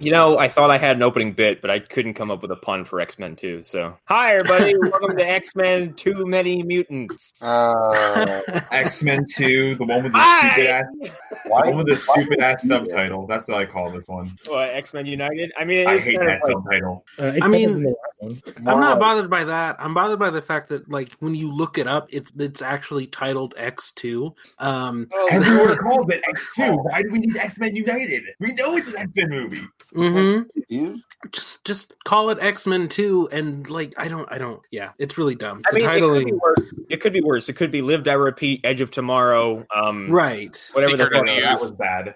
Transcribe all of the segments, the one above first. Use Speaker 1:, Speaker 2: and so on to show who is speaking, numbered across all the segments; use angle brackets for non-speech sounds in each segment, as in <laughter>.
Speaker 1: You know, I thought I had an opening bit, but I couldn't come up with a pun for X Men 2. So, hi, everybody. Welcome to X Men Too Many Mutants.
Speaker 2: Uh,
Speaker 3: X Men Two, the one with the
Speaker 1: Hi!
Speaker 3: stupid ass, the
Speaker 2: why,
Speaker 3: one with the
Speaker 2: why
Speaker 3: stupid
Speaker 2: would
Speaker 3: ass
Speaker 2: you do
Speaker 3: subtitle. That's what I call this one.
Speaker 1: X Men United. I mean,
Speaker 3: I
Speaker 1: it's
Speaker 3: hate
Speaker 1: kind of
Speaker 3: that
Speaker 1: like,
Speaker 3: subtitle.
Speaker 4: Uh, it's
Speaker 5: I mean-
Speaker 4: better than the last
Speaker 2: this?
Speaker 5: I'm
Speaker 2: More
Speaker 5: not bothered by that. I'm bothered by the fact that like when you look it up, it's it's actually titled X2. Um,
Speaker 3: Everyone calls it X Two.
Speaker 5: Oh.
Speaker 3: Why do we need X Men United? We know it's an X Men movie.
Speaker 5: mhm.
Speaker 2: one. You-
Speaker 5: just just call it X Men 2, and like I don't I don't yeah, it's really dumb.
Speaker 1: I
Speaker 5: The
Speaker 1: mean, it could,
Speaker 5: titling,
Speaker 1: be worse. it could be worse. It could be Lived, I Repeat, Edge of Tomorrow. Um,
Speaker 5: right?
Speaker 1: Whatever the
Speaker 6: Secret
Speaker 1: fuck.
Speaker 6: of the
Speaker 3: That was bad.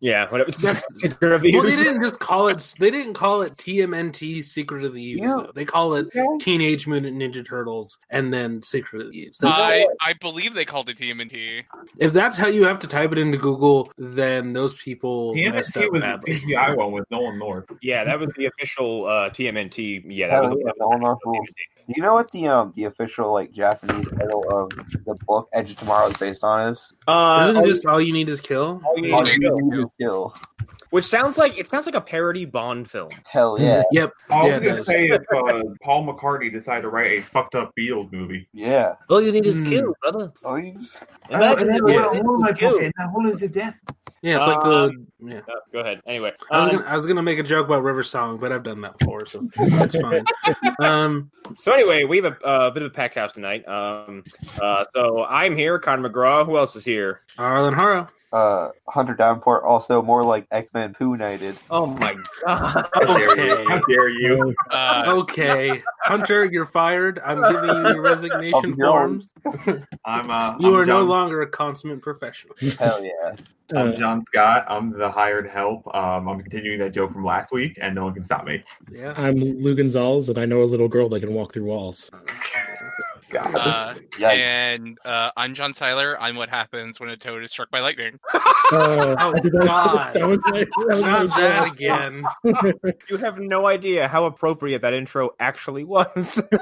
Speaker 1: Yeah, whatever.
Speaker 5: That's-
Speaker 1: <laughs> Secret of the
Speaker 5: Well, they
Speaker 1: Ooze.
Speaker 5: didn't just call it. They didn't call it TMNT Secret of the Youth.
Speaker 2: Yeah.
Speaker 5: Though. They call it
Speaker 2: Okay.
Speaker 5: Teenage Mutant Ninja Turtles, and then Secret of the Youth. That's-
Speaker 6: I, I believe they called it TMNT.
Speaker 5: if that's how you have to type it into Google, then those people messed
Speaker 3: TMNT
Speaker 5: up
Speaker 3: was the
Speaker 5: badly.
Speaker 3: CGI one with Nolan North.
Speaker 1: Yeah, that was the official uh, TMNT. Yeah, that
Speaker 7: Oh,
Speaker 2: Hell
Speaker 1: was.
Speaker 2: yeah, no, no, cool. Do you know what the um the official like Japanese title of the book Edge of Tomorrow is based on is?
Speaker 1: Uh, Oh,
Speaker 5: Isn't it just all you need is kill?
Speaker 1: All You Need
Speaker 2: All
Speaker 1: to
Speaker 2: you
Speaker 1: Kill.
Speaker 2: need is kill.
Speaker 1: which sounds like it sounds like a parody Bond film.
Speaker 2: Hell yeah,
Speaker 5: Yep.
Speaker 3: All
Speaker 5: Yeah,
Speaker 3: I'm
Speaker 5: it
Speaker 3: gonna
Speaker 5: does.
Speaker 3: say is uh, Paul McCartney decided to write a fucked up Beatles movie.
Speaker 2: yeah.
Speaker 1: All you need
Speaker 5: is kill,
Speaker 1: brother.
Speaker 2: All you just-
Speaker 5: Oh,
Speaker 1: Imagine
Speaker 5: yeah.
Speaker 1: that one is kill.
Speaker 5: Yeah, it's like
Speaker 1: Um,
Speaker 5: the. Yeah.
Speaker 1: Uh, Go ahead. Anyway,
Speaker 5: I was,
Speaker 1: um,
Speaker 5: gonna, I was gonna make a joke about River Song, but I've done that before, so that's fine. Um,
Speaker 1: so anyway, we have a uh, bit of a packed house tonight. Um, uh, so I'm here, Connor McGraw. Who else is
Speaker 5: <laughs>
Speaker 1: here?
Speaker 5: Arlen Harrow.
Speaker 2: Uh, Hunter Downport also more like X Men Poo United.
Speaker 1: Oh my god!
Speaker 3: How dare you? How dare you?
Speaker 4: one.
Speaker 5: <laughs>
Speaker 6: Uh,
Speaker 5: Okay, Hunter, you're fired. I'm giving you
Speaker 1: <laughs>
Speaker 5: your resignation
Speaker 2: Of your own.
Speaker 5: forms.
Speaker 3: I'm uh,
Speaker 5: You
Speaker 3: I'm
Speaker 5: are no
Speaker 3: John-
Speaker 5: longer a consummate professional.
Speaker 2: Hell yeah.
Speaker 3: I'm
Speaker 4: Uh,
Speaker 3: John Scott. I'm the hired help. Um, I'm continuing that joke from last week, and no one can stop me.
Speaker 5: Yeah.
Speaker 4: I'm Lou Gonzalez, and I know a little girl that can walk through walls.
Speaker 2: God.
Speaker 3: Oh,
Speaker 6: uh,
Speaker 2: Yikes.
Speaker 6: and uh, I'm John Seiler. I'm what happens when a toad is struck by lightning.
Speaker 4: Uh,
Speaker 5: <laughs> Oh,
Speaker 4: <laughs> I did that-
Speaker 5: God.
Speaker 4: That was my, that was my
Speaker 5: Not that
Speaker 4: joke.
Speaker 5: again.
Speaker 1: You have no idea how appropriate that intro actually was. <laughs>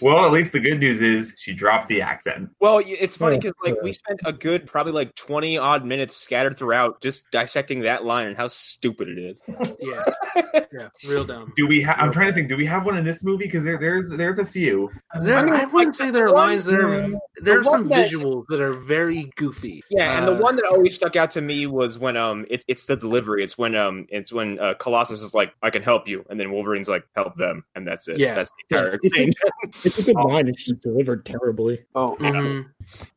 Speaker 3: Well, at least the good news is she dropped the accent.
Speaker 1: well, y- it's
Speaker 5: Oh,
Speaker 1: funny because like we spent a good probably like twenty odd minutes scattered throughout just dissecting that line and how stupid it is.
Speaker 5: Yeah. Yeah. Real dumb.
Speaker 3: Do we? Ha- I'm trying to think. Do we have one in this movie? Because there, there's there's a few.
Speaker 5: There, I wouldn't say there are
Speaker 1: one-
Speaker 5: lines. There are, there are
Speaker 1: the one
Speaker 5: some
Speaker 1: that-
Speaker 5: visuals that are very goofy.
Speaker 1: Yeah, and the
Speaker 5: Uh,
Speaker 1: one that always stuck out to me was when um, it's it's the delivery. It's when um, it's when uh, Colossus is like, "I can help you," and then Wolverine's like, "Help them,wn," and that's it.
Speaker 5: Yeah.
Speaker 1: that's the entire
Speaker 4: It's
Speaker 1: thing.
Speaker 4: a, it's a
Speaker 5: Oh.
Speaker 4: good line, and she's delivered terribly.
Speaker 2: Oh,
Speaker 5: mhm.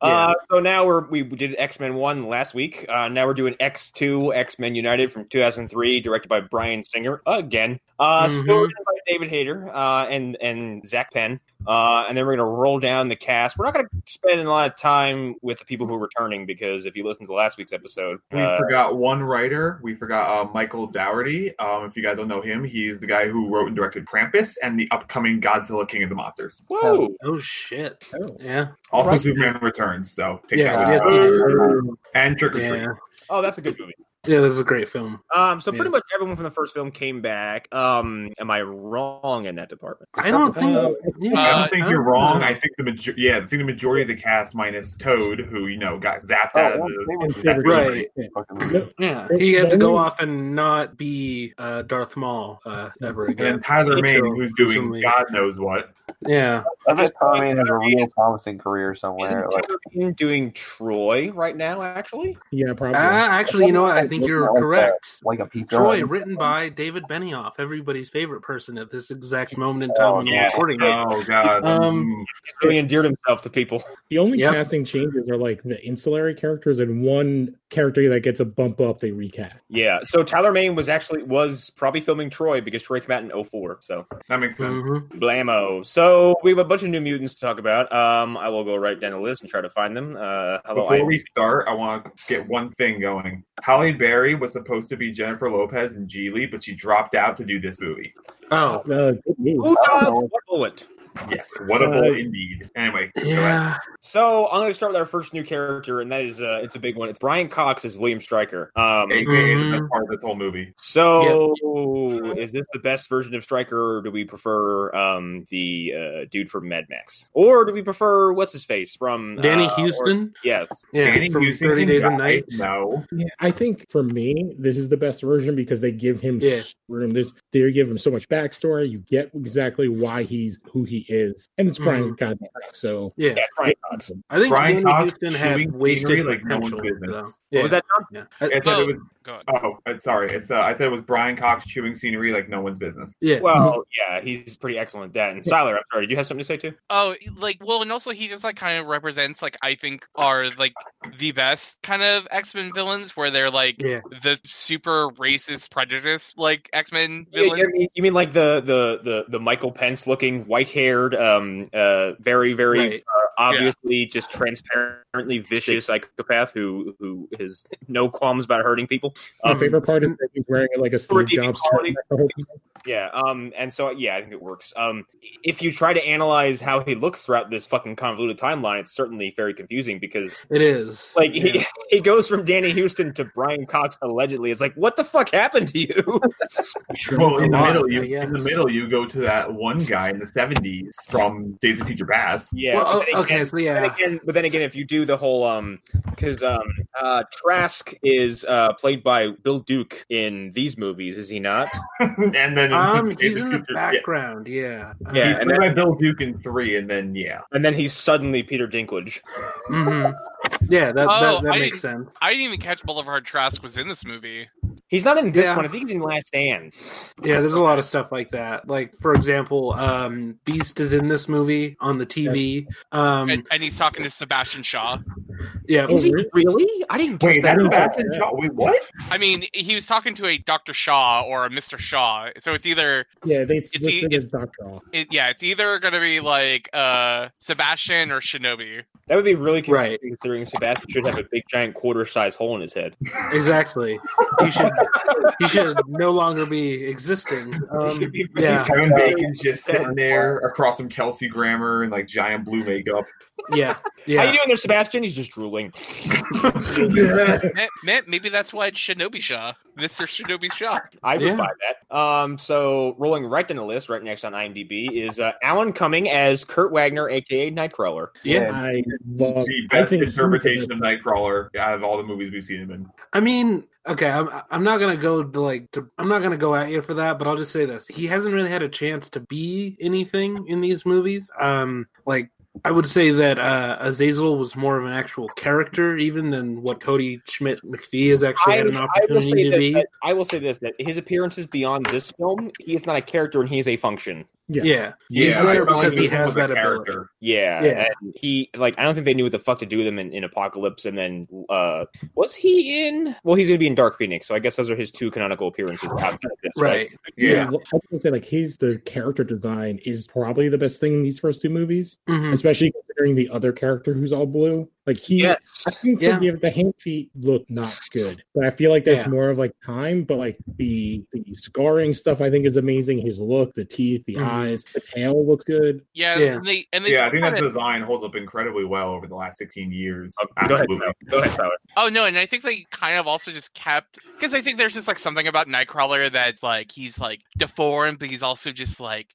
Speaker 1: Uh, so now we're we did X Men One last week. Uh, now we're doing X Two, X Men United from 2003, directed by Brian Singer again. Uh,
Speaker 5: Mhm.
Speaker 1: Story by David Hayter uh, and and Zach Penn. Uh, and then we're gonna roll down the cast. We're not gonna spend a lot of time with the people who are returning because if you listen to last week's episode,
Speaker 3: We
Speaker 1: uh,
Speaker 3: forgot one writer. We forgot uh, Michael Dougherty. Um, if you guys don't know him, he's the guy who wrote and directed Krampus and the upcoming Godzilla King of the Monsters.
Speaker 1: whoa.
Speaker 5: Oh shit.
Speaker 4: Oh.
Speaker 5: Yeah.
Speaker 3: Also,
Speaker 5: Right.
Speaker 3: Superman Returns. So take
Speaker 5: Yeah.
Speaker 3: that.
Speaker 5: yes,
Speaker 3: with you.
Speaker 5: it
Speaker 1: Uh,
Speaker 3: And Trick or
Speaker 5: is.
Speaker 3: Treat.
Speaker 5: yeah.
Speaker 1: Oh, that's a good movie.
Speaker 5: Yeah. This is a great film.
Speaker 1: Um, so
Speaker 5: Yeah.
Speaker 1: pretty much everyone from the first film came back. Um, am I wrong in that department?
Speaker 5: I don't think.
Speaker 4: Uh,
Speaker 5: yeah,
Speaker 3: I
Speaker 6: Uh,
Speaker 3: don't think
Speaker 5: I
Speaker 3: you're
Speaker 5: don't
Speaker 3: wrong.
Speaker 5: know.
Speaker 3: I think the major- yeah, I think the majority of the cast minus Toad, who you know got zapped
Speaker 2: Oh,
Speaker 3: out of
Speaker 2: that-
Speaker 3: the
Speaker 2: they were
Speaker 3: that movie.
Speaker 5: Right.
Speaker 4: Yeah.
Speaker 2: fucking movie.
Speaker 5: Yeah.
Speaker 4: They-
Speaker 5: He had to
Speaker 4: they
Speaker 5: go
Speaker 4: were-
Speaker 5: off and not be uh, Darth Maul uh, ever
Speaker 3: And then
Speaker 5: again.
Speaker 3: Tyler
Speaker 5: Mitchell,
Speaker 3: Maine, who's doing
Speaker 5: recently.
Speaker 3: God knows what.
Speaker 5: Yeah.
Speaker 2: I bet Tommy has a real promising career somewhere.
Speaker 1: Isn't
Speaker 2: Like,
Speaker 1: Tyrion doing Troy right now? Actually,
Speaker 4: Yeah,
Speaker 5: Uh,
Speaker 4: probably.
Speaker 5: actually, you know what? I think you're correct.
Speaker 2: like a pizza.
Speaker 5: Troy,
Speaker 2: Hut.
Speaker 5: written by David Benioff, everybody's favorite person at this exact moment in time when
Speaker 2: Oh,
Speaker 5: we're
Speaker 2: yeah.
Speaker 5: recording it.
Speaker 1: Uh,
Speaker 3: Oh <laughs> God.
Speaker 5: Um,
Speaker 1: he's really endeared himself to people.
Speaker 4: the only
Speaker 5: Yep.
Speaker 4: casting changes are like the ancillary characters, and one character that gets a bump up, they recast.
Speaker 1: Yeah. So Tyler Maine was actually was probably filming Troy because Troy came out in 04. So
Speaker 3: that makes sense.
Speaker 5: Mhm.
Speaker 1: blammo. So we have a bunch of new mutants to talk about. Um, I will go right down the list and try to find them. Uh, hello,
Speaker 3: Before
Speaker 1: I.
Speaker 3: we start, I want to get one thing going. Halle Berry was supposed to be Jennifer Lopez and Geely, but she dropped out to do this movie.
Speaker 5: Oh,
Speaker 4: Uh, good news.
Speaker 1: Who
Speaker 2: I don't
Speaker 1: dodged
Speaker 2: know.
Speaker 1: what bullet?
Speaker 3: Yes, what a
Speaker 4: Uh,
Speaker 3: bull indeed. Anyway, go ahead.
Speaker 5: Yeah.
Speaker 1: So I'm going to start with our first new character, and that is uh, it's a big one. It's Brian Cox as William Stryker. Um,
Speaker 3: AKA
Speaker 5: Mm-hmm.
Speaker 3: the best part of this whole movie.
Speaker 1: so is this the best version of Stryker, or do we prefer um, the uh, dude from Mad Max, or do we prefer what's his face from uh,
Speaker 5: Danny
Speaker 1: or-
Speaker 5: Houston.
Speaker 1: yes.
Speaker 5: yeah.
Speaker 3: Danny
Speaker 5: from
Speaker 3: Houston
Speaker 5: Thirty
Speaker 3: can
Speaker 5: Days a
Speaker 3: die.
Speaker 5: Night.
Speaker 3: No,
Speaker 4: Yeah, I think for me, this is the best version because they give him
Speaker 5: Yeah.
Speaker 4: s- room. There's they give him so much backstory. You get exactly why he's who he is, and it's Brian
Speaker 5: Mm.
Speaker 4: Cox. So
Speaker 5: Yeah.
Speaker 1: Yeah, Brian Cox.
Speaker 4: awesome.
Speaker 5: I think
Speaker 3: Brian
Speaker 5: Danny
Speaker 3: Cox
Speaker 5: Houston had
Speaker 3: chewing
Speaker 5: wasted
Speaker 3: scenery like no one's
Speaker 5: potential.
Speaker 3: business.
Speaker 5: though.
Speaker 1: What
Speaker 5: Yeah.
Speaker 1: was that? John?
Speaker 5: Yeah.
Speaker 3: I said
Speaker 6: Oh.
Speaker 3: it was.
Speaker 6: Go on.
Speaker 3: Oh, I'm sorry. It's uh, I said it was Brian Cox chewing scenery like no one's business.
Speaker 5: yeah.
Speaker 1: Well, yeah, he's pretty excellent at that. And Siler, I'm sorry, did you have something to say too?
Speaker 6: Oh, like well, and also he just like kind of represents like I think are like the best kind of X Men villains, where they're like
Speaker 5: Yeah.
Speaker 6: the super racist, prejudiced like X Men
Speaker 1: Yeah,
Speaker 6: villains.
Speaker 1: I mean, you mean like the the the, the Michael Pence looking white haired, um, uh, very very
Speaker 5: Right.
Speaker 1: obviously just transparently vicious psychopath who who has no qualms about hurting people.
Speaker 5: Mm.
Speaker 4: My
Speaker 1: Um,
Speaker 4: favorite part is that he's wearing like a Steve
Speaker 1: Redeeming
Speaker 4: Jobs.
Speaker 1: quality.
Speaker 4: shirt.
Speaker 1: yeah, um, and so yeah, I think it works. Um, if you try to analyze how he looks throughout this fucking convoluted timeline, it's certainly very confusing because
Speaker 5: It is.
Speaker 1: like
Speaker 5: yeah.
Speaker 1: he, <laughs> he goes from Danny Houston to Brian Cox allegedly. It's like, what the fuck happened to you?
Speaker 3: Well, in the
Speaker 5: A lot,
Speaker 3: middle, you
Speaker 5: I
Speaker 3: in the
Speaker 5: guess.
Speaker 3: middle you go to that one guy in the '70s from Days of Future Past. <laughs>
Speaker 1: yeah.
Speaker 5: Well,
Speaker 1: but then
Speaker 5: oh,
Speaker 1: again-
Speaker 5: okay, so
Speaker 1: But then
Speaker 5: yeah.
Speaker 1: again, but then again, if you do the whole um, because um, uh, Trask is uh played by Bill Duke in these movies, is he not?
Speaker 3: and then in <laughs>
Speaker 5: Um,
Speaker 3: Days
Speaker 5: he's
Speaker 3: of
Speaker 5: in the
Speaker 3: Future- yeah.
Speaker 5: background. Yeah. Uh,
Speaker 1: Yeah,
Speaker 3: He's
Speaker 1: and
Speaker 3: played by Bill Duke in three, and then yeah,
Speaker 1: And then he's suddenly Peter Dinklage.
Speaker 5: mhm. Yeah. That
Speaker 6: Oh,
Speaker 5: that, that
Speaker 6: I
Speaker 5: makes sense.
Speaker 6: I didn't even catch Boulevard Trask was in this movie.
Speaker 1: He's not in this
Speaker 5: Yeah.
Speaker 1: one. I think he's in Last Stand.
Speaker 5: Yeah, there's a lot of stuff like that. Like for example, um, Beast is in this movie on the TV. Um,
Speaker 6: and, and he's talking to Sebastian Shaw.
Speaker 5: yeah,
Speaker 4: Oh,
Speaker 1: Is he
Speaker 4: really?
Speaker 1: really? I didn't get
Speaker 3: wait,
Speaker 1: that.
Speaker 3: that's
Speaker 1: at all.
Speaker 3: Sebastian Shaw. Wait, what?
Speaker 6: I mean, he was talking to a Dr. Shaw or a Mr. Shaw. So it's either
Speaker 4: Yeah, they it's,
Speaker 6: Is he-
Speaker 4: listed as Doctor Ock.
Speaker 6: it, yeah, it's either gonna be like uh Sebastian or Shinobi.
Speaker 1: That would be really confusing
Speaker 5: Right.
Speaker 1: considering Sebastian should have a big giant quarter size hole in his head.
Speaker 5: exactly. He should he should no longer be existing. Um, yeah,
Speaker 3: Kevin Bacon's just sitting there across from Kelsey Grammer and like giant blue
Speaker 5: <laughs>
Speaker 3: makeup.
Speaker 5: yeah,
Speaker 1: How you
Speaker 5: yeah.
Speaker 1: doing there, Sebastian? He's just drooling.
Speaker 6: May- may- Maybe that's why it's Shinobi Shaw, Mr. Shinobi Shaw.
Speaker 1: I would
Speaker 5: Yeah.
Speaker 1: buy that. Um, so rolling right down the list, right next on IMDb is uh, Alan Cumming as Kurt Wagner, aka Nightcrawler.
Speaker 5: Yeah.
Speaker 4: I love.
Speaker 3: the
Speaker 4: I
Speaker 3: best
Speaker 4: think he-
Speaker 3: interpretation of Nightcrawler out of all the movies we've seen him in.
Speaker 5: I mean, okay, I'm I'm not gonna go to like to, I'm not gonna go at you for that, but I'll just say this: he hasn't really had a chance to be anything in these movies. Um, like I would say that uh, Azazel was more of an actual character even than what Cody Schmidt McPhee has actually
Speaker 1: I,
Speaker 5: had an
Speaker 1: I will say
Speaker 5: opportunity to
Speaker 1: this,
Speaker 5: be.
Speaker 1: that, I will say this: that his appearances beyond this film, he is not a character, and he is a function.
Speaker 4: Yes.
Speaker 5: Yeah,
Speaker 3: Yeah,
Speaker 5: He's there
Speaker 3: I felt this
Speaker 5: because he
Speaker 3: one
Speaker 5: has
Speaker 3: was a
Speaker 5: that ability.
Speaker 1: Yeah,
Speaker 5: Yeah.
Speaker 1: And he like I don't think they knew what the fuck to do with him in, in Apocalypse, and then uh was he in? Well, he's gonna be in Dark Phoenix, so I guess those are his two canonical appearances outside of this, right?
Speaker 5: right.
Speaker 3: Yeah.
Speaker 4: Yeah, well, I would say like his the character design is probably the best thing in these first two movies,
Speaker 5: Mhm.
Speaker 4: especially considering the other character who's all blue. Like he,
Speaker 1: Yes,
Speaker 4: I think
Speaker 5: Yeah.
Speaker 4: forgive the hand feet look not good, but I feel like that's
Speaker 5: Yeah.
Speaker 4: more of like time. But like the the scarring stuff, I think is amazing. His look, the teeth, the
Speaker 5: Mhm.
Speaker 4: eyes, the tail looks good.
Speaker 6: Yeah,
Speaker 5: Yeah.
Speaker 6: and they and they
Speaker 3: Yeah, I
Speaker 6: still
Speaker 3: think
Speaker 6: kinda-
Speaker 3: that design holds up incredibly well over the last 16 years.
Speaker 1: go ahead,
Speaker 3: Absolutely.
Speaker 1: go ahead, Tyler.
Speaker 6: Oh no, and I think they kind of also just kept because I think there's just like something about Nightcrawler that's like he's like deformed, but he's also just like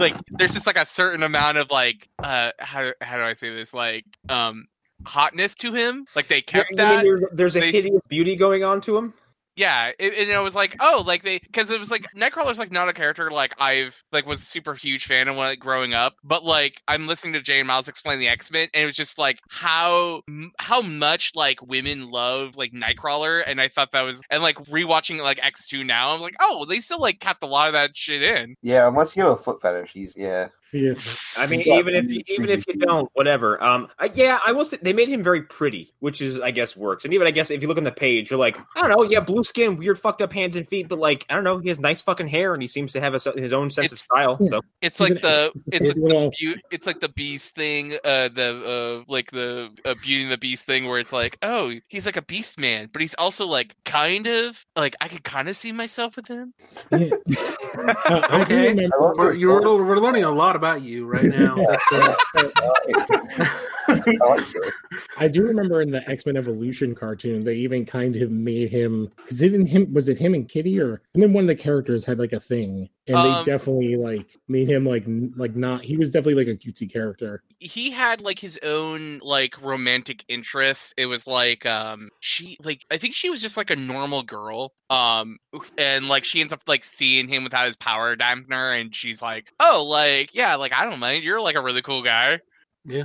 Speaker 6: like there's just like a certain amount of like uh how how do I say this like um hotness to him. Like they kept
Speaker 1: You mean
Speaker 6: that.
Speaker 1: there's, there's a
Speaker 6: They-
Speaker 1: hideous beauty going on to him.
Speaker 6: Yeah, it, and it was like, oh, like they, because it was like Nightcrawler's like not a character like I've like was a super huge fan of when like growing up, but like I'm listening to Jane Miles explain the X Men, and it was just like how m- how much like women love like Nightcrawler, and I thought that was and like rewatching like X Two now, I'm like, oh, they still like kept a lot of that shit in.
Speaker 2: Yeah, unless you have a foot fetish, he's yeah.
Speaker 4: Yeah. <laughs>
Speaker 1: I mean,
Speaker 2: Yeah,
Speaker 1: even if
Speaker 2: and
Speaker 1: you,
Speaker 2: you-
Speaker 1: even if you don't, whatever. Um, I, yeah, I will say they made him very pretty, which is, I guess, works. And even I guess if you look on the page, you're like, I don't know, yeah, blue skin, weird, fucked up hands and feet, but like, I don't know, he has nice fucking hair, and he seems to have a, his own sense of
Speaker 6: It's-
Speaker 1: style. So
Speaker 6: It's
Speaker 4: He's
Speaker 6: like
Speaker 4: an-
Speaker 6: the it's
Speaker 4: His
Speaker 6: like <laughs>
Speaker 4: little-
Speaker 6: Beau- it's like the beast thing uh the uh like the uh, beauty and the beast thing where it's like oh he's like a beast man but he's also like kind of like i could kind of see myself with him
Speaker 4: yeah. Uh, I do
Speaker 5: Okay.
Speaker 4: remember-
Speaker 2: I love
Speaker 5: We're,
Speaker 2: this
Speaker 5: you're,
Speaker 2: book.
Speaker 5: we're learning a lot lot about you right now. so-
Speaker 2: I like it.
Speaker 4: I do remember in the X Men Evolution cartoon, they even kind of made him because even him was it him and Kitty or and then one of the characters had like a thing, and
Speaker 6: Um,
Speaker 4: they definitely like made him like n- like not. He was definitely like a cutesy character.
Speaker 6: he had like his own like romantic interest it was like um she like i think she was just like a normal girl um and like she ends up like seeing him without his power dampener and she's like oh like yeah like i don't mind you're like a really cool guy
Speaker 5: yeah.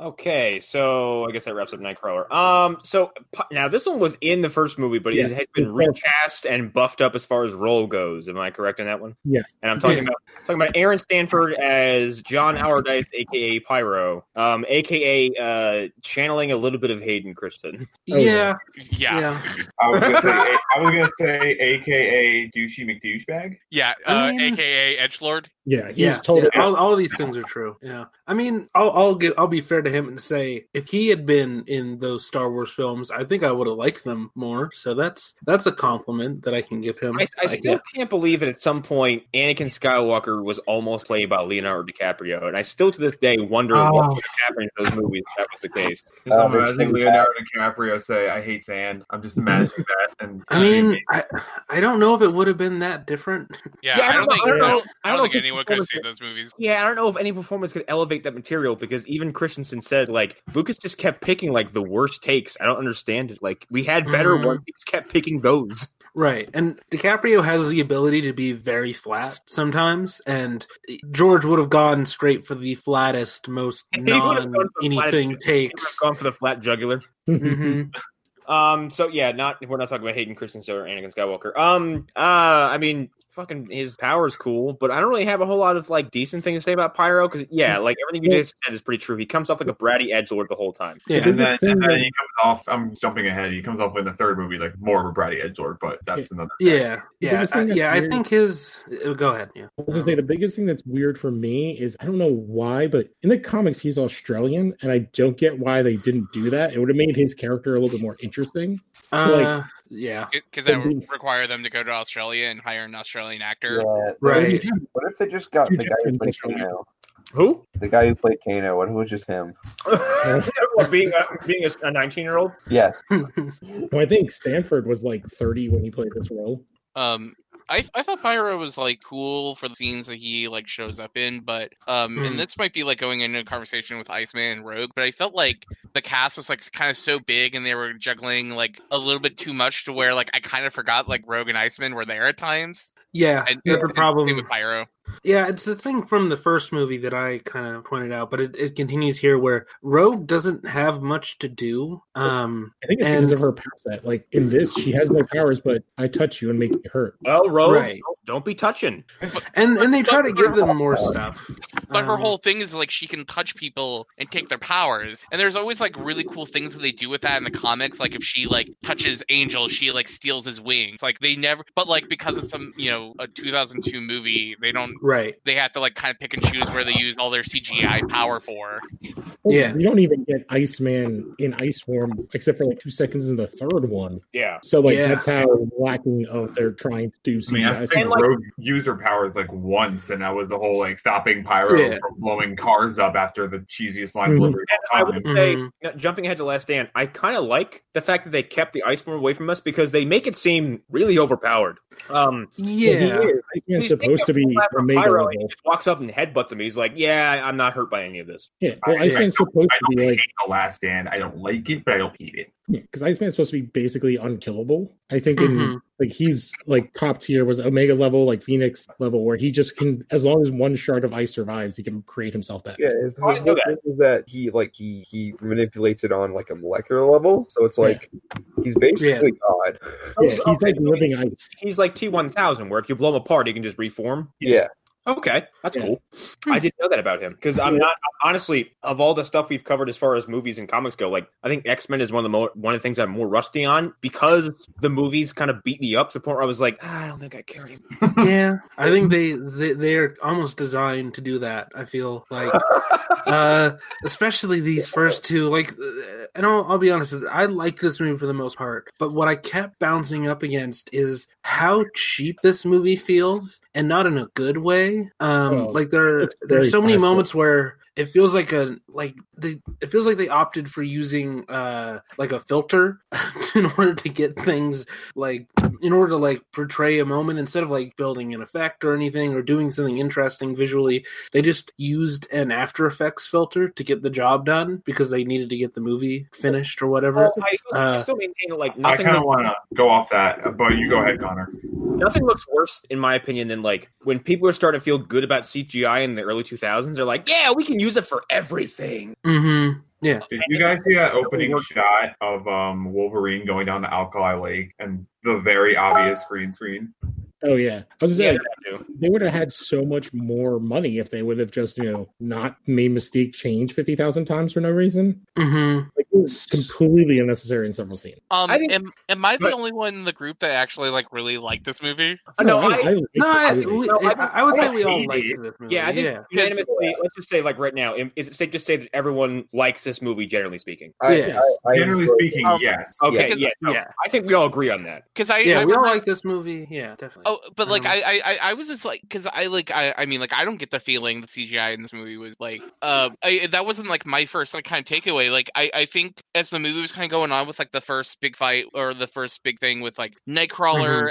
Speaker 1: Okay, so I guess that wraps up Nightcrawler. Um, so p- now this one was in the first movie, but
Speaker 4: Yes.
Speaker 1: it has been recast and buffed up as far as role goes. Am I correct in that one?
Speaker 4: Yes.
Speaker 1: And I'm talking
Speaker 5: Yes.
Speaker 1: about talking about Aaron Stanford as John Allardyce, aka Pyro, um, aka uh, channeling a little bit of Hayden <laughs> Christensen.
Speaker 4: Oh,
Speaker 5: yeah.
Speaker 6: yeah yeah,
Speaker 5: Yeah.
Speaker 3: I was gonna
Speaker 5: <laughs>
Speaker 3: say, I was gonna say, AKA douchey McDouchebag.
Speaker 6: uh,
Speaker 5: I mean-
Speaker 6: aka edge lord
Speaker 4: Yeah, he's
Speaker 5: yeah,
Speaker 4: totally. <laughs>
Speaker 5: yeah, all, all these things are true. Yeah, I mean, I'll I'll, give, I'll be fair to him and say if he had been in those Star Wars films, I think I would have liked them more. So that's that's a compliment that I can give him.
Speaker 1: I, I still
Speaker 5: guess.
Speaker 1: can't believe that at some point Anakin Skywalker was almost played by Leonardo DiCaprio, and I still to this day wonder what
Speaker 5: Oh.
Speaker 1: would have happened in those movies if that was the case.
Speaker 3: Just
Speaker 2: Uh,
Speaker 3: I'm
Speaker 2: Richard
Speaker 3: imagining Um, Leonardo DiCaprio say, "I hate sand." I'm just imagining that, and
Speaker 5: I mean, I, I don't know if it would have been that different. <laughs>
Speaker 6: yeah,
Speaker 1: Yeah, I
Speaker 6: i
Speaker 1: don't
Speaker 6: don't think
Speaker 1: know- I don't know- I
Speaker 6: I
Speaker 1: don't
Speaker 6: don't
Speaker 1: know
Speaker 6: think
Speaker 1: if he
Speaker 6: anyone could have
Speaker 1: was-
Speaker 6: seen those <laughs> movies
Speaker 1: Yeah, I don't know if any performance could elevate that material because even Christensen said like Lucas just kept picking like the worst takes. I don't understand it. Like we had better
Speaker 5: Mhm.
Speaker 1: ones, he just kept picking those. <laughs>
Speaker 5: Right. And DiCaprio has the ability to be very flat sometimes. And George would have gone straight for the flattest, most
Speaker 1: <laughs> He would have gone
Speaker 5: non
Speaker 1: for the flattest-
Speaker 5: anything takes.
Speaker 1: Gone for the flat jugular.
Speaker 4: Mhm.
Speaker 5: hmm
Speaker 1: Um. So yeah, not we're not talking about Hayden Christensen or Anakin Skywalker. Um. Uh. I mean, fucking his power is cool, but I don't really have a whole lot of like decent thing to say about Pyro because yeah,
Speaker 5: Mm-hmm.
Speaker 1: like everything you just said is pretty true. He comes off like a bratty edge lord the whole time.
Speaker 5: Yeah.
Speaker 3: and then,
Speaker 4: Biggest
Speaker 3: and
Speaker 4: thing
Speaker 3: then
Speaker 4: that-
Speaker 3: he comes off. I'm jumping ahead. He comes off in the third movie like more of a bratty edgelord, but that's another.
Speaker 5: Yeah. Yeah.
Speaker 4: biggest
Speaker 5: I,
Speaker 4: thing that's
Speaker 5: yeah. I
Speaker 4: weird-
Speaker 5: think his. uh, Go ahead. Yeah.
Speaker 4: I was gonna say the biggest thing that's weird for me is I don't know why, but in the comics he's Australian, and I don't get why they didn't do that. It would have made his character a little bit more interesting. So, like-
Speaker 5: Uh, yeah. <laughs>
Speaker 6: because that would
Speaker 4: Mhm.
Speaker 6: require them to go to australia and hire an australian actor
Speaker 2: Yeah.
Speaker 5: Right.
Speaker 2: What if they just got
Speaker 4: You
Speaker 2: the
Speaker 4: just
Speaker 2: guy who
Speaker 4: didn't
Speaker 2: played
Speaker 4: control it.
Speaker 2: Kano?
Speaker 1: Who?
Speaker 2: The guy who played Kano. What if it was just him?
Speaker 1: <laughs> Well, being a, being a- a nineteen year old.
Speaker 2: Yes.
Speaker 4: Well, I think Stanford was like 30 when he played this role.
Speaker 6: Um, I I thought Pyro was like cool for the scenes that he like shows up in, but um,
Speaker 5: Hmm.
Speaker 6: and this might be like going into a conversation with Iceman and Rogue, but I felt like the cast was like kind of so big and they were juggling like a little bit too much to where like I kind of forgot like Rogue and Iceman were there at times.
Speaker 5: Yeah.
Speaker 6: And
Speaker 5: That's
Speaker 6: and-
Speaker 5: a
Speaker 6: and
Speaker 5: problem.
Speaker 6: same with Pyro.
Speaker 5: Yeah, it's the thing from the first movie that I kind of pointed out, but it, it continues here where Rogue doesn't have much to do. Um,
Speaker 4: I think it's because
Speaker 5: And-
Speaker 4: of her power set. Like in this, she has no powers, but I touch you and make you hurt.
Speaker 1: Well, Ro,
Speaker 5: Right.
Speaker 1: don't, don't be touching.
Speaker 5: and and they try to
Speaker 6: But-
Speaker 5: give them more stuff.
Speaker 6: But her
Speaker 5: Um,
Speaker 6: whole thing is like she can touch people and take their powers, and there's always like really cool things that they do with that in the comics. Like if she like touches Angel, she like steals his wings. Like they never, but like because it's some you know a 2002 movie, they don't
Speaker 5: um, right.
Speaker 6: they have to like kind of pick and choose where they use all their CGI power for.
Speaker 5: Yeah.
Speaker 4: We don't even get Iceman in Ice Form except for like two seconds in the third one.
Speaker 1: Yeah.
Speaker 4: So like
Speaker 5: Yeah.
Speaker 4: that's how lacking of their trying to do
Speaker 3: I mean, I
Speaker 4: CGI.
Speaker 3: think
Speaker 1: like-
Speaker 3: Rogue used her powers like once, and that was the whole like stopping Pyro
Speaker 5: Yeah.
Speaker 3: from blowing cars up after the cheesiest line
Speaker 4: Mhm.
Speaker 3: delivery.
Speaker 1: I
Speaker 3: of all
Speaker 1: would
Speaker 3: time.
Speaker 1: say,
Speaker 5: Mhm.
Speaker 1: now, jumping ahead to Last Stand, I kind of like the fact that they kept the ice form away from us because they make it seem really overpowered. Um,
Speaker 4: Well,
Speaker 5: Yeah.
Speaker 4: he is. Iceman's
Speaker 1: he's
Speaker 4: supposed to be Omega
Speaker 1: Pyro, and he
Speaker 4: level.
Speaker 1: just walks up and headbutts him. He's like, "Yeah, I'm not hurt by any of this."
Speaker 4: Yeah. Well,
Speaker 3: I-
Speaker 4: Iceman's supposed
Speaker 3: I
Speaker 4: to be
Speaker 3: don't
Speaker 4: like
Speaker 3: hate the last stand. I don't like it, but I don't hate it.
Speaker 4: because Iceman's supposed to be basically unkillable. I think in
Speaker 5: Mhm.
Speaker 4: like he's like top tier was Omega level, like Phoenix level, where he just can as long as one shard of ice survives, he can create himself back.
Speaker 7: Yeah, his,
Speaker 1: Oh, I
Speaker 7: his
Speaker 1: know
Speaker 7: whole thing is that he like he he manipulates it on like a molecular level, so it's like he's basically God.
Speaker 4: Yeah, he's like living ice.
Speaker 1: He's like T1000, where if you blow him apart, he can just reform.
Speaker 7: Yeah,
Speaker 1: Okay, that's
Speaker 4: Yeah. Hmm.
Speaker 1: cool. I didn't know that about him because I'm not honestly of all the stuff we've covered as far as movies and comics go. Like I think X Men is one of the mo- one of the things I'm more rusty on because the movies kind of beat me up to the point where I was like, "Ah, I don't think I care anymore.
Speaker 5: Yeah. I think they, they they are almost designed to do that. I feel like, uh, especially these first two. Like, uh, and I'll, I'll be honest, I like this movie for the most part. But what I kept bouncing up against is how cheap this movie feels, and not in a good way. Um,
Speaker 4: Oh,
Speaker 5: like there,
Speaker 4: it's
Speaker 5: there's
Speaker 4: very
Speaker 5: so many
Speaker 4: possible.
Speaker 5: moments where it feels like a like they it feels like they opted for using uh like a filter <laughs> in order to get things like in order to like portray a moment instead of like building an effect or anything or doing something interesting visually they just used an after effects filter to get the job done because they needed to get the movie finished or whatever
Speaker 1: Well, I, still-
Speaker 4: Uh,
Speaker 1: I still maintain that like
Speaker 3: I
Speaker 1: nothing
Speaker 3: kind of want to go off that, but you go ahead, Connor.
Speaker 1: nothing looks worse in my opinion than like when people are starting to feel good about CGI in the early 2000s they're like yeah we can use it for everything
Speaker 5: mm-hmm yeah
Speaker 3: Did you guys see that opening shot of um, Wolverine going down to Alkali Lake and the very obvious green screen?
Speaker 4: Oh yeah, I was just saying
Speaker 1: Yeah,
Speaker 4: like, they would have had so much more money if they would have just you know not made Mystique change fifty thousand times for no reason.
Speaker 5: mm-hmm
Speaker 4: Like, it was completely unnecessary in several scenes.
Speaker 6: Um,
Speaker 1: I think-
Speaker 6: am, am I the
Speaker 1: but-
Speaker 6: only one in the group that actually like really liked this movie?
Speaker 1: I know, I-
Speaker 4: liked
Speaker 5: no,
Speaker 4: the
Speaker 5: I,
Speaker 4: movie.
Speaker 5: we,
Speaker 1: No, I
Speaker 5: I,
Speaker 1: don't-
Speaker 5: I would
Speaker 1: I
Speaker 5: say
Speaker 1: don't
Speaker 5: we all
Speaker 3: hate
Speaker 5: liked
Speaker 3: it.
Speaker 5: this movie
Speaker 1: yeah I think
Speaker 5: yeah.
Speaker 1: unanimously let's just say like right now am- is it safe to say that everyone likes this movie generally speaking
Speaker 7: I,
Speaker 5: Yes.
Speaker 7: I, I
Speaker 3: Generally
Speaker 7: enjoyed it.
Speaker 3: speaking,
Speaker 6: Um,
Speaker 3: yes.
Speaker 5: Oh,
Speaker 1: okay yeah,
Speaker 6: because-
Speaker 1: no,
Speaker 5: yeah.
Speaker 1: I think we all agree on that
Speaker 6: Because I
Speaker 5: yeah
Speaker 6: I
Speaker 5: we all
Speaker 6: remember-
Speaker 5: like this movie yeah definitely
Speaker 6: Oh, but like
Speaker 5: Um,
Speaker 6: I, I, I- I was just like, cause I like, I, I mean, like, I don't get the feeling the CGI in this movie was like, uh, I, that wasn't like my first like kind of takeaway. Like, I, I think as the movie was kind of going on with like the first big fight or the first big thing with like Nightcrawler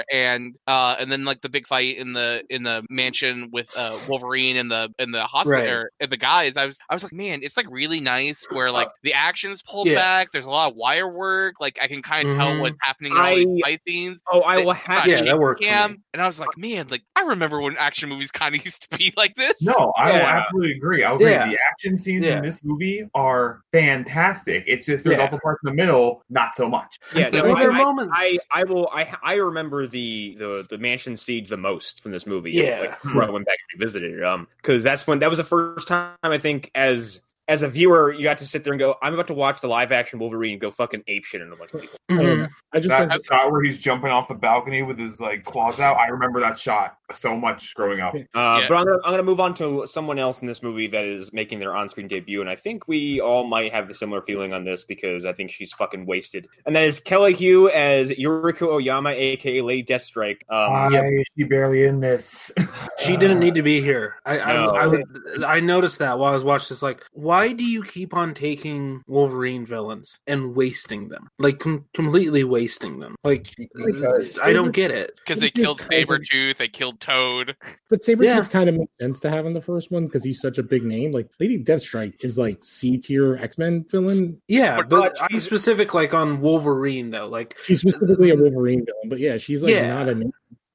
Speaker 5: Mm-hmm.
Speaker 6: and uh, and then like the big fight in the in the mansion with uh Wolverine and the and the hospital
Speaker 5: Right.
Speaker 6: or, and the guys. I was, I was like, man, it's like really nice where like the action's pulled
Speaker 5: Uh, yeah.
Speaker 6: back. There's a lot of wire work. Like, I can kind of tell
Speaker 5: Mhm.
Speaker 6: what's happening in all these
Speaker 1: I-
Speaker 6: fight scenes
Speaker 1: oh I will
Speaker 6: will
Speaker 1: have
Speaker 5: yeah, that worked for
Speaker 6: cam,
Speaker 5: me.
Speaker 6: and I was like, man, like I remember when action movies kind of <laughs> used to be like this. <laughs>
Speaker 3: No, I will
Speaker 1: Yeah.
Speaker 3: absolutely agree. I agree.
Speaker 5: Yeah.
Speaker 3: The action scenes
Speaker 5: Yeah.
Speaker 3: in this movie are fantastic. It's just there's
Speaker 5: Yeah.
Speaker 3: also parts in the middle, not so much.
Speaker 1: yeah no,
Speaker 5: Like,
Speaker 1: I,
Speaker 5: there are
Speaker 1: I-
Speaker 5: moments
Speaker 1: I, I will I I remember the, the the mansion siege the most from this movie.
Speaker 5: Yeah.
Speaker 1: like, when I went back and revisited it. Um, because that's when that was the first time I think as as a viewer you got to sit there and go, I'm about to watch the live action Wolverine go fucking ape shit in a bunch of people.
Speaker 4: I don't
Speaker 5: Mhm.
Speaker 4: know. I just
Speaker 3: That
Speaker 4: think-
Speaker 3: shot where he's jumping off the balcony with his like claws out. I remember that shot so much growing up.
Speaker 1: Uh,
Speaker 6: Yeah.
Speaker 1: but I'm gonna, I'm gonna move on to someone else in this movie that is making their on screen debut, and I think we all might have a similar feeling on this because I think she's fucking wasted. And that is Kelly Hugh as Yuriko Oyama, aka Lady Deathstrike. Um,
Speaker 3: Why is she barely in this?
Speaker 5: She
Speaker 3: Uh,
Speaker 5: didn't need to be here. I
Speaker 1: Uh, No.
Speaker 5: I, I, would- I noticed that while I was watching this. Like, why do you keep on taking Wolverine villains and wasting them? Like, com- completely wasting them. Like,
Speaker 7: Because-
Speaker 5: I don't get it.
Speaker 6: because they killed Sabretooth, they killed Toad.
Speaker 4: But Sabretooth
Speaker 5: Yeah.
Speaker 4: kind of makes sense to have in the first one because he's such a big name. Like Lady Deathstrike is like C tier X Men villain.
Speaker 5: Yeah,
Speaker 1: But
Speaker 5: but
Speaker 1: not-
Speaker 5: I'm specific, like on Wolverine though. Like,
Speaker 4: She's specifically a Wolverine villain, but yeah, she's like
Speaker 5: Yeah.
Speaker 4: not a name.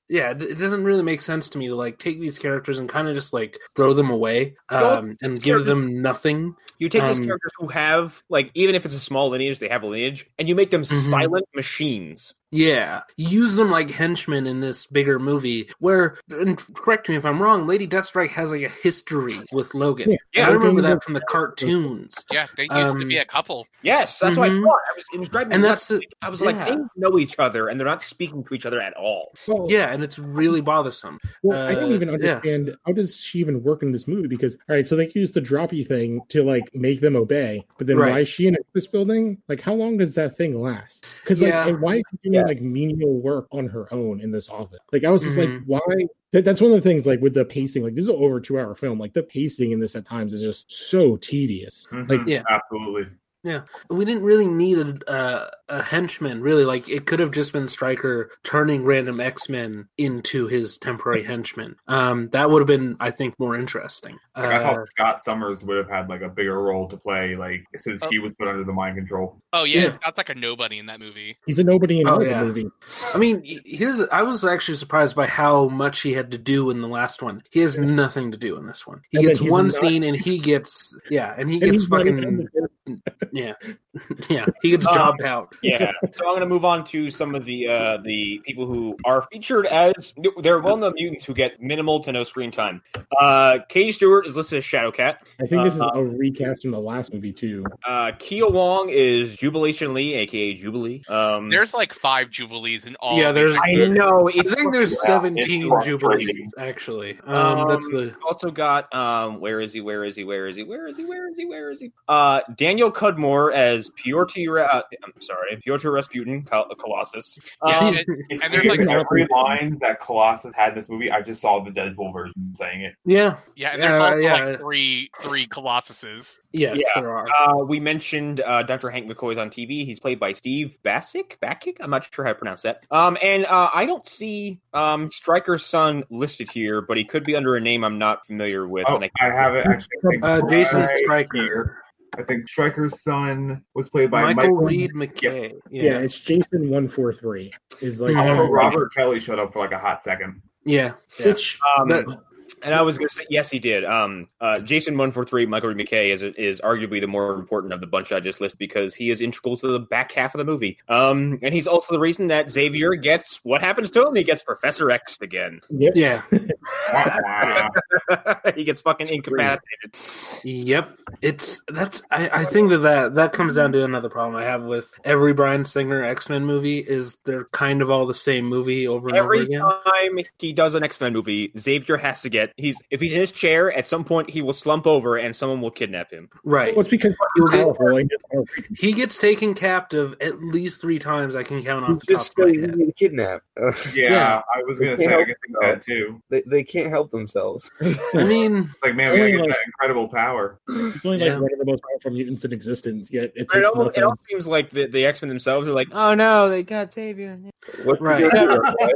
Speaker 5: yeah, it it doesn't really make sense to me to like take these characters and kind of just like throw them away um, and give them nothing.
Speaker 1: You take these
Speaker 5: Um,
Speaker 1: characters who have, like, even if it's a small lineage, they have a lineage, and you make them
Speaker 5: Mhm.
Speaker 1: silent machines.
Speaker 5: Yeah, use them like henchmen in this bigger movie. Where, and correct me if I'm wrong, Lady Deathstrike has like a history with Logan.
Speaker 4: Yeah.
Speaker 5: I
Speaker 1: Yeah,
Speaker 5: remember
Speaker 4: Logan
Speaker 5: that from the cartoons.
Speaker 6: Yeah, they used to be
Speaker 5: Um,
Speaker 6: a couple.
Speaker 1: Yes, that's what I
Speaker 5: Mhm.
Speaker 1: thought. I was, it was driving me
Speaker 5: And
Speaker 1: nuts.
Speaker 5: that's the-
Speaker 1: I was like, they
Speaker 5: yeah.
Speaker 1: know each other, and they're not speaking to each other at all.
Speaker 4: Well,
Speaker 5: Yeah, and it's really bothersome.
Speaker 4: well, I don't
Speaker 5: uh,
Speaker 4: even
Speaker 5: yeah.
Speaker 4: understand how does she even work in this movie because all right, so they use the droppy thing to like make them obey, but then why
Speaker 5: Right.
Speaker 4: is she in this building? Like, how long does that thing last? Because like,
Speaker 5: Yeah.
Speaker 4: and why is she doing
Speaker 2: Yeah.
Speaker 4: like menial work on her own in this office? Like, I was just
Speaker 5: Mhm.
Speaker 4: like, why? That, that's one of the things like with the pacing. Like, this is an over two hour film. Like, the pacing in this at times is just so tedious. Like,
Speaker 3: Mhm,
Speaker 5: yeah.
Speaker 3: absolutely.
Speaker 5: We didn't really need a, a, a henchman, really. Like it could have just been Stryker turning random X Men into
Speaker 3: <laughs>
Speaker 5: his temporary henchmen. Um, that would have been, I think, more interesting.
Speaker 3: Like, I
Speaker 5: Uh,
Speaker 3: thought Scott Summers would have had like a bigger role to play, like since he was put under the mind control.
Speaker 6: Oh yeah,
Speaker 5: yeah.
Speaker 6: it's got like a nobody in that movie.
Speaker 4: he's a nobody in
Speaker 5: Oh,
Speaker 4: all
Speaker 5: yeah.
Speaker 4: the movie.
Speaker 5: I mean, here's I was actually surprised by how much he had to do in the last one. He has nothing to do in this one. He
Speaker 4: And then
Speaker 5: gets
Speaker 4: he's
Speaker 5: one
Speaker 4: not-
Speaker 5: scene, and he gets yeah, and he
Speaker 4: And
Speaker 5: gets
Speaker 4: he's not even Uh, in
Speaker 5: fucking yeah, yeah, he gets
Speaker 1: Um,
Speaker 5: jobbed out.
Speaker 1: Yeah. <laughs> so I'm going to move on to some of the uh, the people who are featured as they're well known mutants who get minimal to no screen time. Uh, Katie Stewart is listed as Shadowcat.
Speaker 4: I think this is
Speaker 1: Uh,
Speaker 4: a recast from the last movie too.
Speaker 1: Uh, Kia Wong is Jubilation Lee, aka Jubilee. Um,
Speaker 6: There's like five Jubilees in all.
Speaker 5: Yeah,
Speaker 6: of these
Speaker 5: there's-
Speaker 1: I
Speaker 6: movies.
Speaker 1: know.
Speaker 5: I
Speaker 1: It's
Speaker 5: think there's
Speaker 3: it's
Speaker 5: seventeen
Speaker 3: frustrating.
Speaker 5: jubilees actually. Um, that's
Speaker 1: Um,
Speaker 5: the
Speaker 1: also got um where is he where is he where is he where is he where is he where is he uh daniel cudmore as is Pyotr. Ra- I'm sorry, Pyotr Rasputin, Col- uh, Colossus.
Speaker 6: <laughs> Yeah,
Speaker 1: Um,
Speaker 6: it-
Speaker 3: It's
Speaker 6: And
Speaker 3: and
Speaker 6: there's,
Speaker 3: there's like
Speaker 4: like,
Speaker 3: every line that Colossus had in this movie. I just saw the Deadpool version saying it.
Speaker 5: Yeah.
Speaker 6: yeah, and there's
Speaker 5: Yeah,
Speaker 6: also
Speaker 5: yeah.
Speaker 6: like three three colossuses.
Speaker 5: Yes,
Speaker 1: Yeah.
Speaker 5: there are.
Speaker 1: uh, we mentioned uh, Dr. Hank McCoy's on TV. He's played by Steve Bassick. Bakick? I'm not sure how to pronounce that. Um, and uh, I don't see um, Striker's son listed here, but he could be under a name I'm not familiar with.
Speaker 3: Oh,
Speaker 1: and I-
Speaker 3: I have it actually. I think,
Speaker 5: Uh, Jason
Speaker 3: right
Speaker 5: Stryker,
Speaker 3: here. I think Stryker's son was played by
Speaker 5: Michael,
Speaker 3: Michael,
Speaker 5: Reed McKay. Yeah.
Speaker 4: Yeah, it's Jason one four three is like
Speaker 5: Mhm.
Speaker 3: Also, Robert Kelly showed up for like a hot second.
Speaker 5: Yeah.
Speaker 4: which
Speaker 1: um,
Speaker 5: That-
Speaker 1: And I was going to say, yes, he did. Um, uh, Jason one four three, Michael Reed McKay is is arguably the more important of the bunch I just listed because he is integral to the back half of the movie. Um, and he's also the reason that Xavier gets what happens to him. He gets Professor X again. <laughs>
Speaker 4: yep,
Speaker 5: Yeah.
Speaker 3: Wow.
Speaker 1: he gets fucking incapacitated.
Speaker 5: Yep. It's that's I, I think that, that that comes down to another problem I have with every Brian Singer X Men movie is they're kind of all the same movie over and over
Speaker 1: Every
Speaker 5: again.
Speaker 1: time he does an X Men movie, Xavier has to get he's if he's in his chair at some point he will slump over and someone will kidnap him.
Speaker 5: Right.
Speaker 4: well, it's because
Speaker 5: You'll
Speaker 4: he's
Speaker 5: get-
Speaker 4: powerful. Like,
Speaker 5: He gets taken captive at least three times I can count
Speaker 7: He's
Speaker 5: off the top
Speaker 7: just
Speaker 5: of
Speaker 7: so
Speaker 5: my
Speaker 7: easy
Speaker 5: head.
Speaker 7: to kidnap. <laughs>
Speaker 3: Yeah,
Speaker 5: <laughs> Yeah.
Speaker 3: I was gonna
Speaker 7: They
Speaker 3: say
Speaker 7: can't
Speaker 3: I
Speaker 7: help
Speaker 3: could think that too.
Speaker 7: they, they can't help themselves.
Speaker 5: I mean
Speaker 3: It's like, man, we gotta
Speaker 4: Only,
Speaker 3: get
Speaker 4: like-
Speaker 3: that incredible power.
Speaker 4: it's only
Speaker 5: Yeah.
Speaker 4: like one of the most powerful mutants in existence. Yet it
Speaker 1: It
Speaker 4: takes
Speaker 1: all, it
Speaker 4: nothing.
Speaker 1: all seems like the, the X Men themselves are like, oh no, they got Xavier.
Speaker 7: What
Speaker 5: Right.
Speaker 7: you gonna do, right?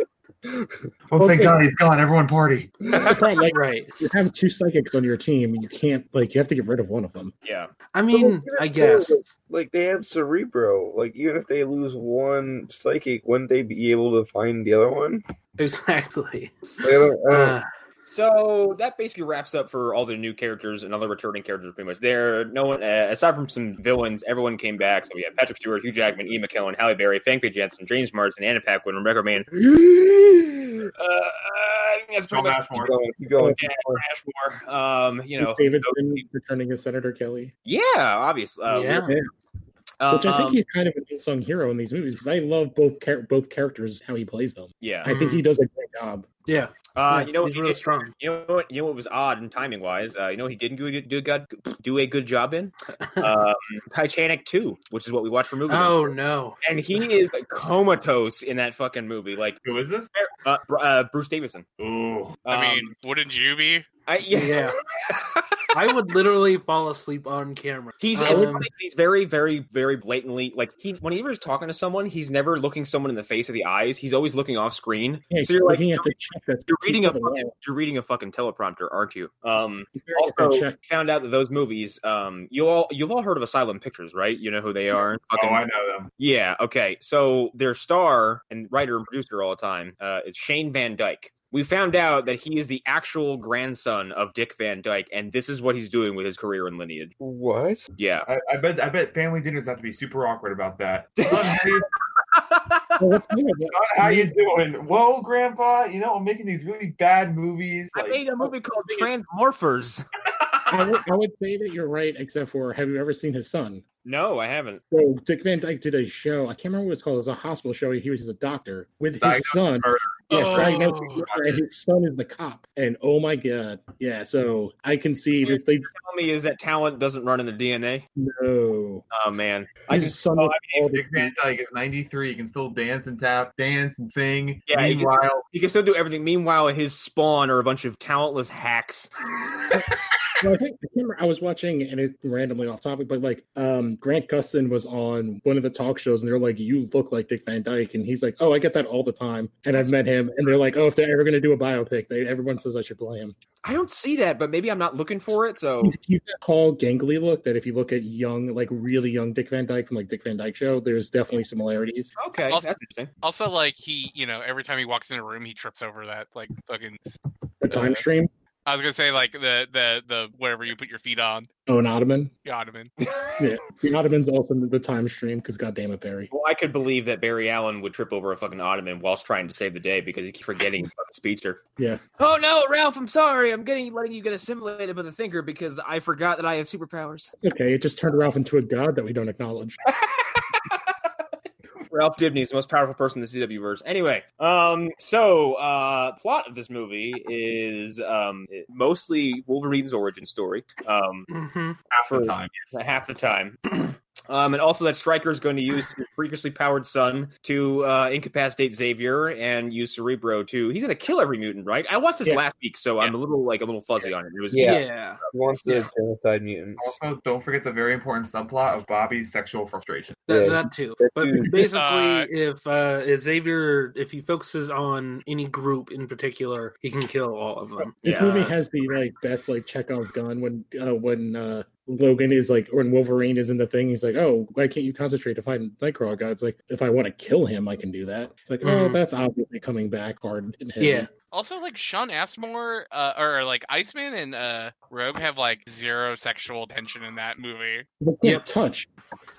Speaker 3: Oh,
Speaker 4: thank God
Speaker 3: he's gone. Everyone party.
Speaker 4: The problem, like,
Speaker 5: right.
Speaker 4: you have two psychics on your team, and you can't like you have to get rid of one of them.
Speaker 1: Yeah,
Speaker 5: I mean I guess.
Speaker 7: Like they have Cerebro. Like even if they lose one psychic, wouldn't they be able to find the other one?
Speaker 5: Exactly.
Speaker 7: Like, I don't- I don't-
Speaker 5: Uh,
Speaker 1: So that basically wraps up for all the new characters and all the returning characters. Pretty much there, no one uh, aside from some villains, everyone came back. So we had Patrick Stewart, Hugh Jackman, E. McKellen, Halle Berry, Fanke Jensen, James Marsden, Anna Paquin, Rebecca Man. Uh, I think that's
Speaker 3: John
Speaker 1: pretty much
Speaker 7: keep
Speaker 1: Oh,
Speaker 3: Bashmore.
Speaker 7: going, keep going.
Speaker 1: yeah, Ashmore. Um, you know,
Speaker 4: Davidson returning as Senator Kelly,
Speaker 1: yeah, obviously, uh,
Speaker 5: yeah.
Speaker 1: um,
Speaker 4: which I think he's kind of an unsung hero in these movies because I love both char- both characters how he plays them.
Speaker 1: yeah.
Speaker 4: I think he does a great job.
Speaker 5: Yeah.
Speaker 1: Uh,
Speaker 5: Yeah,
Speaker 1: you know,
Speaker 5: he's
Speaker 1: he
Speaker 5: really
Speaker 1: did-
Speaker 5: strong.
Speaker 1: You know what? You know what was odd and timing wise. Uh, you know what he didn't do a- do a good do a good job in um, Titanic two, which is what we watch for movie.
Speaker 5: Oh no.
Speaker 1: and he is comatose in that fucking movie. Like
Speaker 3: Who is this?
Speaker 1: uh, Br- uh, Bruce Davison.
Speaker 3: Ooh. Oh,
Speaker 6: I
Speaker 1: Um,
Speaker 6: mean, wouldn't you be?
Speaker 1: I, yeah.
Speaker 5: Yeah. I would literally fall asleep on camera.
Speaker 1: He's
Speaker 5: Um,
Speaker 1: it's funny, he's very very very blatantly like he whenever he's talking to someone he's never looking someone in the face or the eyes he's always looking off screen
Speaker 4: Yeah,
Speaker 1: so you're like
Speaker 4: looking
Speaker 1: you're,
Speaker 4: at the check that's
Speaker 1: you're reading a
Speaker 4: to the wall.
Speaker 1: fucking, you're reading a fucking teleprompter aren't you um
Speaker 4: You're looking at that
Speaker 1: also
Speaker 4: check.
Speaker 1: found out that those movies um you all you've all heard of Asylum Pictures right you know who they are
Speaker 3: Oh,
Speaker 1: Fucking-
Speaker 3: I know them.
Speaker 1: Yeah. Okay. So their star and writer and producer all the time uh, is Shane Van Dyke. We found out that he is the actual grandson of Dick Van Dyke, and this is what he's doing with his career and lineage.
Speaker 7: What?
Speaker 1: Yeah.
Speaker 3: I, I bet. I bet family dinners have to be super awkward about that. Son, how you-
Speaker 4: Well,
Speaker 1: <laughs>
Speaker 4: what's funny about-
Speaker 3: son, how you doing? Well, Grandpa, you know I'm making these really bad movies.
Speaker 1: I
Speaker 3: like-
Speaker 1: made a movie called Transmorphers.
Speaker 4: I would, I would say that you're right, except for have you ever seen his son?
Speaker 1: No, I haven't.
Speaker 4: So Dick Van Dyke did a show. I can't remember what it's called. It was a hospital show. He was a doctor with his
Speaker 3: Diagnosed
Speaker 4: son.
Speaker 3: murder.
Speaker 4: Yes,
Speaker 6: Oh.
Speaker 4: diagnosed murder, and his son is the cop. And oh my god, yeah. So I can see this. They
Speaker 1: Tell me, is that talent doesn't run in the DNA?
Speaker 4: know.
Speaker 1: Oh man, I
Speaker 4: His
Speaker 1: just
Speaker 4: son
Speaker 1: oh,
Speaker 4: was all the-
Speaker 3: Dick Van Dyke is 93. He can still dance and tap, dance and sing.
Speaker 1: Yeah, he-
Speaker 3: Meanwhile,
Speaker 1: he can still do everything. Meanwhile, his spawn are a bunch of talentless hacks.
Speaker 4: Well, I think I, remember I was watching, and it's randomly off topic, but like um, Grant Gustin was on one of the talk shows, and they're like, "You look like Dick Van Dyke," and he's like, "Oh, I get that all the time," and I've met him, and they're like, "Oh, if they're ever going to do a biopic, they everyone says I should play him."
Speaker 1: I don't see that, but maybe I'm not looking for it. So
Speaker 4: He's, he's that tall, gangly look that if you look at young, like really young Dick Van Dyke from like Dick Van Dyke Show, there's definitely similarities.
Speaker 1: okay, that's
Speaker 6: Also-
Speaker 1: interesting.
Speaker 6: Also, like he, you know, every time he walks in a room, he trips over that like fucking.
Speaker 4: The time stream,
Speaker 6: I was gonna say like the the the whatever you put your feet on,
Speaker 4: Owen oh, Ottoman,
Speaker 6: the ottoman.
Speaker 4: yeah, the Ottoman's also the time stream because goddamn it, Barry.
Speaker 1: Well, I could believe that Barry Allen would trip over a fucking ottoman whilst trying to save the day because he keeps forgetting he's a fucking speedster.
Speaker 4: Yeah.
Speaker 1: Oh no, Ralph! I'm sorry. I'm getting letting you get assimilated by the thinker because I forgot that I have superpowers.
Speaker 4: It's okay, it just turned Ralph into a god that we don't acknowledge.
Speaker 1: Ralph Dibny is the most powerful person in the CW verse. Anyway, um, so uh, plot of this movie is um mostly Wolverine's origin story. Um,
Speaker 5: mhm.
Speaker 3: half
Speaker 1: for-
Speaker 3: the time.
Speaker 1: half the time. <clears throat> Um, and also that Striker is going to use his freakishly powered sun to uh, incapacitate Xavier and use Cerebro to. He's going to kill every mutant, right? I watched this
Speaker 4: Yeah.
Speaker 1: last week, so I'm a little like a little fuzzy on it. It was
Speaker 7: Yeah.
Speaker 5: yeah.
Speaker 7: He wants the genocide mutants.
Speaker 3: Also, don't forget the very important subplot of Bobby's sexual frustration.
Speaker 5: That,
Speaker 7: Yeah.
Speaker 5: that too.
Speaker 7: That
Speaker 5: But
Speaker 7: too.
Speaker 5: basically,
Speaker 6: Uh,
Speaker 5: if uh, if Xavier, if he focuses on any group in particular, he can kill all of them.
Speaker 4: This
Speaker 1: Yeah.
Speaker 4: movie has the like that like Chekhov gun when uh, when uh, Logan is like when Wolverine is in the thing. He's like, oh, why can't you concentrate to fight Nightcrawler? God, it's like if I want to kill him, I can do that. It's like, oh,
Speaker 5: Mhm.
Speaker 4: that's obviously coming back hard and heavy.
Speaker 5: Yeah.
Speaker 6: Also, like Sean Asmore, uh, or like Iceman and uh, Rogue have like zero sexual tension in that movie.
Speaker 4: They can't
Speaker 5: Yep.
Speaker 4: touch.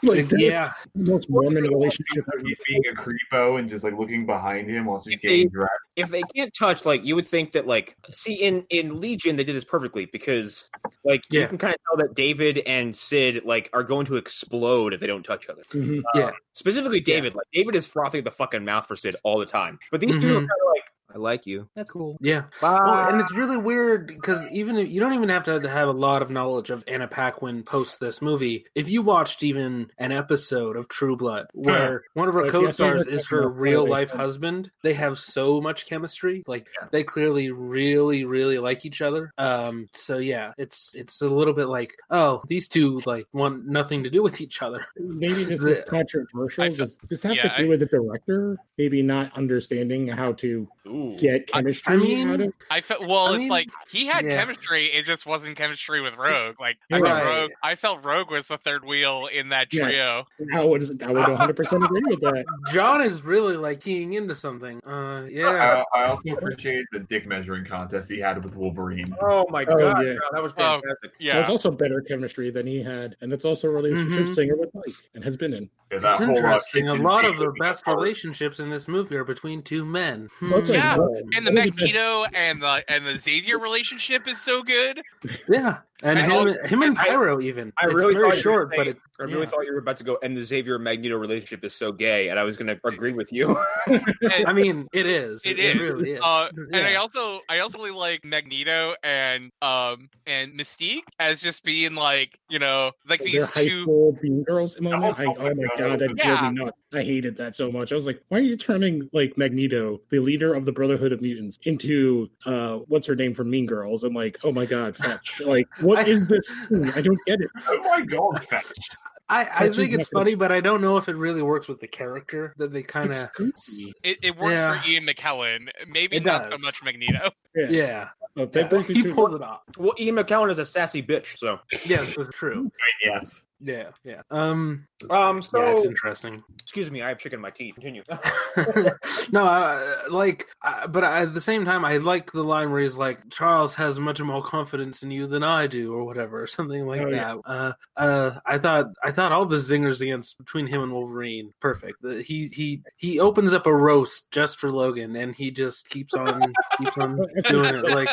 Speaker 4: Like, that's
Speaker 5: yeah.
Speaker 4: the most Mormon relationship.
Speaker 3: He's being a creepo and just like looking behind him while she's
Speaker 1: If they-
Speaker 3: getting dressed.
Speaker 1: if they can't touch, like you would think that, like, see in in Legion they did this perfectly because, like, you
Speaker 5: Yeah.
Speaker 1: can kind of tell that David and Sid like are going to explode if they don't touch each other.
Speaker 4: Mhm.
Speaker 6: <laughs>
Speaker 1: Specifically, David, like, David is frothing at the fucking mouth for Sid all the time, but these two are
Speaker 5: Mhm.
Speaker 1: kind of like, I like you. That's cool.
Speaker 5: Yeah. Well, and it's really weird because even if, you don't even have to have a lot of knowledge of Anna Paquin post this movie. If you watched even an episode of True Blood where one of her
Speaker 4: Like,
Speaker 5: co-stars
Speaker 4: yes,
Speaker 5: is her
Speaker 4: definitely.
Speaker 5: real life husband, they have so much chemistry. Like they clearly really really like each other. Um. So yeah, it's it's a little bit like oh these two like want nothing to do with each other.
Speaker 4: Maybe this is
Speaker 5: The-
Speaker 4: controversial.
Speaker 6: I feel-
Speaker 4: does this have
Speaker 6: yeah,
Speaker 4: to do with the director? Maybe not understanding how to
Speaker 1: Ooh.
Speaker 4: get
Speaker 6: I- I
Speaker 4: chemistry
Speaker 5: mean,
Speaker 4: out of
Speaker 6: I felt well.
Speaker 5: I
Speaker 6: it's
Speaker 5: mean,
Speaker 6: like he had
Speaker 5: yeah.
Speaker 6: chemistry; it just wasn't chemistry with Rogue. Like I
Speaker 4: Right.
Speaker 6: felt Rogue, I felt Rogue was the third wheel in that
Speaker 4: Yeah.
Speaker 6: trio.
Speaker 4: I would, I would 100% agree with that.
Speaker 5: John is really like keying into something. Uh. Yeah.
Speaker 3: I, I also appreciate the dick measuring contest he had with Wolverine.
Speaker 1: Oh my
Speaker 4: Oh,
Speaker 1: god,
Speaker 4: yeah.
Speaker 1: no, that was
Speaker 6: Oh.
Speaker 1: fantastic.
Speaker 6: <laughs> Yeah, Mm-hmm.
Speaker 4: There's also better chemistry than he had, and that's also a relationship
Speaker 5: Mhm.
Speaker 4: singer with Mike and has been in.
Speaker 3: Yeah, that
Speaker 5: It's
Speaker 3: whole, uh,
Speaker 5: interesting. A
Speaker 3: kitchen
Speaker 5: lot
Speaker 3: scene
Speaker 5: of the
Speaker 3: was
Speaker 5: best
Speaker 3: hard.
Speaker 5: relationships in this movie are between two men. Hmm.
Speaker 4: That's like
Speaker 6: Yeah.
Speaker 4: one-
Speaker 6: and the
Speaker 4: one of best-
Speaker 6: Magneto and the and the Xavier relationship is so good.
Speaker 5: Yeah, and
Speaker 1: I
Speaker 5: him, him and
Speaker 1: I-
Speaker 5: Pyro even.
Speaker 1: I
Speaker 5: it's
Speaker 1: really thought you
Speaker 5: very
Speaker 1: were
Speaker 5: short,
Speaker 1: saying-
Speaker 5: but it's
Speaker 1: I really
Speaker 5: yeah.
Speaker 1: thought you were about to go, and the Xavier Magneto relationship is so gay, and I was going to agree with you. <laughs>
Speaker 6: And-
Speaker 5: I mean, it is.
Speaker 6: It is.
Speaker 5: really is.
Speaker 6: Uh, And I
Speaker 5: Yeah.
Speaker 6: also I also really like Magneto and um and Mystique as just being like you know like
Speaker 4: their
Speaker 6: these
Speaker 4: high
Speaker 6: two.
Speaker 4: school Bean Girls moment. I,
Speaker 3: Oh,
Speaker 4: oh my god, that
Speaker 6: Yeah.
Speaker 4: drove me nuts. I hated that so much. I was like, why are you turning like Magneto, the leader of the Brotherhood of Mutants, into uh what's her name from Mean Girls? And like, oh my god, fetch. Like, what
Speaker 5: I-
Speaker 4: is this? Thing? I don't get it.
Speaker 3: <laughs> Oh my god, fetch.
Speaker 5: I, I
Speaker 4: Which is
Speaker 5: think it's
Speaker 4: nothing.
Speaker 5: funny, but I don't know if it really works with the character that they kind of.
Speaker 4: It's goofy.
Speaker 6: It, it works
Speaker 5: Yeah.
Speaker 6: for Ian McKellen, maybe
Speaker 5: It
Speaker 6: not so
Speaker 5: does.
Speaker 6: much Magneto.
Speaker 4: Yeah.
Speaker 5: Yeah,
Speaker 4: Oh, that brings me
Speaker 5: he
Speaker 4: <laughs> to-
Speaker 5: pulls it off.
Speaker 1: well, Ian McKellen is a sassy bitch, so.
Speaker 5: Yes, that's true.
Speaker 3: Yes.
Speaker 5: Yeah, yeah. Um,
Speaker 1: Um, so.
Speaker 5: yeah, it's interesting.
Speaker 1: Excuse me, I have chicken in my teeth. Continue. <laughs>
Speaker 5: <laughs> no, uh, like, uh, but I, at the same time, I like the line where he's like, "Charles has much more confidence in you than I do," or whatever, <laughs> or something like
Speaker 4: Oh,
Speaker 5: that.
Speaker 4: yeah.
Speaker 5: Uh, uh, I thought, I thought all the zingers against between him and Wolverine, perfect. The- he he he opens up a roast just for Logan, and he just keeps on keeps
Speaker 4: <laughs>
Speaker 5: on doing it. Like,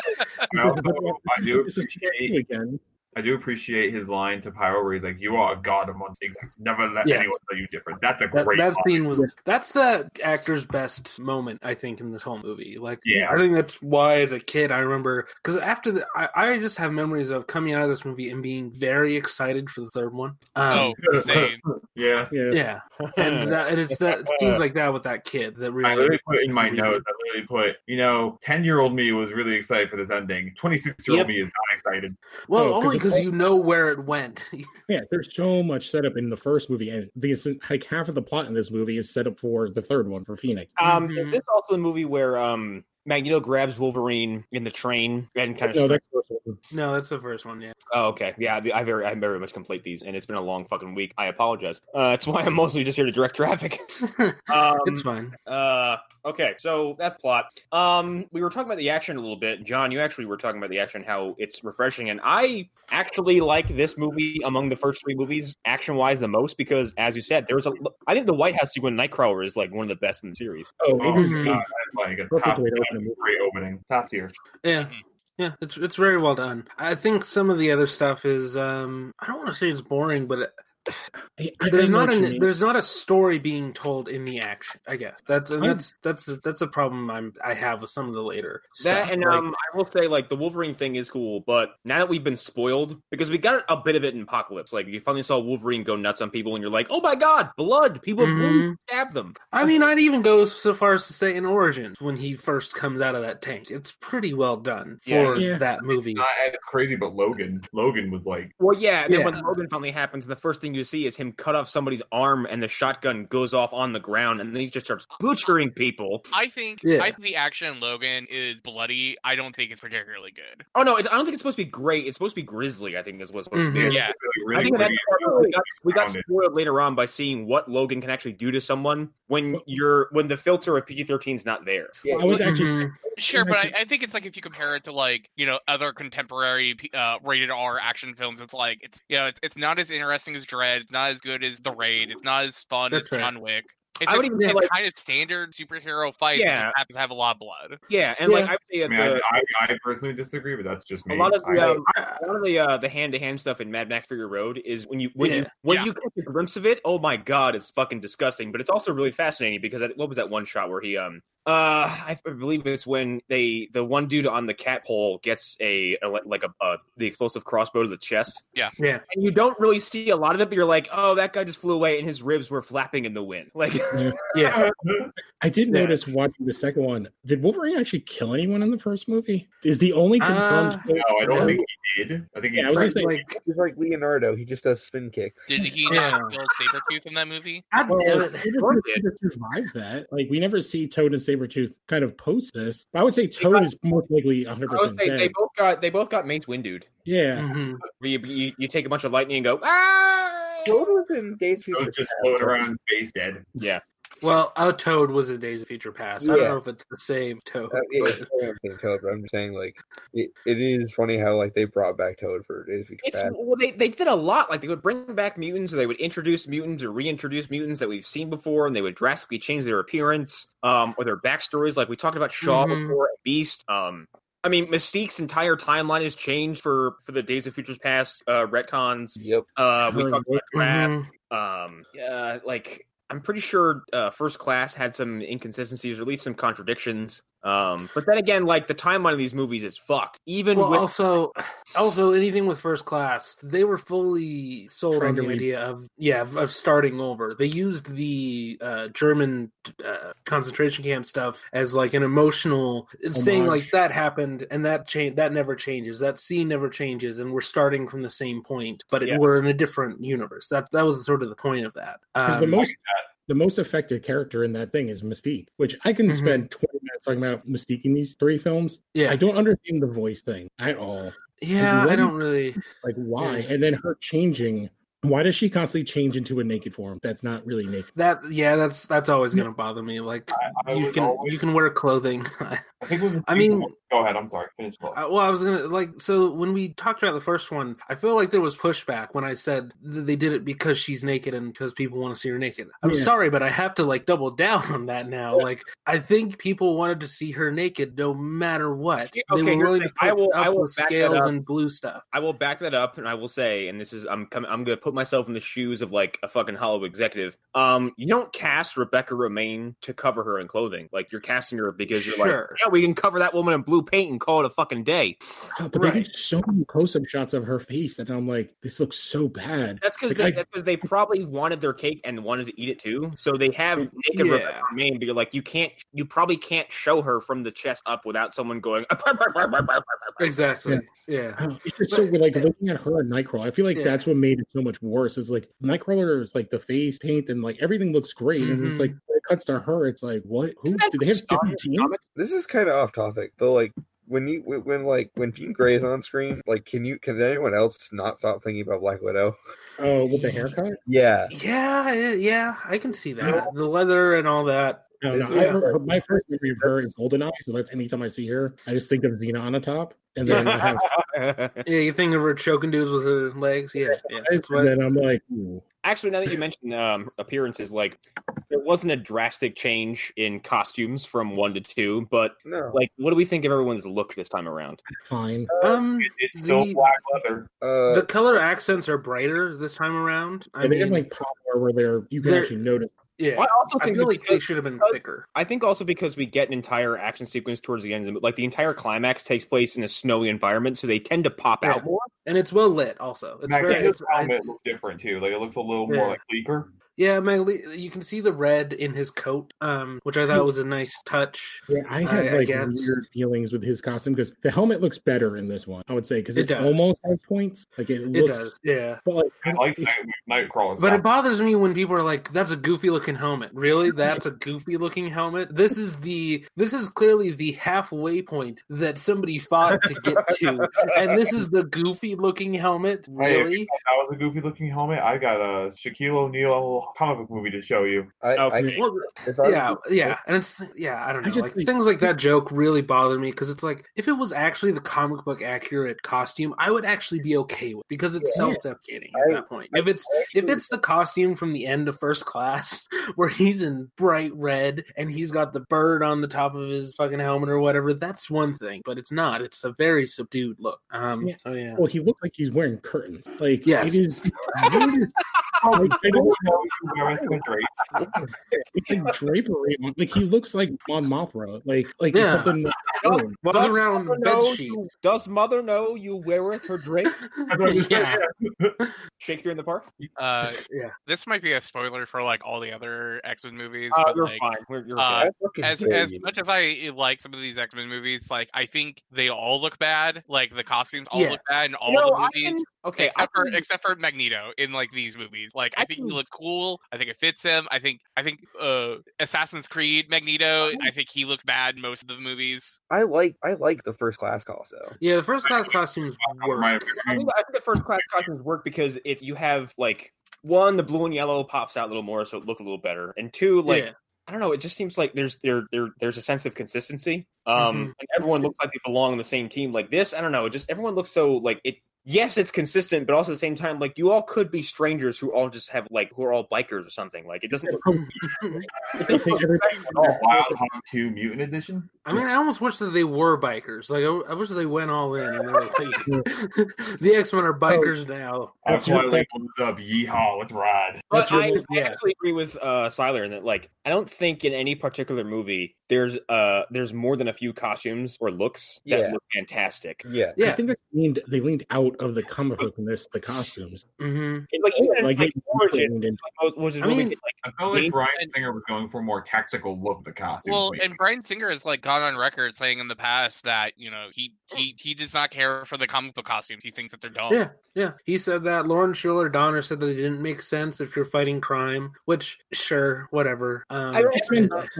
Speaker 3: I, also, I do
Speaker 4: This is
Speaker 3: appreciate
Speaker 4: me again.
Speaker 3: I do appreciate his line to Pyro where he's like, "You are a god amongst execs. Never let
Speaker 5: Yes.
Speaker 3: anyone tell you different." That's a
Speaker 5: That,
Speaker 3: great.
Speaker 5: that
Speaker 3: line.
Speaker 5: scene was that's the actor's best moment I think in this whole movie. Like,
Speaker 3: Yeah.
Speaker 5: I think that's why as a kid I remember because after the I, I just have memories of coming out of this movie and being very excited for the third one. Um,
Speaker 6: oh,
Speaker 3: <laughs>
Speaker 6: insane.
Speaker 3: yeah.
Speaker 4: Yeah.
Speaker 5: yeah, and that and it's that scenes like that with that kid that
Speaker 3: I
Speaker 5: really
Speaker 3: literally put in my
Speaker 5: really-
Speaker 3: notes. I literally put, you know, ten-year-old me was really excited for this ending. Twenty-six-year-old
Speaker 5: Yep.
Speaker 3: me is not excited.
Speaker 5: well
Speaker 4: Oh, 'cause
Speaker 5: only
Speaker 4: it's
Speaker 5: because
Speaker 4: all-
Speaker 5: you know where it went.
Speaker 4: <laughs>
Speaker 5: <laughs>
Speaker 4: Yeah, there's so much setup in the first movie, and these like half of the plot in this movie is set up for the third one for Phoenix.
Speaker 1: um,
Speaker 5: Mhm.
Speaker 1: Is this also the movie where um, Magneto grabs Wolverine in the train and kind of.
Speaker 4: No, that's the first one.
Speaker 5: no, that's the first one. Yeah,
Speaker 1: oh, okay. Yeah, the, I very, I very much complete these, and it's been a long fucking week. I apologize. Uh, that's why I'm mostly just here to direct
Speaker 5: <laughs>
Speaker 1: traffic. Um,
Speaker 5: it's fine.
Speaker 1: Uh, okay, so that's plot. Um, we were talking about the action a little bit, John. You actually were talking about the action, how it's refreshing, and I actually like this movie among the first three movies, action wise, the most because, as you said, there's a. I think the White House sequence, Nightcrawler, is like one of the best in the series.
Speaker 4: Oh,
Speaker 3: Oh,
Speaker 4: it is
Speaker 3: my God, that's like a
Speaker 4: Perfect
Speaker 3: top,
Speaker 4: way to
Speaker 3: that's
Speaker 4: open
Speaker 3: a
Speaker 4: a
Speaker 3: great opening, top tier.
Speaker 5: Yeah.
Speaker 6: Mhm.
Speaker 5: Yeah, it's it's very well done. I think some of the other stuff is um I don't want to say it's boring, but
Speaker 4: I- I-
Speaker 5: there's
Speaker 4: I know
Speaker 5: not
Speaker 4: what you
Speaker 5: an,
Speaker 4: mean.
Speaker 5: there's not a story being told in the action. I guess that's and
Speaker 4: Kind
Speaker 5: that's that's that's a problem I'm I have with some of the later stuff.
Speaker 1: That and
Speaker 5: Like,
Speaker 1: um, I will say like the Wolverine thing is cool, but now that we've been spoiled because we got a bit of it in Apocalypse, like you finally saw Wolverine go nuts on people, and you're like, oh my god, blood! People
Speaker 5: Mhm.
Speaker 1: bleed, stab them.
Speaker 5: I mean, I'd even go so far as to say in Origins when he first comes out of that tank, it's pretty well done
Speaker 3: Yeah.
Speaker 5: for
Speaker 4: Yeah.
Speaker 5: that movie.
Speaker 3: Not as crazy, but Logan. Logan was like,
Speaker 1: Well, yeah, and then
Speaker 5: Yeah.
Speaker 1: when Logan finally happens, the first thing you see is him cut off somebody's arm, and the shotgun goes off on the ground, and then he just starts butchering people.
Speaker 6: I think
Speaker 5: Yeah.
Speaker 6: I think the action in Logan is bloody. I don't think it's particularly good.
Speaker 1: Oh no, it's, I don't think it's supposed to be great. It's supposed to be grisly. I think is what's supposed to be.
Speaker 5: Mhm.
Speaker 6: Yeah.
Speaker 3: really,
Speaker 1: I think that's
Speaker 3: Mm-hmm. really
Speaker 1: part we got, we got
Speaker 3: grounded.
Speaker 1: spoiled later on by seeing what Logan can actually do to someone when you're when the filter of PG thirteen is not there.
Speaker 4: I was actually
Speaker 5: Mhm.
Speaker 6: Sure, but
Speaker 4: Imagine-
Speaker 6: I, I think it's like if you compare it to like you know other contemporary uh, rated R action films, it's like it's you know it's, it's not as interesting as Dread. It's not as good as The Raid. It's not as fun
Speaker 5: That's
Speaker 6: as
Speaker 5: right.
Speaker 6: John Wick. It's
Speaker 1: I would
Speaker 6: just
Speaker 1: even say,
Speaker 6: it's
Speaker 1: like-
Speaker 6: kind of standard superhero fight. Yeah,
Speaker 1: Yeah.
Speaker 6: just happens to have a lot of blood.
Speaker 1: Yeah, and like I
Speaker 5: Yeah.
Speaker 1: would say
Speaker 3: I
Speaker 1: that
Speaker 3: mean,
Speaker 1: the,
Speaker 3: I, I, I personally disagree, but that's just
Speaker 1: A
Speaker 3: me.
Speaker 1: lot of the
Speaker 3: I-
Speaker 1: um, a lot of the uh, the hand to hand stuff in Mad Max Fury Road is when you when you
Speaker 5: Yeah.
Speaker 1: when
Speaker 6: Yeah.
Speaker 1: you catch a glimpse of it, oh my god, it's fucking disgusting. But it's also really fascinating because I- what was that one shot where he um uh I believe it's when they the one dude on the cat pole gets a, a like a uh, the explosive crossbow to the chest.
Speaker 6: Yeah.
Speaker 5: Yeah.
Speaker 1: and you don't really see a lot of it, but you're like, oh, that guy just flew away and his ribs were flapping in the wind. <laughs> Like,
Speaker 5: yeah.
Speaker 4: I did
Speaker 5: Yeah.
Speaker 4: notice watching the second one. Did Wolverine actually kill anyone in the first movie? Is the only confirmed
Speaker 5: Uh,
Speaker 3: <laughs>
Speaker 4: kill-
Speaker 3: no, I don't think he did. I think he's
Speaker 4: Yeah, I was
Speaker 3: right.
Speaker 4: just saying,
Speaker 5: Like,
Speaker 7: He's like Leonardo. He just does spin kick.
Speaker 6: Did he
Speaker 5: Yeah.
Speaker 6: not kill Sabretooth in that movie?
Speaker 5: God
Speaker 4: well,
Speaker 5: damn
Speaker 4: it's
Speaker 5: it.
Speaker 4: Toad that survived that. Like, we never see Toad and Sabretooth kind of post this. But I would say Toad is most likely 100%
Speaker 1: I would say
Speaker 4: dead.
Speaker 1: they both got they both got Mace Windude.
Speaker 4: yeah.
Speaker 5: Mhm.
Speaker 1: Where you, you you take a bunch of lightning and go ah.
Speaker 7: Toad was in Days of
Speaker 3: He
Speaker 7: Future
Speaker 3: was just
Speaker 7: Past,
Speaker 3: floating
Speaker 7: right?
Speaker 3: around in space dead.
Speaker 1: Yeah,
Speaker 5: Well, a toad was in Days of Future Past. I
Speaker 7: Yeah.
Speaker 5: don't know if it's the same toad.
Speaker 7: Uh, yeah,
Speaker 5: but-
Speaker 7: yeah, I'm saying Toad, but I'm just saying like it, it is funny how like they brought back Toad for Days of Future
Speaker 1: it's
Speaker 7: Past.
Speaker 1: well they they did a lot. Like they would bring back mutants, or they would introduce mutants, or reintroduce mutants that we've seen before, and they would drastically change their appearance, um, or their backstories. Like we talked about Shaw
Speaker 5: Mhm.
Speaker 1: before, Beast. Um, I mean, Mystique's entire timeline has changed for for the Days of Futures Past uh, retcons.
Speaker 7: Yep.
Speaker 1: Uh, we
Speaker 4: Her
Speaker 1: talked about Draft.
Speaker 5: Mhm.
Speaker 1: um uh like i'm pretty sure uh first class had some inconsistencies or at least some contradictions um but then again like the timeline of these movies is fucked even
Speaker 5: Well,
Speaker 1: with
Speaker 5: also, also anything with first class, they were fully sold
Speaker 4: Trying
Speaker 5: on
Speaker 4: to
Speaker 5: the
Speaker 4: re-
Speaker 5: idea of yeah of, of starting over. They used the uh, German uh, concentration camp stuff as like an emotional it's saying
Speaker 4: Homage.
Speaker 5: like that happened and that change that never changes that scene never changes and we're starting from the same point, but it,
Speaker 1: Yeah.
Speaker 5: we're in a different universe. That that was sort of the point of that.
Speaker 4: 'Cause
Speaker 5: Um,
Speaker 4: the most the most effective character in that thing is Mystique, which I can
Speaker 5: Mhm.
Speaker 4: spend 20 minutes talking about Mystique in these three films.
Speaker 5: yeah,
Speaker 4: I don't understand the voice thing at all.
Speaker 5: yeah, I
Speaker 4: when-
Speaker 5: don't really.
Speaker 4: Like, why?
Speaker 5: Yeah.
Speaker 4: And then her changing. Why does she constantly change into a naked form that's not really naked?
Speaker 5: That yeah, that's that's always gonna bother me. Like
Speaker 3: I, I
Speaker 5: you
Speaker 3: was
Speaker 5: can
Speaker 3: always-
Speaker 5: you can wear clothing. <laughs>
Speaker 3: I, think with
Speaker 5: I mean-
Speaker 3: go ahead. I'm sorry. Finish. Flo.
Speaker 5: Uh, well, I was gonna like so when we talked about the first one, I feel like there was pushback when I said that they did it because she's naked and because people want to see her naked. I'm
Speaker 4: Yeah.
Speaker 5: sorry, but I have to like double <laughs> down on that now. Like I think people wanted to see her naked no matter what.
Speaker 1: Okay,
Speaker 5: they
Speaker 1: here's
Speaker 5: were
Speaker 1: the
Speaker 5: willing
Speaker 1: thing.
Speaker 5: to
Speaker 1: I
Speaker 5: put
Speaker 1: will-
Speaker 5: up
Speaker 1: I will
Speaker 5: with
Speaker 1: back that
Speaker 5: scales
Speaker 1: up.
Speaker 5: and blue stuff.
Speaker 1: i will back that up and i will say and this is i'm coming i'm gonna put myself in the shoes of like a fucking hollow executive um you don't cast rebecca romaine to cover her in clothing like you're casting her because you're
Speaker 5: Sure.
Speaker 1: like yeah we can cover that woman in blue paint and call it a fucking day
Speaker 4: Oh, but they
Speaker 5: Right.
Speaker 4: do so many close-up shots of her face that I'm like, this looks so bad.
Speaker 1: That's because
Speaker 4: Like,
Speaker 1: they,
Speaker 4: I-
Speaker 1: that's 'cause they probably wanted their cake and wanted to eat it too. So they have naked
Speaker 5: Yeah.
Speaker 1: Rebecca Romaine, but you're like, you can't, you probably can't show her from the chest up without someone going. <laughs>
Speaker 5: Exactly. Yeah.
Speaker 4: Oh, It's just so we're like looking at her and Nightcrawler. I feel like
Speaker 5: Yeah.
Speaker 4: that's what made it so much worse. Is like Nightcrawler is like the face paint and like everything looks great, and it's
Speaker 5: Mhm.
Speaker 4: like when it cuts to her. It's like what? Who
Speaker 1: Isn't that
Speaker 4: did they have
Speaker 1: Star
Speaker 4: different teams?
Speaker 1: Comics?
Speaker 7: This is kind of off topic, but like when you when- when like when Jean Grey's on screen, like can you can anyone else not stop thinking about Black Widow?
Speaker 4: Oh, with the haircut?
Speaker 7: Yeah,
Speaker 5: Yeah, yeah, yeah, I can see that. The leather and all that.
Speaker 4: No, no.
Speaker 7: It's-
Speaker 4: I, her- my first memory of her is GoldenEye, so that's anytime I see her, I just think of Xena on the top, and then I have,
Speaker 5: Yeah, you think of her choking dudes with her legs? Yeah, yeah. <laughs> That's
Speaker 4: and
Speaker 5: what,
Speaker 4: then I'm like, ooh.
Speaker 1: Actually, now that you mentioned um, appearances, like there wasn't a drastic change in costumes from one to two, but
Speaker 7: No.
Speaker 1: like, what do we think of everyone's look this time around?
Speaker 4: Fine.
Speaker 5: Um,
Speaker 3: It's still
Speaker 5: The-
Speaker 3: black leather.
Speaker 7: Uh,
Speaker 5: the color accents are brighter this time around. I
Speaker 4: and they
Speaker 5: mean,
Speaker 4: have like poplar where they're you can
Speaker 5: They're-
Speaker 4: actually notice.
Speaker 5: yeah,
Speaker 1: Well, I also
Speaker 5: I
Speaker 1: think
Speaker 5: feel
Speaker 1: that
Speaker 5: like they
Speaker 1: because-
Speaker 5: should have been thicker.
Speaker 1: I think also because we get an entire action sequence towards the end of the like the entire climax takes place in a snowy environment, so they tend to pop
Speaker 5: Yeah.
Speaker 1: out more.
Speaker 5: and it's well lit. Also, it's
Speaker 3: And I
Speaker 5: very
Speaker 3: think his
Speaker 5: it's, I-
Speaker 3: helmet looks different too. Like it looks a little
Speaker 5: Yeah.
Speaker 3: more like sleeker.
Speaker 5: yeah. My le- you can see the red in his coat, um, which I thought was a nice touch.
Speaker 4: Yeah, I had
Speaker 5: I- I
Speaker 4: like
Speaker 5: guess.
Speaker 4: weird feelings with his costume because the helmet looks better in this one. I would say because
Speaker 5: It
Speaker 4: it,
Speaker 5: does.
Speaker 4: almost has points. Like it
Speaker 5: It
Speaker 4: looks.
Speaker 5: does, yeah.
Speaker 4: But like,
Speaker 3: I like Night, Nightcrawler's.
Speaker 5: But it
Speaker 3: costume.
Speaker 5: bothers me when people are like, "That's a goofy looking helmet."
Speaker 3: <laughs>
Speaker 5: Really, that's a goofy looking helmet. This is the this is clearly the halfway point that somebody fought to get
Speaker 3: <laughs>
Speaker 5: to, and this is the goofy looking helmet.
Speaker 3: Hey, if
Speaker 5: Really,
Speaker 3: you thought that was a goofy looking helmet. I got a Shaquille O'Neal comic book movie to show you.
Speaker 7: I, I,
Speaker 1: Okay.
Speaker 5: Well,
Speaker 7: if I-
Speaker 5: yeah, yeah, and it's yeah, I don't
Speaker 4: I
Speaker 5: know,
Speaker 4: just
Speaker 5: like
Speaker 4: think-
Speaker 5: things like that joke really bother me because it's like if it was actually the comic book accurate costume, I would actually be okay with it because it's
Speaker 4: Yeah.
Speaker 5: self deprecating at
Speaker 7: I-
Speaker 5: that point. If it's if it's the costume from the end of first class <laughs> where he's in bright red and he's got the bird on the top of his fucking helmet or whatever, that's one thing, but it's not. It's a very subdued look. Um,
Speaker 4: Yeah.
Speaker 5: so yeah.
Speaker 4: well, he looked like he's wearing curtains. Like
Speaker 5: Yes.
Speaker 4: it is. it is-
Speaker 5: <laughs>
Speaker 4: like, I don't-
Speaker 3: No, you wear it to the drapes.
Speaker 4: it's a drapery. on- Like he looks like Mon Mothra. Like like it's
Speaker 5: Yeah.
Speaker 4: something.
Speaker 5: <laughs> Walking around
Speaker 1: Mother
Speaker 5: bed
Speaker 1: know you- <laughs>
Speaker 5: sheets.
Speaker 1: does mother know you weareth her drapes?
Speaker 5: <laughs> Yeah.
Speaker 1: Shakespeare in the Park?
Speaker 6: Uh,
Speaker 5: Yeah.
Speaker 6: This might be a spoiler for like all the other X Men movies,
Speaker 1: Uh,
Speaker 6: but
Speaker 1: you're
Speaker 6: like,
Speaker 1: fine. We're- you're
Speaker 6: uh,
Speaker 1: okay.
Speaker 7: I fucking
Speaker 6: as
Speaker 7: hate
Speaker 6: as
Speaker 7: you.
Speaker 6: much as I eh, like some of these X Men movies, like I think they all look bad. Like the costumes all
Speaker 5: Yeah.
Speaker 6: look bad in all
Speaker 1: No,
Speaker 6: the
Speaker 1: I
Speaker 6: movies.
Speaker 1: can- okay,
Speaker 6: except
Speaker 1: I
Speaker 6: for
Speaker 1: can-
Speaker 6: except for Magneto in like these movies. Like I,
Speaker 1: I
Speaker 6: think
Speaker 1: can-
Speaker 6: he looks cool. I think it fits him. I think I think uh Assassin's Creed Magneto. I think he looks bad in most of the movies.
Speaker 7: I like I like the first class cost though.
Speaker 5: Yeah, the first class costumes
Speaker 3: My-
Speaker 5: work.
Speaker 1: I think, I think the first class costumes work because if you have like one, the blue and yellow pops out a little more, so it looks a little better, and two, like
Speaker 5: Yeah.
Speaker 1: I don't know, it just seems like there's there there there's a sense of consistency. Um,
Speaker 5: Mhm.
Speaker 1: and everyone looks like they belong on the same team. Like this, I don't know, it just everyone looks so like it. Yes, it's consistent, but also at the same time, like you all could be strangers who all just have like who are all bikers or something. Like it doesn't look
Speaker 4: I think everything.
Speaker 3: Oh, Wild Hunt 2 Mutant Edition.
Speaker 5: I mean, I almost wish that they were bikers. Like, I, I wish they went all in and they were like, <laughs> the X Men are bikers now.
Speaker 4: That's
Speaker 3: That's why
Speaker 4: your-
Speaker 3: like what's up, yeehaw, let's ride.
Speaker 1: But
Speaker 5: But
Speaker 1: I,
Speaker 5: you're-
Speaker 1: I
Speaker 5: yeah.
Speaker 1: actually agree with uh, Siler in that, like, I don't think in any particular movie there's uh there's more than a few costumes or looks that
Speaker 7: Yeah.
Speaker 1: look fantastic.
Speaker 7: Yeah.
Speaker 4: I
Speaker 5: Yeah.
Speaker 4: think they leaned they leaned out of the comic book in this the costumes.
Speaker 5: hmm
Speaker 1: It's like even like,
Speaker 4: Like, they
Speaker 1: like origin,
Speaker 4: leaned into
Speaker 1: like, which is
Speaker 5: I
Speaker 1: what we
Speaker 5: mean-
Speaker 1: get, like
Speaker 3: I felt like
Speaker 1: Me-
Speaker 3: Brian Singer was going for a more tactical look of the costume.
Speaker 6: Well, and Brian Singer has like gone on record saying in the past that you know he he he does not care for the comic book costumes. He thinks that they're dumb.
Speaker 5: Yeah. Yeah. He said that. Lauren Schiller Donner said that it didn't make sense if you're fighting crime, which, sure, whatever. Um,
Speaker 1: I don't-
Speaker 4: X-Men,
Speaker 5: uh,
Speaker 4: like,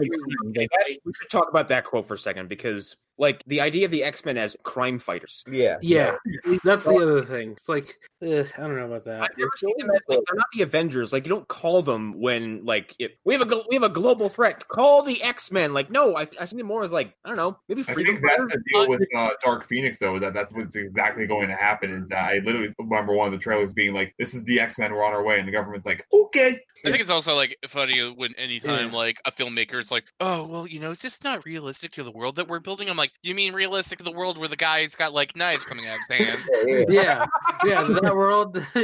Speaker 4: like,
Speaker 1: that- we should talk about that quote for a second because like the idea of the X Men as crime fighters.
Speaker 7: Yeah.
Speaker 5: yeah. That's the other thing. It's like, eh, I don't know about
Speaker 1: I've
Speaker 5: that.
Speaker 1: never seen them as like they're not the Avengers. Like you don't call them when like it, we have a gl- we have a global threat. Call the X Men. Like no, I I see them more as like I don't know maybe
Speaker 3: I
Speaker 1: freedom
Speaker 3: think that's
Speaker 1: fighters?
Speaker 3: the deal with uh, Dark Phoenix, though. That that's what's exactly going to happen. Is that I literally remember one of the trailers being like, "This is the X Men. We're on our way," and the government's like, "Okay."
Speaker 6: I think it's also like funny when anytime
Speaker 5: Yeah.
Speaker 6: like a filmmaker is like, "Oh, well, you know, it's just not realistic to the world that we're building." I'm like, "You mean realistic to the world where the guy's got like knives coming out of his hand?"
Speaker 7: yeah.
Speaker 5: Yeah. Yeah. That world. <laughs>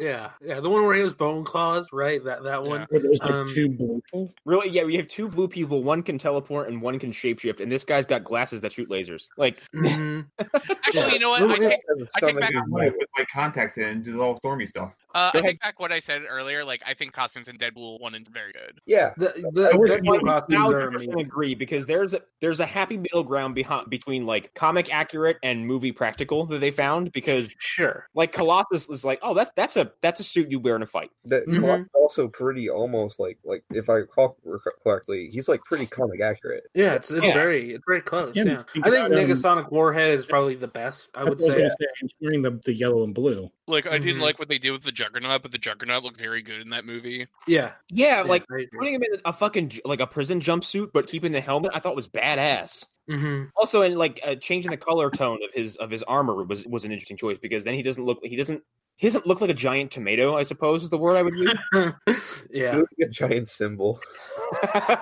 Speaker 5: yeah. Yeah. The one where he has bone claws, right? That, that one.
Speaker 4: were those like
Speaker 5: Um,
Speaker 4: two blue people?
Speaker 1: Really? Yeah, we have two blue people. One can teleport and one can shapeshift, and this guy's got glasses that shoot lasers. Like,
Speaker 5: Mhm.
Speaker 6: Actually, you know what? <laughs> I
Speaker 5: <laughs> Yeah.
Speaker 6: take, I take back
Speaker 3: I'm gonna Put my contacts in, just all stormy stuff.
Speaker 6: uh, I
Speaker 1: ahead.
Speaker 6: take back what I said earlier. Like, I think costumes in Deadpool one is very good.
Speaker 7: Yeah.
Speaker 5: The,
Speaker 1: I
Speaker 5: the
Speaker 1: would
Speaker 5: Deadpool costumes are
Speaker 1: 1,000%
Speaker 5: amazing.
Speaker 1: agree because there's a, there's a happy middle ground behind, between like comic accurate and movie practical that they found because
Speaker 5: Sure.
Speaker 1: like Colossus was like, oh, that's that's a that's a suit you wear in a fight.
Speaker 7: That
Speaker 5: Mhm.
Speaker 6: Mm-hmm.
Speaker 7: Colossus is also pretty almost like like if I recall correctly, he's like pretty comic accurate.
Speaker 5: Yeah, it's, it's
Speaker 1: Yeah.
Speaker 5: very it's very close.
Speaker 4: Yeah,
Speaker 5: Yeah,
Speaker 4: think
Speaker 5: I think
Speaker 4: about, um,
Speaker 5: Negasonic Warhead is probably the best. I would
Speaker 4: That's what
Speaker 5: say. uh,
Speaker 4: <laughs> was gonna I'm wearing the, the yellow and blue.
Speaker 6: Like, I didn't
Speaker 5: Mhm.
Speaker 6: like what they did with the Juggernaut, but the Juggernaut looked very good in that movie.
Speaker 5: Yeah,
Speaker 1: Yeah,
Speaker 5: yeah,
Speaker 1: like
Speaker 5: I agree.
Speaker 1: putting him in a fucking j- like a prison jumpsuit but keeping the helmet, I thought was badass.
Speaker 5: Mhm.
Speaker 1: Also, and like uh, changing the color tone of his of his armor was was an interesting choice because then he doesn't look he doesn't He doesn't look like a giant tomato. I suppose is the word I would use.
Speaker 5: <laughs> yeah.
Speaker 7: He looked like a giant symbol.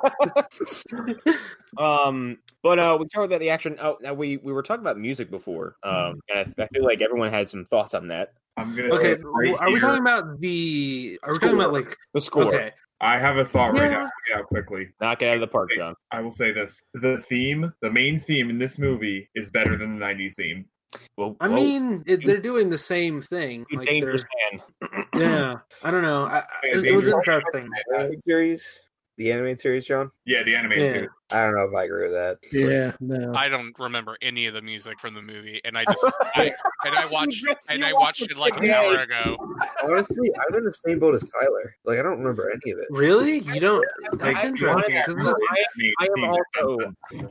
Speaker 1: <laughs> um, but uh, we covered that the action. Oh, now we we were talking about music before, um, and I, I feel like everyone had some thoughts on that.
Speaker 3: I'm gonna
Speaker 5: Okay.
Speaker 3: say right
Speaker 5: are we
Speaker 3: here,
Speaker 5: talking about the? Are we talking about like?
Speaker 1: The score,
Speaker 5: Okay.
Speaker 3: I have a thought right
Speaker 5: Yeah.
Speaker 3: now. Yeah, quickly.
Speaker 1: knock it out of the park, John.
Speaker 3: I will say this: the theme, the main theme in this movie, is better than the '90s theme.
Speaker 1: Well,
Speaker 5: I mean, it, they're doing the same thing.
Speaker 1: you
Speaker 5: Like they're,
Speaker 1: dangerous man.
Speaker 5: yeah. I don't know. I, I- it,
Speaker 3: Dangerous.
Speaker 5: was interesting.
Speaker 7: Animated series, the animated series, John.
Speaker 3: Yeah, the anime
Speaker 5: Yeah.
Speaker 3: too.
Speaker 7: I don't know if I agree with that.
Speaker 4: Yeah,
Speaker 5: Uh.
Speaker 4: no.
Speaker 6: I don't remember any of the music from the movie,
Speaker 5: <laughs>
Speaker 6: and I just I, and I watched and I watched it like an hour ago.
Speaker 7: Honestly, I'm in the same boat as Tyler. Like, I don't remember any of it.
Speaker 5: Really? You don't? That's
Speaker 1: I-
Speaker 5: interesting. 'cause
Speaker 1: I-
Speaker 5: this-
Speaker 1: I am also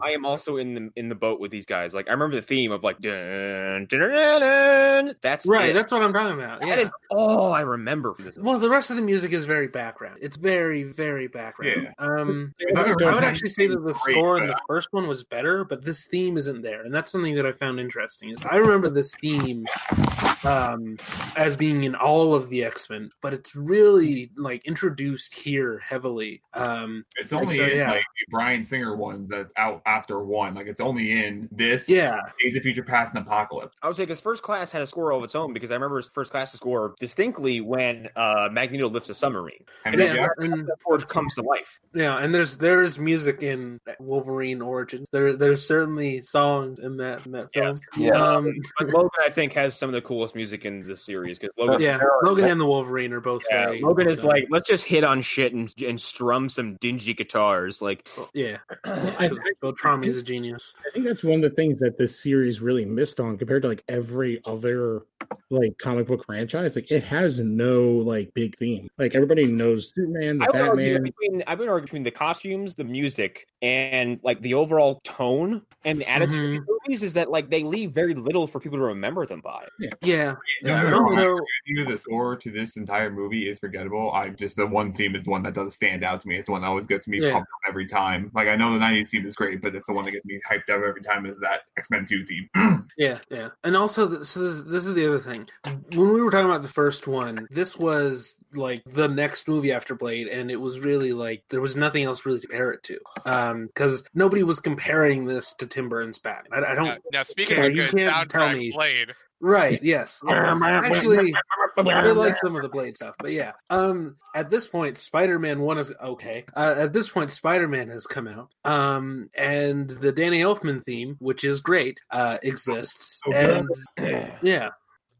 Speaker 1: I am also in the in the boat with these guys. Like I remember the theme of like dun, dun, dun, dun, dun. that's
Speaker 5: Right.
Speaker 1: it.
Speaker 5: That's what I'm talking about. Yeah.
Speaker 1: That is all I remember from this.
Speaker 5: Well, the rest of the music is very background. It's very, very background.
Speaker 3: Yeah.
Speaker 5: Um,
Speaker 3: I
Speaker 5: I
Speaker 3: don't
Speaker 5: would
Speaker 3: know.
Speaker 5: actually say that the
Speaker 3: Great,
Speaker 5: score in
Speaker 3: but
Speaker 5: the first one was better, but this theme isn't there, and that's something that I found interesting. Is I remember this theme um, as being in all of the X Men, but it's really like introduced here heavily. Um,
Speaker 3: It's only
Speaker 5: So,
Speaker 3: in
Speaker 5: yeah.
Speaker 3: like the Brian Singer ones that's out after one. Like it's only in this.
Speaker 5: yeah,
Speaker 3: Days of Future Past and Apocalypse.
Speaker 1: I would say because First Class had a score all of its own because I remember his First Class score distinctly when uh, Magneto lifts a submarine.
Speaker 3: And
Speaker 1: Yeah.
Speaker 3: yeah.
Speaker 5: yeah, and
Speaker 1: The forge comes to life.
Speaker 5: yeah, and there's there's music in Wolverine Origins. There there's certainly songs in that in that film.
Speaker 2: Yeah.
Speaker 5: Um,
Speaker 1: But Logan, I think, has some of the coolest music in the series because Logan,
Speaker 5: yeah, Logan and the Wolverine are both.
Speaker 1: yeah,
Speaker 5: very,
Speaker 1: Logan is like, let's just hit on shit and, and strum some dingy guitars. Like,
Speaker 5: yeah.
Speaker 4: I-
Speaker 5: Because Bill Trami's a genius.
Speaker 4: I think that's one of the things that this series really missed on compared to like every other like comic book franchise. Like it has no like big theme. Like everybody knows Superman, the
Speaker 1: I would argue that
Speaker 4: Batman.
Speaker 1: between I've been arguing between the costumes, the music, and like the overall tone and the attitude of these movies is that like they leave very little for people to remember them by.
Speaker 5: Yeah,
Speaker 3: Yeah,
Speaker 5: and
Speaker 3: no,
Speaker 5: also
Speaker 3: Either the score to this entire movie is forgettable. I just the one theme is the one that does stand out to me. It's the one that always gets me
Speaker 5: Yeah.
Speaker 3: pumped up every time. Like I know the '90s theme is great, but it's the one that gets me hyped up every time. Is that X Men Two theme?
Speaker 5: yeah, yeah, and also th- so this, this is the other thing. When we were talking about the first one, this was like the next movie after Blade, and it was really like there was nothing else really to compare it to, because nobody was comparing this to Tim Burton's Batman. I, I don't.
Speaker 6: Now, Uh, now speaking
Speaker 5: Yeah,
Speaker 6: of
Speaker 5: you
Speaker 6: good
Speaker 5: can't tell me.
Speaker 6: soundtrack, Blade.
Speaker 5: Right. Yes.
Speaker 1: <clears throat>
Speaker 5: Actually, I really like some of the Blade stuff, but yeah. Um, at this point, Spider-Man One is okay. Uh, at this point, Spider-Man has come out. Um, and the Danny Elfman theme, which is great, uh, exists.
Speaker 3: So
Speaker 5: And
Speaker 3: good.
Speaker 5: yeah,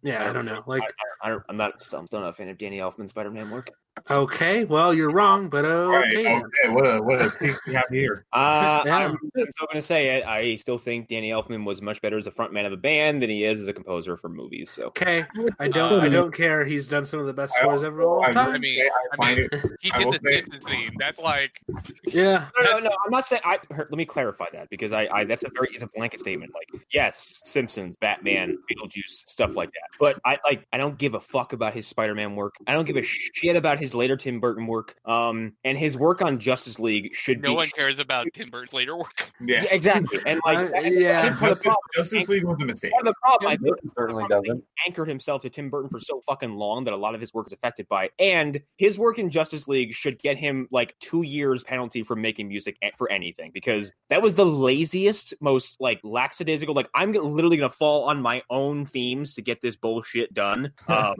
Speaker 5: yeah. I don't know. Like,
Speaker 1: I don't, I'm not I'm still not a fan of Danny Elfman's Spider-Man work.
Speaker 5: okay, well, you're wrong, but
Speaker 3: Right. oh.
Speaker 5: okay.
Speaker 3: Okay.
Speaker 5: then.
Speaker 3: What a what a taste we have
Speaker 1: <laughs>
Speaker 3: here.
Speaker 1: Uh,
Speaker 5: Yeah.
Speaker 1: I'm, I'm still going to say it. I still think Danny Elfman was much better as a frontman of a band than he is as a composer for movies. So
Speaker 5: Okay. I don't. I don't care. He's done some of the best
Speaker 3: I
Speaker 5: scores
Speaker 3: also-
Speaker 5: ever. of all
Speaker 3: I
Speaker 5: time.
Speaker 3: will
Speaker 6: I mean-
Speaker 3: say I
Speaker 6: I
Speaker 3: find
Speaker 6: mean-
Speaker 3: it
Speaker 6: He
Speaker 3: I
Speaker 6: did
Speaker 3: will
Speaker 6: the
Speaker 3: say-
Speaker 6: Simpsons theme. That's like
Speaker 5: Yeah.
Speaker 1: no, no, no, no. I'm not saying. I her- let me clarify that because I, I that's a very it's a blanket statement. Like yes, Simpsons, Batman, Beetlejuice, stuff like that. But I like I don't give a fuck about his Spider-Man work. I don't give a shit about his later Tim Burton work. Um, and his work on Justice League should
Speaker 6: no
Speaker 1: be
Speaker 6: one cares about Tim Burton's later <laughs> work.
Speaker 3: Yeah.
Speaker 1: Yeah, exactly. And like
Speaker 5: I-
Speaker 1: that-
Speaker 5: yeah.
Speaker 1: and part of the
Speaker 3: Justice,
Speaker 5: <laughs>
Speaker 1: problem.
Speaker 3: Justice League was a mistake.
Speaker 1: Part of the problem, I
Speaker 2: Tim
Speaker 1: think,
Speaker 2: Burton certainly
Speaker 1: probably
Speaker 2: doesn't.
Speaker 1: anchored himself to Tim Burton for so fucking long that a lot of his work is affected by. it. And his work in Justice League should get him like two years penalty for making music a- for anything because that was the laziest, most like lackadaisical. Like I'm gonna- literally gonna fall on my own themes to get this bullshit
Speaker 2: <laughs>
Speaker 1: done. Um,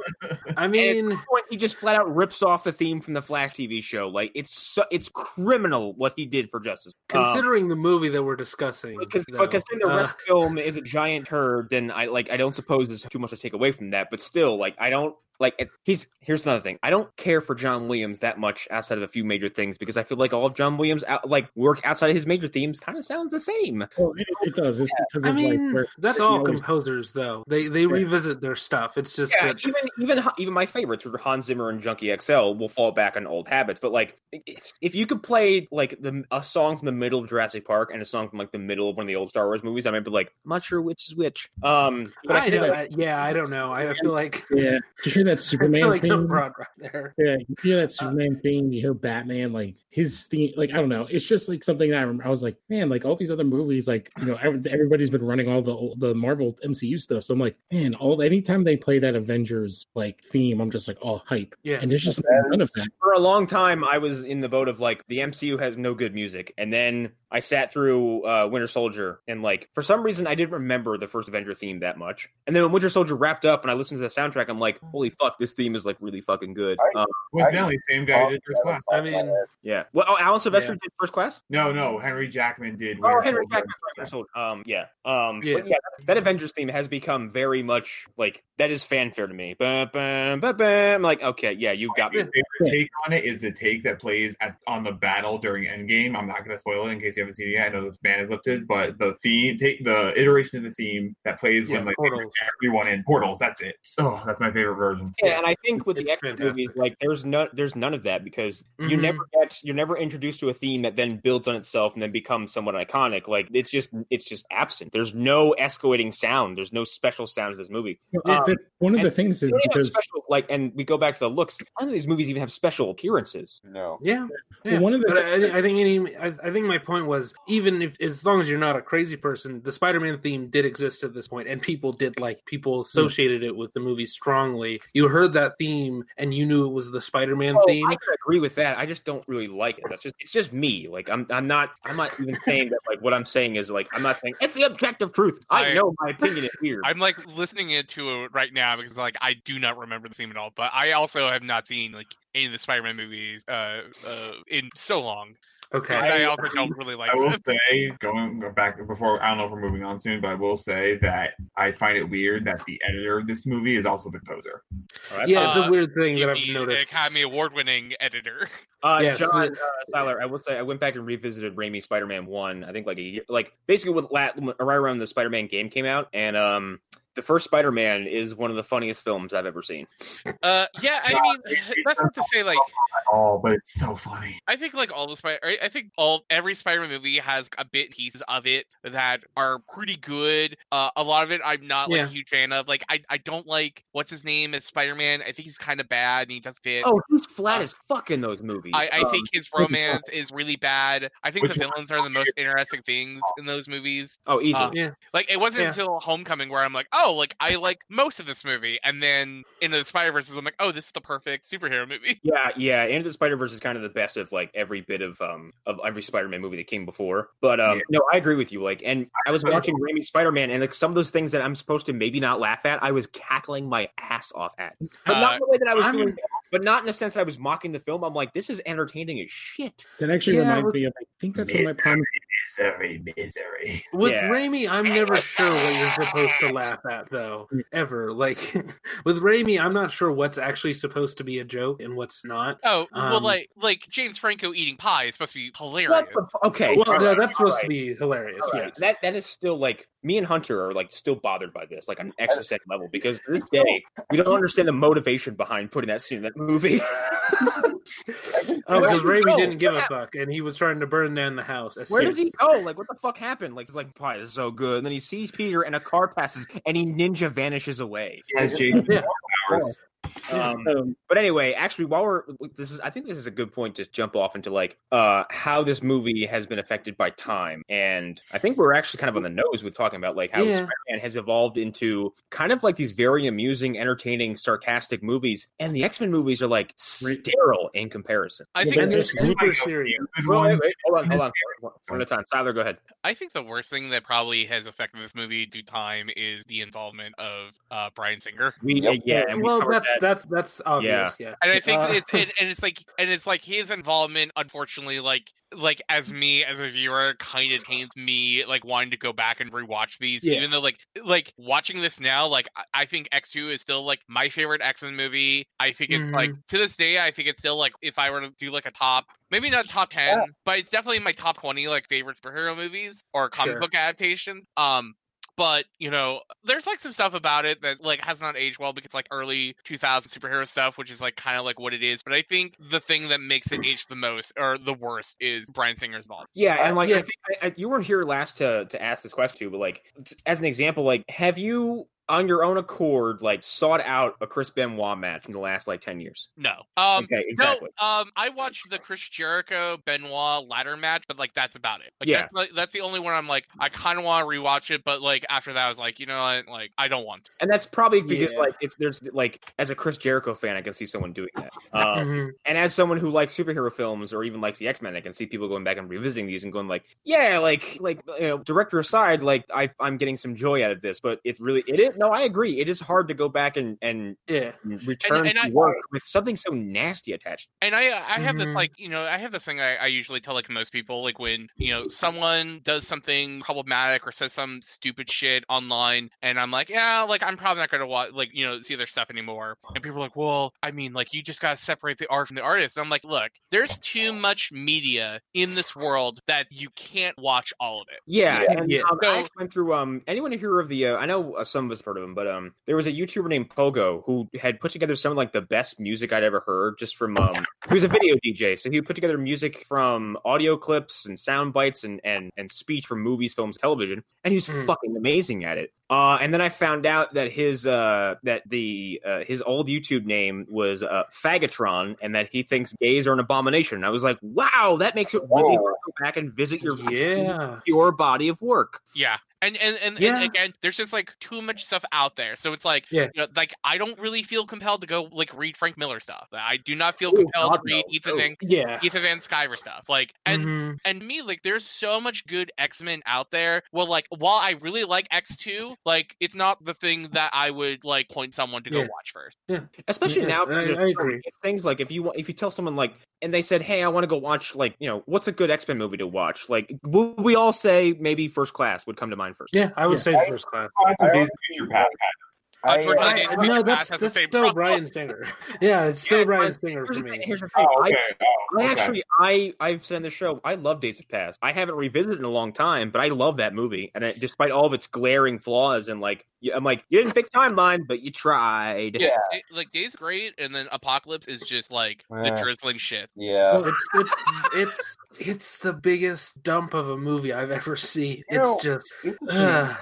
Speaker 5: I mean.
Speaker 3: um,
Speaker 1: point, he just flat out rips off the theme from the Flash TV show. Like it's so, it's criminal what he did for Justice. Um,
Speaker 5: Considering the movie that we're discussing,
Speaker 1: because
Speaker 5: though,
Speaker 1: but considering the
Speaker 5: uh,
Speaker 1: rest film is a giant turd, then I like I don't suppose there's too much to take away from that. But still, like I don't like it- he's here's another thing. I don't care for John Williams that much outside of a few major things because I feel like all of John Williams out, like work outside of his major themes kind of sounds the same.
Speaker 4: Well, it, it does. It's because
Speaker 5: I
Speaker 4: of like
Speaker 5: mean,
Speaker 4: where-
Speaker 5: that's
Speaker 4: you
Speaker 5: all
Speaker 4: always-
Speaker 5: composers, though. They they revisit their stuff. It's just
Speaker 1: Yeah,
Speaker 5: that
Speaker 1: even even even my favorites, were Hans Zimmer and Junkie XL, will fall back on old habits. But like, it's, if you could play like the a song from the middle of Jurassic Park and a song from like the middle of one of the old Star Wars movies, I might be like, I'm not sure which is which. Um, but I,
Speaker 5: I
Speaker 1: feel
Speaker 5: know.
Speaker 1: like-
Speaker 5: I- yeah, I don't know. I feel like <laughs>
Speaker 4: yeah. Did you hear that
Speaker 5: I
Speaker 4: Superman
Speaker 5: feel like
Speaker 4: theme.
Speaker 5: I'm broad right there.
Speaker 4: Yeah, you hear that Superman thing, you hear Batman, like his theme, like I don't know, it's just like something that I remember. I was like, man, like all these other movies, like you know, ev- everybody's been running all the old- the Marvel MCU stuff, so I'm like, man, all anytime they play that Avengers like theme, I'm just like, oh hype,
Speaker 5: Yeah.
Speaker 4: and there's just
Speaker 2: That
Speaker 4: none of
Speaker 2: is-
Speaker 4: that.
Speaker 1: for a long time I was in the boat of like the MCU has no good music, and then I sat through uh, Winter Soldier, and like for some reason I didn't remember the first Avenger theme that much, and then when Winter Soldier wrapped up and I listened to the soundtrack, I'm like, holy fuck, this theme is like really fucking good.
Speaker 2: I-
Speaker 1: Um,
Speaker 3: Coincidentally, same guy did first class.
Speaker 5: I mean,
Speaker 1: yeah. Well, oh, Alan Sylvester did First Class.
Speaker 3: No, no, Henry Jackman did.
Speaker 1: Oh,
Speaker 3: Winter
Speaker 1: Henry
Speaker 3: Soldier.
Speaker 1: Jackman, Winter Soldier. Um, yeah. Um,
Speaker 5: Yeah.
Speaker 1: But yeah, that, that Avengers theme has become very much like that is fanfare to me. Ba ba ba ba. I'm like, okay, yeah, you got
Speaker 3: My
Speaker 1: me.
Speaker 3: favorite take on it is the take that plays at, on the battle during Endgame. I'm not going to spoil it in case you haven't seen it yet. I know this band is lifted, but the theme, take the iteration of the theme that plays
Speaker 5: yeah,
Speaker 3: when like
Speaker 5: portals.
Speaker 3: everyone in portals. That's it. Oh, that's my favorite version.
Speaker 1: Yeah, and I think with the X
Speaker 5: It's
Speaker 1: movies,
Speaker 5: fantastic.
Speaker 1: like there's no there's none of that because you
Speaker 5: Mhm.
Speaker 1: never get you're never introduced to a theme that then builds on itself and then becomes somewhat iconic. Like it's just it's just absent. There's no escalating sound. There's no special sound to this movie. Um,
Speaker 4: That- one of the
Speaker 1: and-
Speaker 4: things
Speaker 1: They
Speaker 4: is
Speaker 1: don't even have
Speaker 4: because
Speaker 1: special like, and we go back to the looks. None of these movies even have special appearances.
Speaker 2: No.
Speaker 5: Yeah.
Speaker 4: Well,
Speaker 5: yeah.
Speaker 4: one of the-
Speaker 5: but I, I think any, I, I think my point was even if as long as you're not a crazy person, the Spider-Man theme did exist at this point, and people did like
Speaker 1: Mm.
Speaker 5: people associated it with the movie strongly. You heard that theme, and you knew it was the Spider-Man
Speaker 1: Oh,
Speaker 5: theme.
Speaker 1: I could agree with that. I just don't really like it. That's just it's just me. Like I'm I'm not I'm not even saying that like what I'm saying is like I'm not saying it's the objective truth. I,
Speaker 6: I-
Speaker 1: know my opinion is weird.
Speaker 6: I'm like listening into it right now because like I do not remember the theme at all. But I also have not seen like any of the Spider-Man movies uh, uh in so long.
Speaker 5: Okay.
Speaker 6: 'Cause I, also don't really like
Speaker 3: I will
Speaker 6: them.
Speaker 3: say, going go back before, I don't know if we're moving on soon, but I will say that I find it weird that the editor of this movie is also the composer.
Speaker 1: All right.
Speaker 5: yeah, it's
Speaker 6: Uh,
Speaker 5: a weird thing that I've
Speaker 6: The
Speaker 5: noticed.
Speaker 6: Academy Award-winning editor.
Speaker 1: Uh,
Speaker 5: Yes.
Speaker 1: John uh, Tyler, I will say I went back and revisited Raimi Spider-Man One. I think like a year, like basically with lat, right around the Spider-Man game came out, and um, the first Spider-Man is one of the funniest films I've ever seen.
Speaker 6: <laughs> Uh, yeah, I
Speaker 3: Yeah,
Speaker 6: mean,
Speaker 3: it- it
Speaker 6: that's not to say like
Speaker 3: Oh, but it's so funny.
Speaker 6: I think like all the spider, I I think all every Spider-Man movie has a bit pieces of it that are pretty good. Uh, a lot of it I'm not like
Speaker 5: Yeah.
Speaker 6: a huge fan of. Like I, I don't like what's his name as Spider-Man. I think he's kind of bad and he doesn't fit.
Speaker 1: Oh, he's flat as fuck in those movies.
Speaker 6: Uh, I, I
Speaker 1: Um,
Speaker 6: think his romance is really bad. I think
Speaker 3: Which
Speaker 6: the villains are the most interesting things in those movies.
Speaker 1: oh, easily.
Speaker 6: uh, Like it wasn't
Speaker 5: Yeah.
Speaker 6: until Homecoming where I'm like, oh, like I like most of this movie, and then in the Spider Verse, I'm like, oh, this is the perfect superhero movie.
Speaker 1: Yeah, yeah. Into the Spider Verse is kind of the best of like every bit of um of every Spider Man movie that came before. But um
Speaker 3: Yeah.
Speaker 1: no, I agree with you. Like, and I was watching Raimi Spider Man, and like some of those things that I'm supposed to maybe not laugh at, I was cackling my ass off at. But not
Speaker 6: Uh,
Speaker 1: in the way that I was
Speaker 5: I'm-
Speaker 1: feeling, but not in the sense that I was mocking the film. I'm like, this is entertaining as shit.
Speaker 4: that actually
Speaker 5: Yeah,
Speaker 4: reminds
Speaker 5: we're-
Speaker 4: me of. I think that's one of my problems.
Speaker 3: Misery, misery.
Speaker 5: With
Speaker 1: Yeah.
Speaker 5: Raimi, I'm never sure what you're supposed to laugh at, though.
Speaker 1: Mm.
Speaker 5: Ever. Like, <laughs> with Raimi, I'm not sure what's actually supposed to be a joke and what's not.
Speaker 6: Oh well,
Speaker 5: Um,
Speaker 6: like like James Franco eating pie is supposed to be hilarious.
Speaker 1: What the f- okay,
Speaker 5: Well,
Speaker 1: all
Speaker 5: no,
Speaker 1: right,
Speaker 5: that's
Speaker 1: all
Speaker 5: supposed
Speaker 1: right,
Speaker 5: to be hilarious,
Speaker 1: all right.
Speaker 5: yes.
Speaker 1: That that is still like me and Hunter are like still bothered by this, like on an existential level, because to this day we don't understand the motivation behind putting that scene in that movie. <laughs>
Speaker 5: Oh,
Speaker 1: Where
Speaker 5: because
Speaker 1: did he
Speaker 5: Raimi
Speaker 1: go?
Speaker 5: didn't give
Speaker 1: What
Speaker 5: a fuck, and he was trying to burn down the house. as
Speaker 1: Where
Speaker 5: soon
Speaker 1: does he
Speaker 5: as-
Speaker 1: go? Like, what the fuck happened? Like, he's like, pie is so good. And then he sees Peter, and a car passes, and he ninja vanishes away.
Speaker 3: As Jason
Speaker 5: Yeah.
Speaker 1: Um,
Speaker 3: Powers.
Speaker 4: Um,
Speaker 1: but anyway, actually, while we're this is, I think this is a good point to jump off into like uh, how this movie has been affected by time, and I think we're actually kind of on the nose with talking about like how
Speaker 5: Yeah.
Speaker 1: Spider-Man has evolved into kind of like these very amusing, entertaining, sarcastic movies, and the X-Men movies are like
Speaker 4: Right.
Speaker 1: sterile in comparison.
Speaker 6: I
Speaker 4: Well,
Speaker 6: think
Speaker 4: then
Speaker 5: And they're
Speaker 4: there's-
Speaker 5: super serious.
Speaker 3: Good
Speaker 1: Wait,
Speaker 3: one.
Speaker 1: wait, wait, hold on, hold on, one at a time. Tyler, go ahead.
Speaker 6: I think the worst thing that probably has affected this movie due time is the involvement of uh, Brian Singer.
Speaker 1: We uh,
Speaker 2: Yep.
Speaker 1: yeah, and we
Speaker 5: well,
Speaker 1: covered
Speaker 5: that's
Speaker 1: that.
Speaker 5: that's that's obvious. Yeah,
Speaker 6: And I think
Speaker 5: Uh, <laughs>
Speaker 6: it's and, and it's like and it's like his involvement, unfortunately, like like as me as a viewer, kind of pains me like wanting to go back and rewatch these,
Speaker 5: Yeah.
Speaker 6: even though like like watching this now, like I- I think X two is still like my favorite X Men movie. I think it's like to this day, I think it's still like if I were to do like a top, maybe not top ten, but it's definitely in my top twenty like favorite superhero movies or comic
Speaker 5: Sure.
Speaker 6: book adaptations. Um, but you know there's like some stuff about it that like has not aged well because like early 2000 superhero stuff which is like kind of like what it is but i think the thing that makes it age the most or the worst is brian singer's mom
Speaker 1: Yeah, and like I
Speaker 5: Yeah.
Speaker 1: think I, I, you weren't here last to to ask this question too, but like t- as an example, like have you on your own accord, like sought out a Chris Benoit match in the last like ten years?
Speaker 6: No. Um,
Speaker 1: okay, exactly.
Speaker 6: No, um, I watched the Chris Jericho Benoit ladder match, but like that's about it. Like,
Speaker 1: Yeah.
Speaker 6: that's, like, that's the only one I'm like I kind of want to rewatch it, but like after that I was like, you know, what? like I don't want to.
Speaker 1: And that's probably because
Speaker 4: Yeah.
Speaker 1: like it's there's like as a Chris Jericho fan, I can see someone doing that. Um,
Speaker 5: Mhm.
Speaker 1: and as someone who likes superhero films or even likes the X Men, I can see people going back and revisiting these and going like, yeah, like like you know, director aside, like I I'm getting some joy out of this, but it's really it is no, I agree. It is hard to go back and and
Speaker 5: Yeah.
Speaker 1: return
Speaker 6: and
Speaker 1: to
Speaker 6: I-
Speaker 1: work with something so nasty attached.
Speaker 6: And I, I have this
Speaker 5: Mhm.
Speaker 6: like, you know, I have this thing I, I usually tell like most people, like when you know someone does something problematic or says some stupid shit online, and I'm like, yeah, like I'm probably not gonna watch, like you know, see their stuff anymore. And people are like, well, I mean, like you just gotta separate the art from the artist. And I'm like, look, there's too much media in this world that you can't watch all of it.
Speaker 1: Yeah,
Speaker 2: Yeah.
Speaker 1: and,
Speaker 5: Yeah.
Speaker 1: Um,
Speaker 6: So-
Speaker 1: I actually went through. Um, anyone here of the? Uh, I know uh, some of us have heard of him, but um, there was a YouTuber named Pogo who had put together some of like the best music I'd ever heard, just from um, he was a video DJ, so he put together music from audio clips and sound bites and and and speech from movies, films, television, and he was
Speaker 5: Mhm.
Speaker 1: fucking amazing at it. Uh, and then I found out that his uh that the uh, his old YouTube name was uh, Fagatron, and that he thinks gays are an abomination. And I was like, wow, that makes it really
Speaker 2: Oh.
Speaker 1: hard to go back and visit your
Speaker 5: Yeah.
Speaker 1: your body of work.
Speaker 6: Yeah. And and, and,
Speaker 5: Yeah.
Speaker 6: and again, there's just like too much stuff out there. So it's like,
Speaker 5: Yeah.
Speaker 6: you know, like I don't really feel compelled to go like read Frank Miller stuff. I do not feel
Speaker 1: Oh,
Speaker 6: compelled
Speaker 1: God,
Speaker 6: to read
Speaker 1: no.
Speaker 6: Ethan
Speaker 1: No.
Speaker 6: Van
Speaker 5: Yeah.
Speaker 6: Ethan Van Sciver stuff. Like and
Speaker 5: Mhm.
Speaker 6: and me, like there's so much good X Men out there. Well, like while I really like X two, like it's not the thing that I would like point someone to go
Speaker 5: Yeah.
Speaker 6: watch first.
Speaker 1: Especially
Speaker 5: Yeah,
Speaker 1: now,
Speaker 5: I-
Speaker 1: because there's
Speaker 5: I agree.
Speaker 1: so many Things like if you wa- if you tell someone like, and they said, "Hey, I want to go watch like you know what's a good X Men movie to watch?" Like w- we all say, maybe First Class would come to mind first.
Speaker 5: Yeah, I would
Speaker 4: Yeah.
Speaker 5: say the first class.
Speaker 3: I
Speaker 2: I
Speaker 3: think Days
Speaker 2: also-
Speaker 3: of Future Past had
Speaker 2: I, uh,
Speaker 6: Unfortunately, Days of
Speaker 5: no,
Speaker 6: Future Past
Speaker 5: that's,
Speaker 6: has the
Speaker 5: that's
Speaker 6: same
Speaker 5: still
Speaker 6: problem.
Speaker 5: Brian Singer. Yeah, it's still
Speaker 1: Yeah,
Speaker 5: Brian
Speaker 1: but
Speaker 5: Singer
Speaker 1: Here's
Speaker 5: for
Speaker 1: the thing,
Speaker 5: me.
Speaker 1: here's the thing,
Speaker 3: oh,
Speaker 1: I-
Speaker 3: okay. oh,
Speaker 1: I
Speaker 3: okay.
Speaker 1: actually, I I've said on the show, I love Days of Past. I haven't revisited in a long time, but I love that movie. And it, despite all of its glaring flaws, and like y- I'm like, you didn't fix timeline, but you tried.
Speaker 6: Yeah, it- like Days Great and then Apocalypse is just like the
Speaker 2: Yeah.
Speaker 6: drizzling shit.
Speaker 2: yeah.
Speaker 5: Well, it's, it's it's it's the biggest dump of a movie I've ever seen.
Speaker 2: No.
Speaker 5: It's just
Speaker 2: It's a shame.
Speaker 5: uh,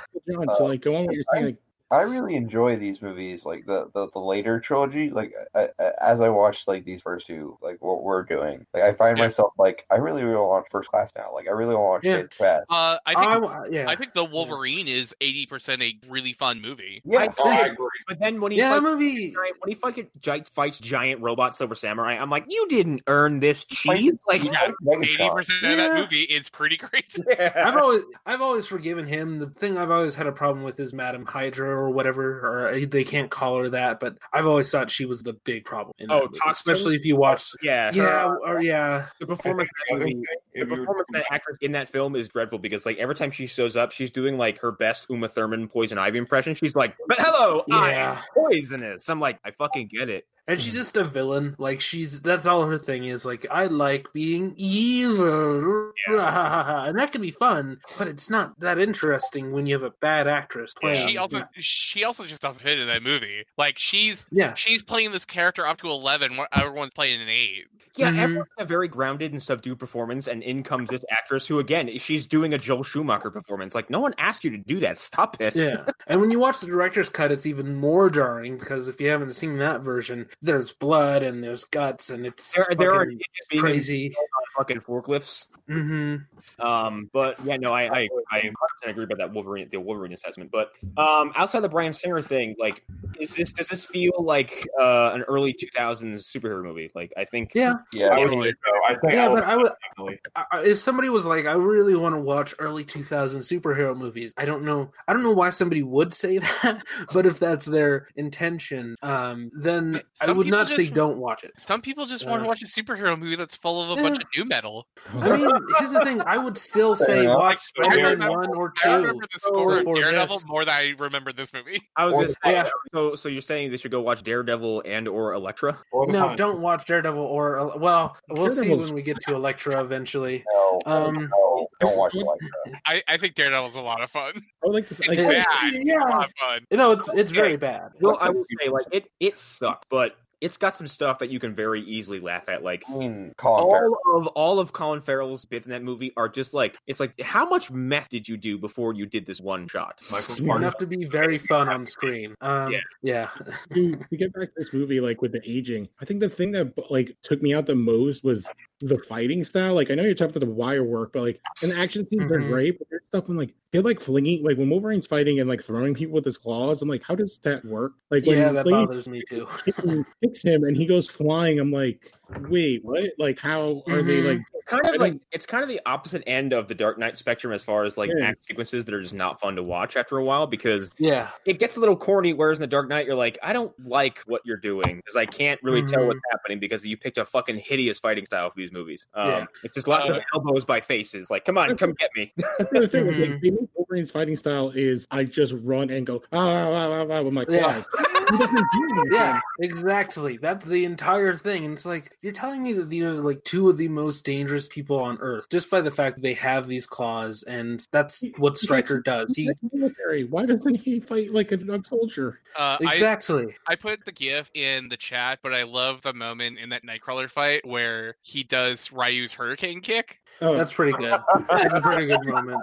Speaker 4: John, so like go on what you're saying. Like,
Speaker 2: I really enjoy these movies, like the the, the later trilogy. Like I, I, as I watch like these first two, like what we're doing, like I find
Speaker 6: Yeah.
Speaker 2: myself like I really want to watch First Class now. Like I really want to
Speaker 5: Yeah.
Speaker 2: watch Days Past.
Speaker 6: Uh, I think
Speaker 5: Oh, I,
Speaker 6: I,
Speaker 5: wa- yeah.
Speaker 6: think the Wolverine is eighty percent a really fun movie.
Speaker 2: Yeah,
Speaker 1: I-
Speaker 3: Oh, I agree.
Speaker 1: But then when he
Speaker 5: yeah, that
Speaker 1: fights,
Speaker 5: movie.
Speaker 1: giant- when he fucking gi- fights giant robot Silver Samurai, I'm like, you didn't earn this cheese. <laughs> Like,
Speaker 6: Yeah.
Speaker 5: Oh,
Speaker 6: Eighty
Speaker 2: Megatron.
Speaker 6: percent of that
Speaker 5: Yeah.
Speaker 6: movie is pretty great.
Speaker 5: I've always I've always forgiven him. The thing I've always had a problem with is Madame Hydra or whatever, or they can't call her that. But I've always thought she was the big problem. In that
Speaker 1: Oh,
Speaker 5: movie,
Speaker 1: Toxin?
Speaker 5: especially if you watch.
Speaker 1: <laughs> yeah,
Speaker 5: Yeah, or yeah,
Speaker 1: The performance,
Speaker 3: <laughs> I
Speaker 1: of that
Speaker 3: think
Speaker 1: movie-
Speaker 3: if
Speaker 1: the
Speaker 3: you were-
Speaker 1: performance of that actress in that film is dreadful because, like, every time she shows up, she's doing like her best Uma Thurman poison ivy impression. She's like, "But hello,
Speaker 5: Yeah.
Speaker 1: I'm poisonous." I'm like, I fucking get it.
Speaker 5: and she's just a villain. Like she's that's all her thing is. Like I like being evil, <laughs> and that can be fun, but it's not that interesting when you have a bad actress playing.
Speaker 6: <laughs> She also she also just doesn't fit in that movie. Like she's
Speaker 5: yeah,
Speaker 6: she's playing this character up to eleven. wh- Everyone's playing an eight.
Speaker 1: Yeah,
Speaker 5: Mhm.
Speaker 1: everyone's in a very grounded and subdued performance, and in comes this actress who, again, she's doing a Joel Schumacher performance. Like, no one asked you to do that. Stop it.
Speaker 5: yeah. And when you watch the director's cut, it's even more jarring because if you haven't seen that version, there's blood and there's guts, and it's
Speaker 1: There, there are
Speaker 5: fucking
Speaker 1: being in
Speaker 5: crazy.
Speaker 1: fucking forklifts.
Speaker 5: hmm
Speaker 1: Um, but yeah, no, I I, I 100% agree about that Wolverine, the Wolverine assessment. But um, outside the Brian Singer thing, like, is this does this feel like uh, an early 2000s superhero movie? Like, I think
Speaker 5: Yeah.
Speaker 2: Yeah,
Speaker 3: I would say so. I think
Speaker 5: Yeah,
Speaker 3: I would
Speaker 5: but I would.
Speaker 3: definitely.
Speaker 5: I- I- if somebody was like, I really want to watch early 2000 superhero movies, I don't know. I don't know why somebody would say <laughs> that, but if that's their intention, um, then I
Speaker 6: Some
Speaker 5: would
Speaker 6: people
Speaker 5: not say
Speaker 6: just-
Speaker 5: don't watch it.
Speaker 6: Some people just want
Speaker 5: Uh.
Speaker 6: to watch a superhero movie that's full of a bunch
Speaker 5: Yeah.
Speaker 6: of new metal.
Speaker 5: I mean, here's the thing. I would still
Speaker 2: Fair
Speaker 5: say
Speaker 2: enough.
Speaker 5: watch
Speaker 6: <laughs> I
Speaker 5: Spider-Man
Speaker 6: remember-
Speaker 5: 1 or
Speaker 6: I
Speaker 5: 2.
Speaker 6: remember the score of
Speaker 5: Oh, before
Speaker 6: Daredevil
Speaker 5: this.
Speaker 6: more than I remember this movie. <laughs>
Speaker 1: I was
Speaker 2: Or
Speaker 1: gonna
Speaker 2: the-
Speaker 1: say.
Speaker 5: yeah.
Speaker 1: So, so you're saying they should go watch Daredevil and or Elektra?
Speaker 3: Or the
Speaker 5: No,
Speaker 3: Hunt.
Speaker 5: don't watch Daredevil or... uh, Well, we'll see
Speaker 4: Daredevil's-
Speaker 5: when we get to Elektra eventually.
Speaker 2: no,
Speaker 5: Um,
Speaker 2: no, don't watch it like that.
Speaker 6: I, I think Daredevil's a lot of fun.
Speaker 4: I would like to say,
Speaker 6: It's
Speaker 4: like,
Speaker 5: <laughs> Yeah.
Speaker 6: bad.
Speaker 5: Yeah.
Speaker 6: A lot of fun.
Speaker 5: You know, it's it's very bad.
Speaker 1: Well, I will say, like, it it sucked, but it's got some stuff that you can very easily laugh at. Like
Speaker 2: I mean, Colin Farrell.
Speaker 1: all of all of Colin Farrell's bits in that movie are just like it's like how much meth did you do before you did this one shot?
Speaker 3: Michael Clark.
Speaker 5: enough to be very fun on screen. Um,
Speaker 1: Yeah.
Speaker 5: yeah,
Speaker 4: to, to get back to this movie, like with the aging, I think the thing that like took me out the most was the fighting style. Like I know you're talking about the wire work, but like in the action scenes they are
Speaker 5: Mhm.
Speaker 4: great, but there's stuff when like they're like flinging, like when Wolverine's fighting and like throwing people with his claws. I'm like, how does that work? Like when
Speaker 5: yeah, that
Speaker 4: Blade
Speaker 5: bothers me too.
Speaker 4: fucking kicks him and he goes flying, I'm like, wait, what? Like how are they
Speaker 5: Mhm.
Speaker 4: like?
Speaker 1: Kind
Speaker 4: I
Speaker 1: of like
Speaker 4: don't-
Speaker 1: it's kind of the opposite end of the Dark Knight spectrum as far as like
Speaker 4: Yeah.
Speaker 1: act sequences that are just not fun to watch after a while because
Speaker 5: Yeah,
Speaker 1: it gets a little corny. Whereas in the Dark Knight, you're like, I don't like what you're doing because I can't really tell
Speaker 5: Mhm.
Speaker 1: what's happening because you picked a fucking hideous fighting style for these movies. Um,
Speaker 5: Yeah.
Speaker 1: It's just lots of
Speaker 6: Uh,
Speaker 1: elbows by faces. Like, come on, come get me. <laughs>
Speaker 4: That's the other thing. Was,
Speaker 5: Mm-hmm.
Speaker 4: like, they make Wolverine's fighting style is I just run and go ah ah ah ah, ah with my
Speaker 5: Yeah.
Speaker 4: claws. He doesn't do anything.
Speaker 5: <laughs> yeah, exactly. That's the entire thing. And it's like you're telling me that these are like two of the most dangerous people on Earth just by the fact that they have these claws, and that's what Stryker does. He
Speaker 4: He's military. Why doesn't he fight like a, a soldier?
Speaker 6: Uh, I,
Speaker 5: exactly.
Speaker 6: I put the GIF in the chat, but I love the moment in that Nightcrawler fight where he does Ryu's Hurricane Kick.
Speaker 4: Oh,
Speaker 5: That's pretty good. That's a pretty good moment.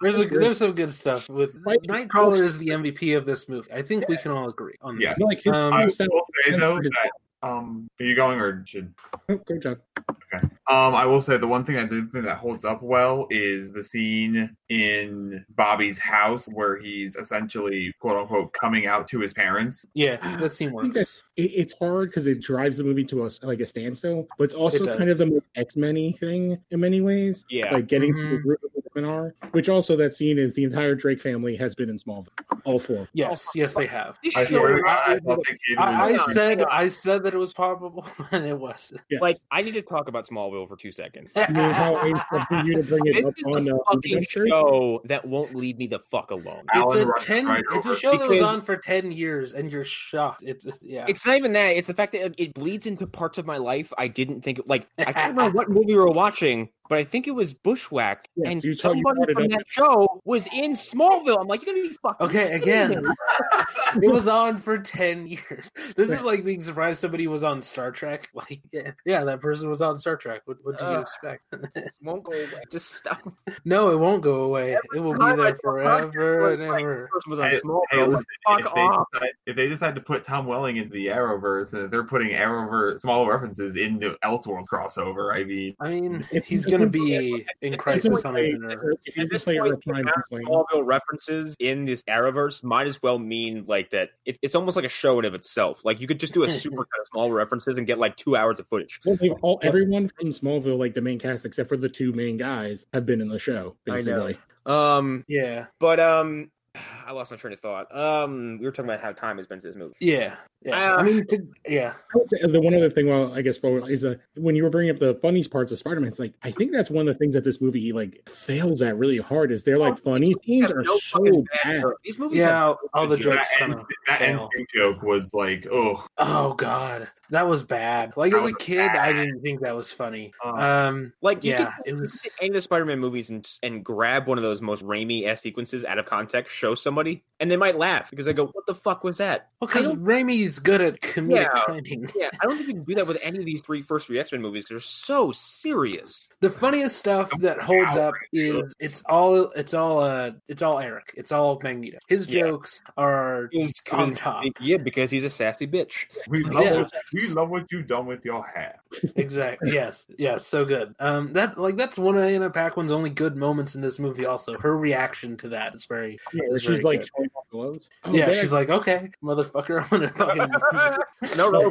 Speaker 5: There's a, there's some good stuff with
Speaker 4: Right.
Speaker 5: Nightcrawler is the MVP of this movie. I think we can all agree on
Speaker 3: Yeah.
Speaker 5: that.
Speaker 4: like his
Speaker 5: Um,
Speaker 3: I will
Speaker 4: whole
Speaker 3: say
Speaker 4: style-
Speaker 3: though that um, are you going or should
Speaker 4: Oh, great job.
Speaker 3: Um, I will say the one thing I did think that holds up well is the scene in Bobby's house where he's essentially quote unquote coming out to his parents.
Speaker 5: Yeah, that scene
Speaker 4: think
Speaker 5: works.
Speaker 4: It, it's hard because it drives the movie to a like a standstill, but it's also
Speaker 5: It
Speaker 4: kind of the most X Men thing in many ways.
Speaker 1: Yeah.
Speaker 4: Like getting to the
Speaker 5: Mhm.
Speaker 4: root of what women are, which also that scene is the entire Drake family has been in Smallville, all four.
Speaker 5: Yes, yes, they have.
Speaker 3: I
Speaker 1: This
Speaker 3: swear
Speaker 1: show-
Speaker 3: to God, I thought they gave
Speaker 5: I,
Speaker 3: him-
Speaker 5: I said I said that it was probable, <laughs> and it was.
Speaker 4: Yes.
Speaker 1: Like, I need to talk about Smallville for two seconds.
Speaker 4: I
Speaker 1: <laughs>
Speaker 4: mean, how
Speaker 5: <laughs>
Speaker 4: I for you to bring
Speaker 1: This
Speaker 4: it
Speaker 1: is
Speaker 4: up on
Speaker 1: the
Speaker 4: uh,
Speaker 1: fucking
Speaker 4: Adventure?
Speaker 1: show that won't leave me the fuck alone.
Speaker 5: It's
Speaker 3: Alan
Speaker 5: a
Speaker 3: Ruck
Speaker 5: ten.
Speaker 3: right
Speaker 5: it's a
Speaker 3: over.
Speaker 5: show that was
Speaker 1: Because-
Speaker 5: on for ten years, and you're shocked. It's it's- yeah.
Speaker 1: It's not even that. It's the fact that it, it bleeds into parts of my life I didn't think. Like I can't <laughs> remember what movie we were watching, but I think it was Bushwhacked,
Speaker 4: Yes,
Speaker 1: and
Speaker 4: you told- you brought
Speaker 1: somebody
Speaker 4: it
Speaker 1: from
Speaker 4: up.
Speaker 1: that show was in Smallville. I'm like, you gotta be fucking
Speaker 5: okay,
Speaker 1: kidding
Speaker 5: again,
Speaker 1: me.
Speaker 5: it was on for ten years. This is like being surprised somebody was on Star Trek. <laughs> Like yeah, yeah that person was on Star Trek. What, what did you
Speaker 1: Ugh.
Speaker 5: expect?
Speaker 1: <laughs>
Speaker 5: <laughs>
Speaker 1: Won't go away. Just <laughs> stop.
Speaker 5: no, it won't go away. It will be
Speaker 1: time I
Speaker 5: there
Speaker 1: do a podcast,
Speaker 5: forever and
Speaker 1: like,
Speaker 5: ever.
Speaker 1: Person was on
Speaker 3: Hey,
Speaker 1: Smallville.
Speaker 3: Hey, listen,
Speaker 1: fuck
Speaker 3: if, they
Speaker 1: off.
Speaker 3: decide, if they decide to put Tom Welling into the Arrowverse and if they're putting Arrowverse small references into Elseworlds crossover, I mean,
Speaker 5: I mean,
Speaker 4: If
Speaker 5: he's
Speaker 4: you
Speaker 5: gonna
Speaker 4: can-
Speaker 5: be in crisis on Infinite Earth.
Speaker 4: If you
Speaker 1: At this
Speaker 4: just play
Speaker 1: point,
Speaker 4: Earth
Speaker 1: the
Speaker 4: Prime,
Speaker 1: amount of
Speaker 4: complain.
Speaker 1: Smallville references in this Arrowverse might as well mean like that. It, it's almost like a show in of itself. Like you could just do <laughs> a super cut of small references and get like two hours of footage.
Speaker 4: Well, they've all everyone from Smallville, like the main cast, except for the two main guys, have been in the show.
Speaker 1: I know.
Speaker 4: Basically,
Speaker 1: Um,
Speaker 5: Yeah.
Speaker 1: But um, <sighs> I lost my train of thought. Um, we were talking about how time has been to this movie.
Speaker 5: Yeah. Yeah.
Speaker 1: Uh,
Speaker 5: I mean, to- yeah.
Speaker 4: I would say uh, the one other thing, well, I guess, well, is uh when you were bringing up the funniest parts of Spider-Man, it's like I think that's one of the things that this movie like fails at really hard is they're like
Speaker 1: Oh,
Speaker 4: funny
Speaker 1: these movies
Speaker 4: scenes
Speaker 1: have
Speaker 4: are
Speaker 1: no
Speaker 4: so
Speaker 1: fucking
Speaker 4: bad.
Speaker 1: banter. These <laughs> movies,
Speaker 5: Yeah.
Speaker 1: have,
Speaker 5: All, all the jokes
Speaker 3: that
Speaker 5: kind
Speaker 3: end,
Speaker 5: of.
Speaker 3: that end
Speaker 5: fail.
Speaker 3: scene joke was like, oh,
Speaker 5: Oh, God. That was bad. Like,
Speaker 3: That
Speaker 5: as a
Speaker 3: was
Speaker 5: kid, I
Speaker 3: bad.
Speaker 5: didn't think that was funny.
Speaker 3: Oh.
Speaker 5: Um,
Speaker 1: like you
Speaker 5: yeah.
Speaker 1: could
Speaker 5: It
Speaker 1: you could
Speaker 5: was.
Speaker 1: take any of the Spider-Man movies and and grab one of those most Raimi esque sequences out of context, show somebody, and they might laugh because they go, "What the fuck was that?"
Speaker 5: Well,
Speaker 1: I
Speaker 5: because
Speaker 1: don't-
Speaker 5: Raimi's good at comedic
Speaker 1: Yeah.
Speaker 5: timing.
Speaker 1: Yeah, I don't think you can do that with any of these three first three X-Men movies. 'cause They're so serious.
Speaker 5: <laughs> The funniest stuff that holds up is it's all it's all uh it's all Eric. It's all Magneto. His
Speaker 1: Yeah.
Speaker 5: jokes are on top.
Speaker 1: Yeah, because he's a sassy bitch.
Speaker 3: we love,
Speaker 5: Yeah.
Speaker 3: what, we love what you've done with your hair.
Speaker 5: Exactly. Yes. Yes. So good. Um. That like that's one of Anna Paquin's only good moments in this movie. Also, her reaction to that is very.
Speaker 4: Yeah,
Speaker 5: is
Speaker 4: she's
Speaker 5: very
Speaker 4: like
Speaker 5: good.
Speaker 4: showing off gloves. Oh,
Speaker 5: yeah.
Speaker 4: there-
Speaker 5: She's like, okay, motherfucker, <laughs> I'm gonna fucking.
Speaker 4: <laughs>
Speaker 1: No, no, no,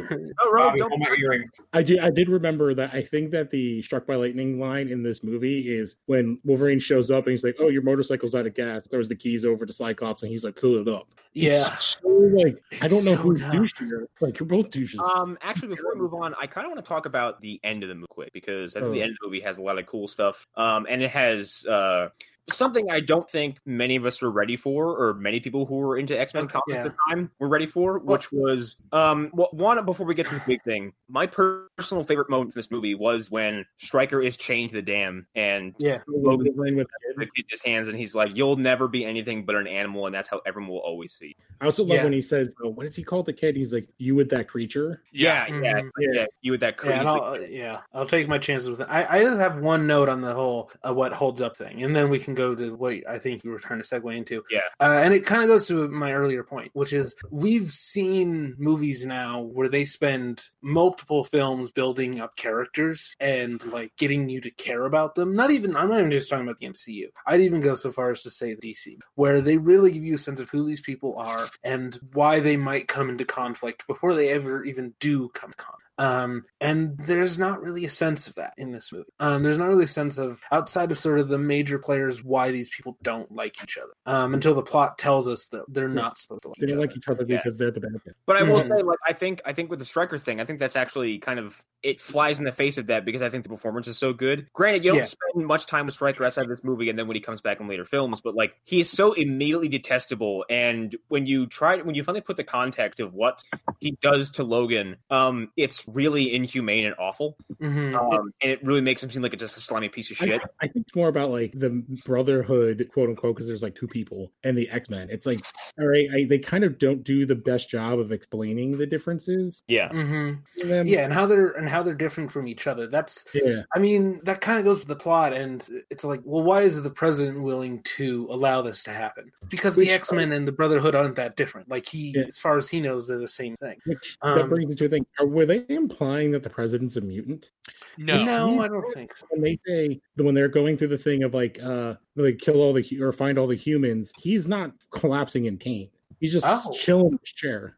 Speaker 1: Rob,
Speaker 3: Bobby,
Speaker 5: oh
Speaker 1: don't.
Speaker 3: hold my earrings.
Speaker 4: I do. I did remember that. I think that the struck by lightning line in this movie is when Wolverine shows up and he's like, "Oh, your motorcycle's out of gas." Throws the keys over to Cyclops and he's like, "Fill it up."
Speaker 5: Yeah.
Speaker 4: It's so, like I don't
Speaker 5: It's
Speaker 4: know
Speaker 5: so
Speaker 4: who's
Speaker 5: dumb.
Speaker 4: douchier. Like you're both douches.
Speaker 1: Um, actually, before we move on, I kind of want to talk about the end of the movie quick because I think the
Speaker 4: Oh.
Speaker 1: end of the movie has a lot of cool stuff. Um, and it has uh, something I don't think many of us were ready for, or many people who were into X Men
Speaker 5: Okay,
Speaker 1: comics
Speaker 5: yeah.
Speaker 1: at the time were ready for, which was um well, one before we get to the big thing. My personal favorite moment from this movie was when Stryker is chained to the dam and
Speaker 5: Yeah.
Speaker 1: Logan
Speaker 4: with
Speaker 1: the kid in his hands, and he's like, "You'll never be anything but an animal," and that's how everyone will always see.
Speaker 4: I also love
Speaker 5: Yeah.
Speaker 4: when he says, oh, "What is he called?" The kid. He's like, "You with that creature."
Speaker 1: Yeah, yeah,
Speaker 5: Mhm.
Speaker 1: it's like, yeah. You with that
Speaker 5: Yeah,
Speaker 1: crazy.
Speaker 5: and I'll, uh, yeah, I'll take my chances with it. I, I just have one note on the whole uh, what holds up thing, and then we can go to what I think you were trying to segue into.
Speaker 1: Yeah.
Speaker 5: uh, and it kind of goes to my earlier point, which is we've seen movies now where they spend multiple films building up characters and like getting you to care about them. Not even I'm not even just talking about the MCU. I'd even go so far as to say DC, where they really give you a sense of who these people are and why they might come into conflict before they ever even do come to conflict. Um, and there's not really a sense of that in this movie. Um, there's not really a sense of outside of sort of the major players why these people don't like each other. Um, until the plot tells us that they're not supposed to like
Speaker 4: They
Speaker 5: each
Speaker 4: don't
Speaker 5: other.
Speaker 4: like each other
Speaker 1: Yeah.
Speaker 4: because they're the bad guys.
Speaker 1: But I will
Speaker 5: Mhm.
Speaker 1: say, like, I think I think with the striker thing, I think that's actually kind of it flies in the face of that because I think the performance is so good. Granted, you don't
Speaker 5: Yeah.
Speaker 1: spend much time with Striker outside of this movie, and then when he comes back in later films, but like he is so immediately detestable. And when you try, when you finally put the context of what he does to Logan, um, it's really inhumane and awful,
Speaker 5: Mhm.
Speaker 1: um, and it really makes him seem like a, just a slimy piece of
Speaker 4: I,
Speaker 1: shit.
Speaker 4: I think it's more about like the brotherhood, quote unquote, because there's like two people and the X Men. It's like, all right, I, they kind of don't do the best job of explaining the differences.
Speaker 1: Yeah,
Speaker 5: Mhm.
Speaker 4: in them.
Speaker 5: Yeah, and how they're and how they're different from each other. That's
Speaker 4: yeah.
Speaker 5: I mean, that kind of goes with the plot, and it's like, well, why is the president willing to allow this to happen? Because
Speaker 4: Which-
Speaker 5: the X Men and the Brotherhood aren't that different. Like he,
Speaker 4: Yeah.
Speaker 5: as far as he knows, they're the same thing.
Speaker 4: Which
Speaker 5: Um,
Speaker 4: that brings me to a thing: Are, were they implying that the president's a mutant?
Speaker 6: No.
Speaker 5: no I don't think so.
Speaker 4: When they say when they're going through the thing of like, uh, like kill all the hu- or find all the humans, he's not collapsing in pain. He's just
Speaker 5: Oh.
Speaker 4: chilling in his chair.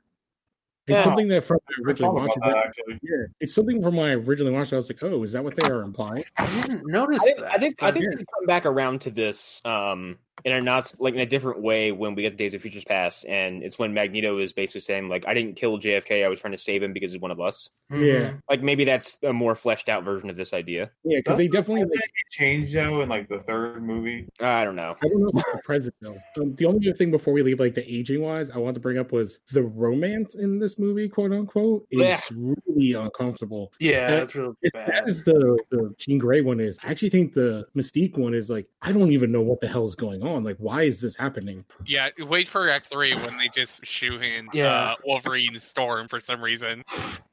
Speaker 4: It's
Speaker 1: Yeah.
Speaker 4: something that from
Speaker 3: I
Speaker 4: originally
Speaker 3: forgot about
Speaker 4: watching.
Speaker 3: that, actually.
Speaker 4: Yeah, it's something from when I originally watched. it, I was like, "Oh, is that what they are implying?"
Speaker 5: I didn't notice
Speaker 1: I think
Speaker 5: that.
Speaker 1: I think, I think
Speaker 4: Yeah.
Speaker 1: we can come back around to this um in a not like in a different way when we get Days of Futures Past, and it's when Magneto is basically saying like I didn't kill JFK, I was trying to save him because he's one of us.
Speaker 5: Mm-hmm.
Speaker 4: Yeah,
Speaker 1: Like maybe that's a more fleshed out version of this idea.
Speaker 4: yeah, because they definitely.
Speaker 3: Didn't it change though in like the third movie.
Speaker 1: Uh, I don't know.
Speaker 4: I don't know about the present though. Um, the only other thing before we leave, like the aging wise, I want to bring up was the romance in this movie, quote unquote, is
Speaker 1: Yeah.
Speaker 4: really uncomfortable.
Speaker 5: Yeah, that's really
Speaker 4: As
Speaker 5: bad.
Speaker 4: bad as the the Jean Grey one is, I actually think the Mystique one is like I don't even know what the hell is going on. Like, why is this happening?
Speaker 6: Yeah, wait for X three when they just shoe in
Speaker 5: Yeah.
Speaker 6: uh, Wolverine's storm for some reason.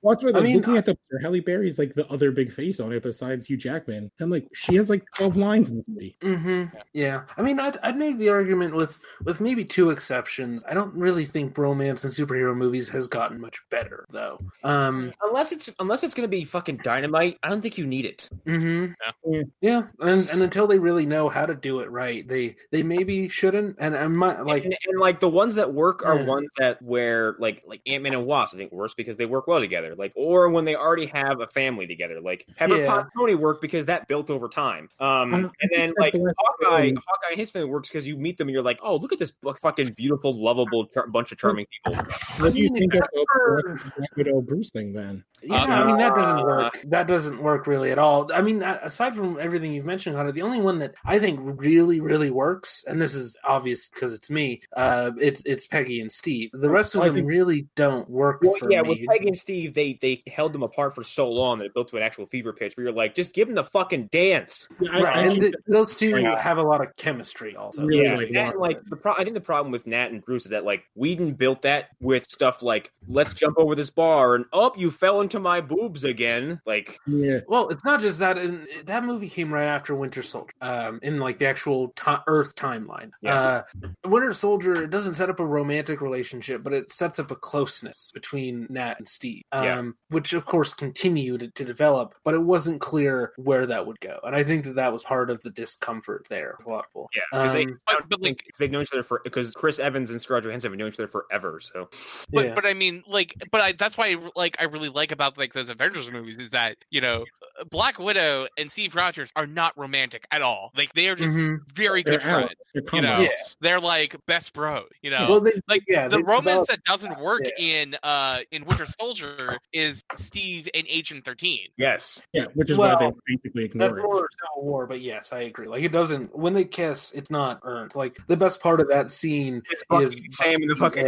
Speaker 4: Well, that's why like,
Speaker 5: mean,
Speaker 4: looking at the Halle Berry's like the other big face on it besides Hugh Jackman. I'm like, she has like twelve lines in the movie.
Speaker 5: hmm Yeah, I mean, I'd, I'd make the argument with with maybe two exceptions. I don't really think romance in superhero movies has gotten much better though. Um,
Speaker 1: Mm. Unless it's unless it's gonna be fucking dynamite, I don't think you need it.
Speaker 5: hmm
Speaker 4: Yeah.
Speaker 5: Yeah, And, and until they really know how to do it right, they they maybe shouldn't. And I might like,
Speaker 1: and, and like Mm. the ones that work are
Speaker 5: Yeah.
Speaker 1: ones that where like like Ant Man and Wasp I think works because they work well together. Like or when they already have a family together. Like Pepper
Speaker 5: Yeah.
Speaker 1: Potts and Tony work because that built over time. Um,
Speaker 5: Mm,
Speaker 4: Um,
Speaker 1: and then
Speaker 4: I
Speaker 1: like
Speaker 4: think that's the
Speaker 1: Hawkeye,
Speaker 4: thing.
Speaker 1: Hawkeye and his family works because you meet them and you're like, oh look at this bu- fucking beautiful, lovable char- bunch of charming people.
Speaker 4: What do you
Speaker 5: mean,
Speaker 4: think of
Speaker 5: after-
Speaker 4: the Black Widow Bruce thing then?
Speaker 5: yeah, I mean that doesn't work. That doesn't work really at all. I mean, a- aside from everything you've mentioned, Hunter, the only one that I think really really works, and this is obvious because it's me. Uh, it's it's Peggy and Steve. The rest of
Speaker 4: I
Speaker 5: them
Speaker 4: think-
Speaker 5: really don't work
Speaker 1: Well,
Speaker 5: for
Speaker 1: yeah, with
Speaker 5: me.
Speaker 1: Peggy and Steve, they they held them apart for so long that it built to an actual fever pitch where you're like, just give them the fucking dance.
Speaker 4: I,
Speaker 5: right, and
Speaker 4: actually
Speaker 5: th- those two
Speaker 4: Yeah.
Speaker 5: have a lot of chemistry also.
Speaker 4: Really,
Speaker 1: yeah,
Speaker 4: like,
Speaker 1: Nat,
Speaker 4: rock
Speaker 1: like the pro- I think the problem with Nat and Bruce is that like Whedon built that with stuff like let's jump over this bar and up oh, you fell into my boobs again. Like
Speaker 4: yeah.
Speaker 5: Well, it's not just that. In, that movie came right after Winter Soldier, um, in like the actual ti Earth timeline.
Speaker 1: Yeah.
Speaker 5: Uh, Winter Soldier it doesn't set up a romantic relationship, but it sets up a closeness between Nat and Steve, um,
Speaker 1: Yeah.
Speaker 5: which of course continued to, develop. But it wasn't clear where that would go, and I think that that was part of the discomfort there. with A lot of people.
Speaker 1: yeah, because they
Speaker 5: Um,
Speaker 6: But, but like,
Speaker 1: because they've known each other for because Chris Evans and Scarlett Johansson have known each other forever. So
Speaker 6: But,
Speaker 5: yeah.
Speaker 6: but I mean, like, but I, that's why, like, I really like about like those Avengers movies is that you know, Black Widow and Steve Rogers are not romantic at all. Like, they are just
Speaker 5: Mhm.
Speaker 6: very
Speaker 4: They're
Speaker 6: good friends. good.
Speaker 4: They're
Speaker 6: You know,
Speaker 4: comrades.
Speaker 6: They're like best bro, you know.
Speaker 5: Well, they,
Speaker 6: like
Speaker 5: yeah,
Speaker 6: the
Speaker 5: they
Speaker 6: romance
Speaker 5: develop-
Speaker 6: that doesn't work in uh in Winter Soldier is Steve and Agent Thirteen.
Speaker 1: Yes.
Speaker 4: Yeah, which is why
Speaker 5: Well,
Speaker 4: they basically
Speaker 5: That's
Speaker 4: ignore it.
Speaker 5: more Civil War, but yes, I agree. Like it doesn't when they kiss, it's not earned. Like the best part of that scene
Speaker 1: It's
Speaker 5: Bucky
Speaker 1: is
Speaker 5: and
Speaker 1: Sam in the fucking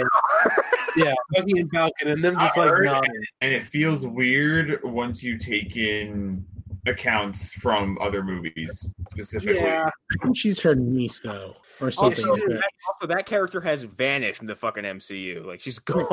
Speaker 5: yeah, Bucky and Falcon, and them
Speaker 3: I
Speaker 5: just like
Speaker 3: heard
Speaker 5: nodding.
Speaker 3: and it feels weird once you take in accounts from other movies specifically.
Speaker 5: Yeah,
Speaker 4: I think she's her niece though, or something
Speaker 1: also,
Speaker 4: like that.
Speaker 1: that, also, that character has vanished from the fucking MCU. Like she's
Speaker 4: <laughs>
Speaker 1: gone.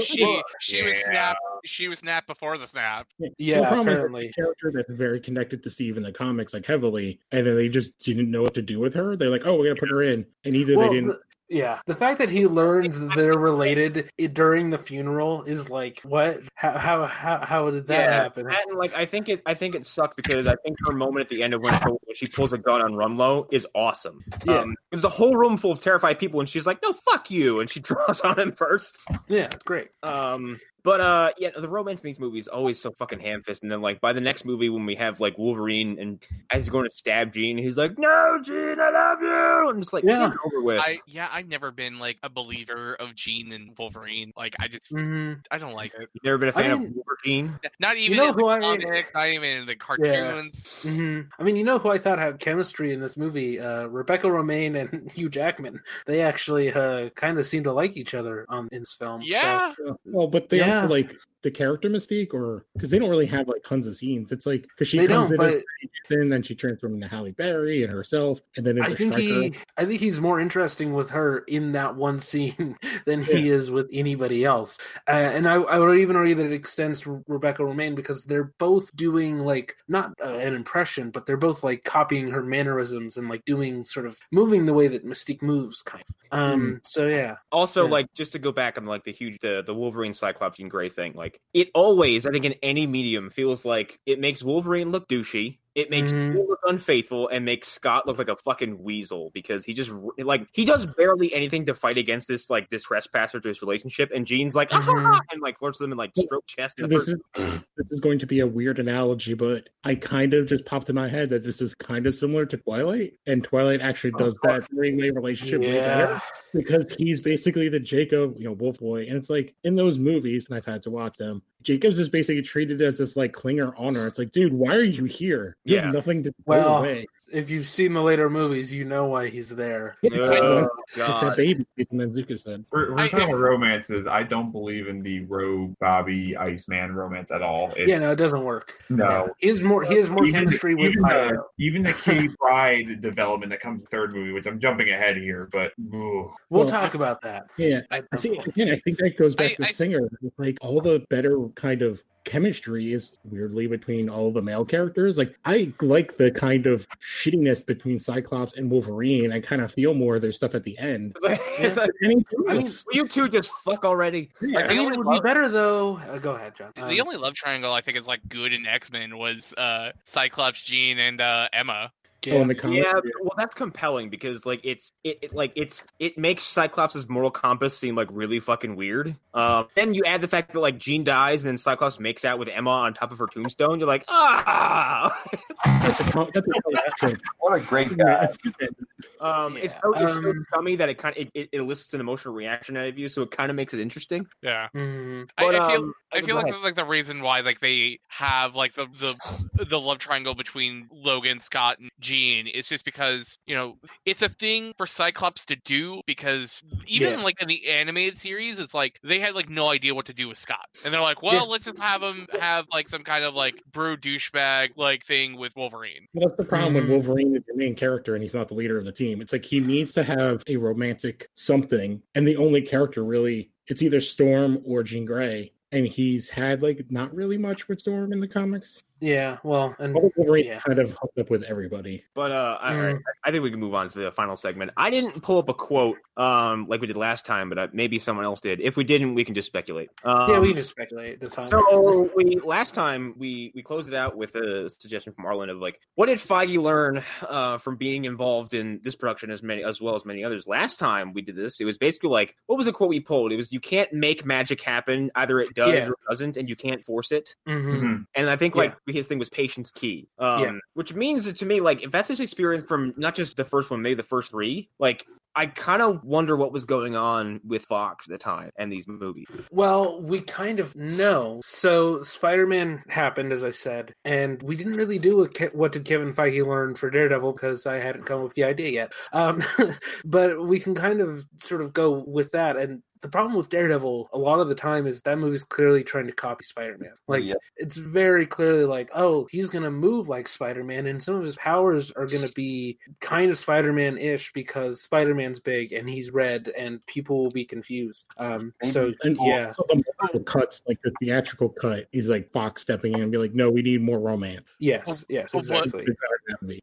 Speaker 6: She she was
Speaker 3: Yeah.
Speaker 6: snapped. She was snapped before the snap.
Speaker 4: The
Speaker 5: yeah.
Speaker 4: problem is that
Speaker 5: Apparently,
Speaker 4: the character that's very connected to Steve in the comics, like heavily, and then they just didn't know what to do with her. They're like, "Oh, we're gonna put her in," and either
Speaker 5: Well,
Speaker 4: they didn't.
Speaker 5: the- yeah. The fact that he learns that they're related i- during the funeral is like, what? How how how, how did that
Speaker 1: Yeah,
Speaker 5: happen?
Speaker 1: That and like I think it I think it sucked because I think her moment at the end of Winter Soldier when she pulls a gun on Rumlow is awesome.
Speaker 5: Yeah.
Speaker 1: Um, there's a whole room full of terrified people and she's like, "No, fuck you," and she <laughs> draws on him first.
Speaker 5: Yeah, it's great.
Speaker 1: Um, but uh, yeah, the romance in these movies is always so fucking ham fist. And then like by the next movie, when we have like Wolverine and as he's going to stab Jean, he's like, "No, Jean, I love you." I'm just like,
Speaker 5: Yeah.
Speaker 1: "Get it over with."
Speaker 6: I yeah, I've never been like a believer of Jean and Wolverine. Like I just
Speaker 5: hmm
Speaker 6: I don't like it.
Speaker 1: You've never been a
Speaker 5: I
Speaker 1: fan of
Speaker 5: mean-
Speaker 1: Wolverine?
Speaker 6: Not even
Speaker 5: know
Speaker 6: in
Speaker 5: who I-
Speaker 6: the comics, not even in the cartoons.
Speaker 5: hmm I mean, you know who I thought had chemistry in this movie? Uh, Rebecca Romaine and <laughs> Hugh Jackman. They actually uh, kind of seem to like each other on in this film. Um, so-
Speaker 6: Yeah.
Speaker 4: uh, Well, but they
Speaker 5: Yeah.
Speaker 4: are like the character mystique, or because they don't really have like tons of scenes. It's like because she
Speaker 5: They
Speaker 4: comes
Speaker 5: don't,
Speaker 4: in as
Speaker 5: but-
Speaker 4: Kristen, and then she transforms into Halle Berry and herself, and then into
Speaker 5: I think
Speaker 4: Stryker.
Speaker 5: he, I think he's more interesting with her in that one <laughs> scene than he is with anybody else. Uh, and I, I would even argue that it extends to Rebecca Romaine because they're both doing like not uh, an impression, but they're both like copying her mannerisms and like doing sort of moving the way that Mystique moves, kind of. Um. So yeah,
Speaker 1: Also,
Speaker 5: Yeah.
Speaker 1: like just to go back on like the huge the, the Wolverine Cyclops Jean Grey thing, like it always, I think in any medium, feels like it makes Wolverine look douchey. It makes
Speaker 4: Mm-hmm.
Speaker 5: Mhm.
Speaker 1: you look unfaithful and makes Scott look like a fucking weasel because he just like he does barely anything to fight against this like this trespasser to his relationship. And Jean's like "Ah, ha, ha," and like flirts with him and like stroke chest. in the
Speaker 4: Mm-hmm. this
Speaker 1: first-
Speaker 4: is this is going to be a weird analogy, but I kind of just popped in my head that this is kind of similar to Twilight, and Twilight actually does that three-way relationship way better
Speaker 5: yeah.
Speaker 4: because he's basically the Jacob, you know, Wolf Boy, and it's like in those movies, and I've had to watch them. Jacobs is basically treated as this like clinger honor. It's like, dude, why are you here? You
Speaker 1: Yeah.
Speaker 4: have nothing to go
Speaker 5: Well,
Speaker 4: away.
Speaker 5: If you've seen the later movies, you know why he's there. Uh,
Speaker 1: oh,
Speaker 4: that <laughs>
Speaker 1: God.
Speaker 4: baby, Manzuka said.
Speaker 3: We're, we're
Speaker 6: I-
Speaker 3: talking about romances. I don't believe in the Rogue Bobby Iceman romance at all. It's-
Speaker 5: Yeah, no, it doesn't work.
Speaker 3: no.
Speaker 5: he has more. He has more
Speaker 3: Even-
Speaker 5: chemistry with
Speaker 3: even
Speaker 5: Io.
Speaker 3: the, even the
Speaker 5: <laughs>
Speaker 3: Kitty Pride development that comes in the third movie, which I'm jumping ahead here, but ugh.
Speaker 5: We'll
Speaker 4: Well,
Speaker 5: talk about that.
Speaker 4: Yeah,
Speaker 6: I-
Speaker 4: I see. Again, I think that goes back
Speaker 6: I-
Speaker 4: to
Speaker 6: I-
Speaker 4: Singer. It's like all the better kind of chemistry is weirdly between all the male characters. Like I like the kind of shittiness between Cyclops and Wolverine. I kind of feel more of their stuff at the end.
Speaker 1: <laughs> It's like,
Speaker 4: Anything
Speaker 5: I mean,
Speaker 4: else?
Speaker 1: will you two just fuck already?
Speaker 5: I
Speaker 6: The
Speaker 5: mean,
Speaker 6: only
Speaker 5: it would
Speaker 6: love-
Speaker 5: be better though. Uh, go ahead, John. Um,
Speaker 6: The only love triangle I think is like good in X Men was uh, Cyclops, Jean, and uh, Emma.
Speaker 5: yeah.
Speaker 4: Oh, in the comic.
Speaker 1: Yeah, well, that's compelling because like it's it, it like it's it makes Cyclops' moral compass seem like really fucking weird. Um, then you add the fact that like Jean dies and then Cyclops makes out with Emma on top of her tombstone. You're like, ah. <laughs>
Speaker 4: That's a com- that's a comic strip.
Speaker 2: What a great guy.
Speaker 4: That's it.
Speaker 1: Um, it's
Speaker 5: Yeah,
Speaker 1: so, it's so
Speaker 5: um,
Speaker 1: scummy that it kind of it, it elicits an emotional reaction out of you, so it kind of makes it interesting.
Speaker 6: Yeah,
Speaker 5: Mhm.
Speaker 1: But,
Speaker 6: I, I feel
Speaker 1: um,
Speaker 6: I feel like
Speaker 1: go
Speaker 6: like the reason why like they have like the the the love triangle between Logan, Scott, and Jean is just because you know it's a thing for Cyclops to do because even
Speaker 5: Yeah.
Speaker 6: like in the animated series, it's like they had like no idea what to do with Scott, and they're like, well,
Speaker 5: Yeah.
Speaker 6: let's just have him have like some kind of like bro douchebag like thing with Wolverine.
Speaker 4: Well, that's the problem
Speaker 5: Mhm.
Speaker 4: when Wolverine is the main character and he's not the leader of the team. It's like he needs to have a romantic something, and the only character really it's either Storm or Jean Grey, and he's had like not really much with Storm in the comics.
Speaker 5: Yeah. Well, and
Speaker 4: Although Wolverine
Speaker 5: Yeah.
Speaker 4: kind of hooked up with everybody.
Speaker 1: But uh, I,
Speaker 5: Mm.
Speaker 1: I think we can move on to the final segment. I didn't pull up a quote um like we did last time, but uh, maybe someone else did. If we didn't, we can just speculate. Um,
Speaker 5: yeah, we can just speculate this time. <laughs>
Speaker 1: So we last time we we closed it out with a suggestion from Arlen of like, what did Feige learn uh, from being involved in this production as many as well as many others? Last time we did this, it was basically like, what was the quote we pulled? It was you can't make magic happen, either it does
Speaker 5: Yeah.
Speaker 1: or it doesn't, and you can't force it.
Speaker 5: Mhm.
Speaker 3: Mhm.
Speaker 1: And I think like
Speaker 5: Yeah.
Speaker 1: we basically his thing was Patience Key. Um,
Speaker 5: Yeah.
Speaker 1: Which means that to me, like, if that's his experience from not just the first one, maybe the first three, like, I kind of wonder what was going on with Fox at the time and these movies.
Speaker 5: Well, we kind of know. So Spider-Man happened, as I said, and we didn't really do a Ke- what did Kevin Feige learn for Daredevil because I hadn't come up with the idea yet. Um, <laughs> but we can kind of sort of go with that. And the problem with Daredevil a lot of the time is that movie's clearly trying to copy Spider-Man. Like
Speaker 2: Yeah.
Speaker 5: it's very clearly like, oh, he's gonna move like Spider-Man, and some of his powers are gonna be kind of Spider-Man-ish because Spider-Man's big and he's red, and people will be confused. Um, so
Speaker 4: And
Speaker 5: yeah.
Speaker 4: also the multiple cuts, like the theatrical cut, is like Fox stepping in and be like, "No, we need more romance."
Speaker 5: Yes, yes,
Speaker 6: Well, what-
Speaker 5: exactly.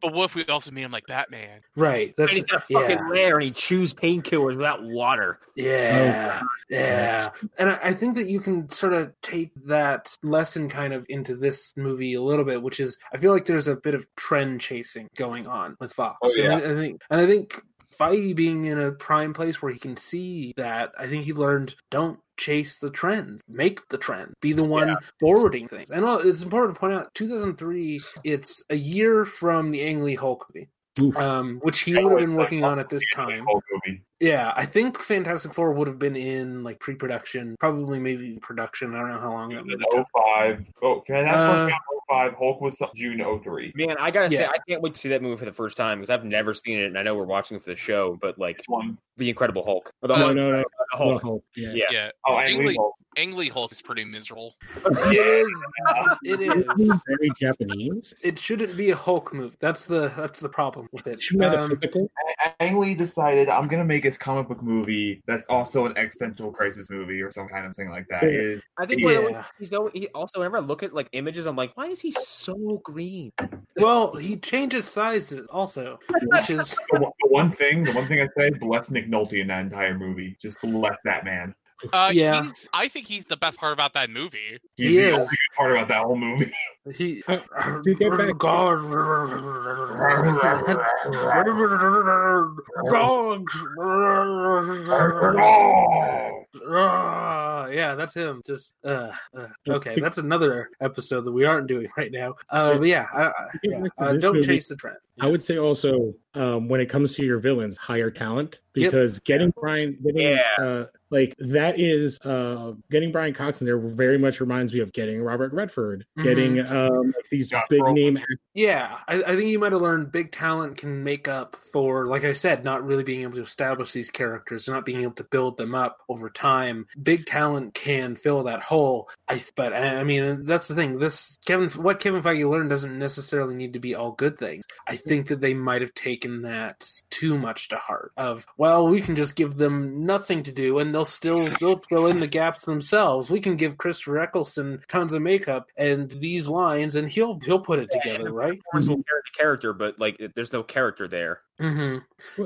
Speaker 6: But what if we also made him like Batman?
Speaker 5: Right. That's
Speaker 1: And he's got fucking
Speaker 5: yeah,
Speaker 1: rare and he chews painkillers without water.
Speaker 3: Oh,
Speaker 5: yeah, yeah. And I, I think that you can sort of take that lesson kind of into this movie a little bit, which is I feel like there's a bit of trend chasing going on with Fox.
Speaker 3: Oh, yeah.
Speaker 5: And I, I think, and I think Feige being in a prime place where he can see that, I think he learned don't chase the trends, make the trend, be the one forwarding things. And uh, it's important to point out 2003, it's a year from the Ang Lee Hulk movie.
Speaker 4: Oof.
Speaker 5: Um, which he
Speaker 3: I
Speaker 5: would have
Speaker 3: always
Speaker 5: been
Speaker 3: like
Speaker 5: working
Speaker 3: Hulk
Speaker 5: on at this time.
Speaker 3: Hulk movie.
Speaker 5: Yeah, I think Fantastic Four would have been in like pre-production, probably maybe production. I don't know how long that would have
Speaker 3: Oh
Speaker 5: took.
Speaker 3: five. Oh, can that's
Speaker 5: Uh,
Speaker 3: uh, five. Hulk was June 03.
Speaker 1: Man, I gotta say,
Speaker 5: Yeah.
Speaker 1: I can't wait to see that movie for the first time because I've never seen it, and I know we're watching it for the show. But like
Speaker 3: Which one?
Speaker 1: the Incredible Hulk,
Speaker 5: Oh,
Speaker 1: or the
Speaker 6: Uh,
Speaker 4: Oh, No,
Speaker 1: Hulk,
Speaker 4: no, no,
Speaker 1: the Hulk.
Speaker 4: the Hulk, Yeah.
Speaker 1: Yeah.
Speaker 6: Yeah,
Speaker 3: Oh, Ang
Speaker 6: Engli-
Speaker 3: Lee Hulk.
Speaker 6: Angley Hulk is pretty miserable.
Speaker 5: <laughs> It is. <laughs> It
Speaker 4: It's
Speaker 5: is.
Speaker 4: very Japanese.
Speaker 5: It shouldn't be a Hulk movie. That's the that's the problem with it.
Speaker 4: She made a
Speaker 5: Um,
Speaker 4: physical.
Speaker 3: A- Ang Lee decided I'm gonna make his comic book movie that's also an existential crisis movie or some kind of thing like that.
Speaker 4: Yeah.
Speaker 3: Is
Speaker 1: I think when I was-
Speaker 5: Yeah.
Speaker 1: he's no. He also, whenever I look at like images, I'm like, why is he so green?
Speaker 5: well, he changes sizes also, which is
Speaker 3: the one- the one thing, the one thing I say, bless Nick Nolte in that entire movie. Just bless that man.
Speaker 6: Uh,
Speaker 5: Yeah.
Speaker 6: he's, I think he's the best part about that movie.
Speaker 3: He's
Speaker 5: He
Speaker 3: the
Speaker 5: is.
Speaker 3: only good part about that whole <laughs> movie.
Speaker 5: he.
Speaker 4: Uh, to get back- <laughs>
Speaker 5: God. Dogs.
Speaker 3: Oh!
Speaker 5: Ah, yeah, that's him. Just uh, uh, okay. That's another episode that we aren't doing right now. Uh, but yeah, I, I, yeah, uh, don't chase the trend.
Speaker 4: I would say also um, when it comes to your villains, hire talent
Speaker 5: Yep.
Speaker 4: because getting Brian, getting,
Speaker 1: Yeah.
Speaker 4: uh, like that is uh, getting Brian Cox in there very much reminds me of getting Robert Redford,
Speaker 5: Mhm.
Speaker 4: getting um, these
Speaker 3: Josh
Speaker 4: big
Speaker 3: Brolin.
Speaker 4: name
Speaker 5: Yeah, I, I think you might have learned big talent can make up for, like I said, not really being able to establish these characters, not being able to build them up over time. Big talent can fill that hole. I, but I I mean, that's the thing. This Kevin, what Kevin Feige learned doesn't necessarily need to be all good things. I think that they might have taken that too much to heart. Of well, we can just give them nothing to do, and they'll still they'll fill in the gaps themselves. We can give Christopher Eccleston tons of makeup and these lines, and he'll he'll put it together, right?
Speaker 1: Lawrence will carry the character, but like, there's no character there.
Speaker 5: hmm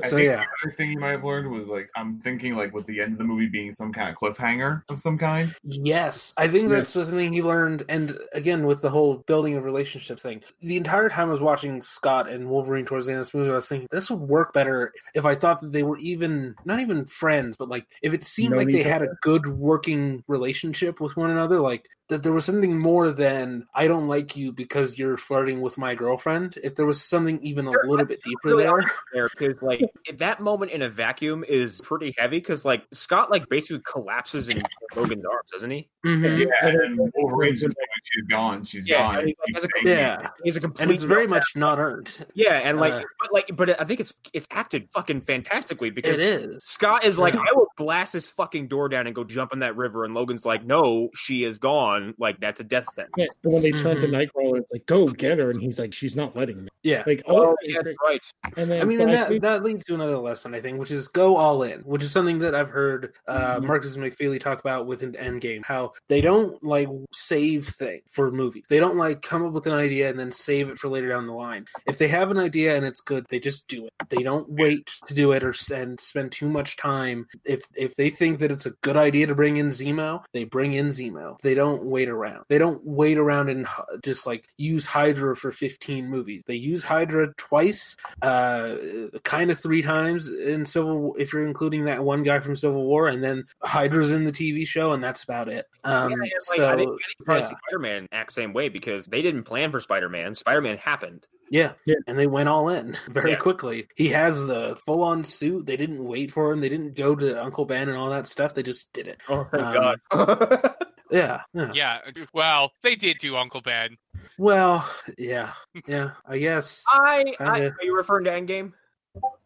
Speaker 3: I
Speaker 5: So
Speaker 3: think
Speaker 5: yeah,
Speaker 3: the other thing you might have learned was like I'm thinking like with the end of the movie being some kind of cliffhanger of some kind.
Speaker 5: yes, I think that's something he learned. And again, with the whole building of relationship thing, the entire time I was watching Scott and Wolverine towards the end of this movie, I was thinking this would work better if I thought that they were even not even friends, but like if it seemed
Speaker 4: Known
Speaker 5: like they
Speaker 4: each
Speaker 5: had a good working relationship with one another, like that there was something more than I don't like you because you're flirting with my girlfriend. If there was something even a
Speaker 1: Sure,
Speaker 5: little bit deeper
Speaker 1: really
Speaker 5: there,
Speaker 1: There, because like that moment in a vacuum is pretty heavy. Because like Scott, like basically collapses in Logan's arms, doesn't he?
Speaker 5: Mhm.
Speaker 3: Mm-hmm. Yeah, and then Wolverine's just like she's gone, she's
Speaker 1: Yeah,
Speaker 3: gone.
Speaker 1: and he's
Speaker 3: He's
Speaker 1: like,
Speaker 3: saying,
Speaker 5: <laughs> yeah,
Speaker 1: He's a complete.
Speaker 5: and it's very much not earned.
Speaker 1: yeah, and like,
Speaker 5: uh,
Speaker 1: but like, but I think it's it's acted fucking fantastically because
Speaker 5: It is.
Speaker 1: Scott is like,
Speaker 5: Yeah.
Speaker 1: I will blast this fucking door down and go jump in that river. And Logan's like, no, she is gone. Like, that's a death sentence.
Speaker 4: Yeah, and when they turn to
Speaker 5: Mhm.
Speaker 4: Nightcrawler, it's like, "Go get her," and he's like, "She's not letting me."
Speaker 5: Yeah.
Speaker 4: Like,
Speaker 1: Oh,
Speaker 4: oh,
Speaker 1: yeah, that's right.
Speaker 4: and then
Speaker 5: I mean,
Speaker 4: but
Speaker 5: and
Speaker 4: I
Speaker 5: that,
Speaker 4: think-
Speaker 5: that leads to another lesson, I think, which is go all in, which is something that I've heard uh,
Speaker 4: Mhm.
Speaker 5: Marcus McFeely talk about with an Endgame, how they don't like save thing for movies. They don't like come up with an idea and then save it for later down the line. If they have an idea and it's good, they just do it. They don't wait to do it or s- and spend too much time. If if they think that it's a good idea to bring in Zemo, they bring in Zemo. They don't wait around. They don't wait around and h- just like use Hydra for 15 movies. They use Hydra twice uh, kind of three times in Civil. If you're including that one guy from Civil War, and then Hydra's in the TV show, and that's about it. Um,
Speaker 1: Yeah, and, like, I think, I
Speaker 5: so
Speaker 1: think you probably
Speaker 5: yeah.
Speaker 1: see Spider-Man act the same way because they didn't plan for Spider-Man. Spider-Man happened.
Speaker 5: yeah.
Speaker 4: Yeah.
Speaker 5: and they went all in <laughs> very
Speaker 1: Yeah.
Speaker 5: quickly. He has the full on suit. They didn't wait for him. They didn't go to Uncle Ben and all that stuff. They just did it.
Speaker 1: Oh, thank
Speaker 5: Um,
Speaker 1: God. <laughs>
Speaker 5: Yeah, yeah.
Speaker 6: Yeah. Well, they did do Uncle Ben.
Speaker 5: Well, yeah,
Speaker 1: <laughs>
Speaker 5: yeah. I guess.
Speaker 1: I, I
Speaker 5: kinda-
Speaker 1: are you referring to Endgame,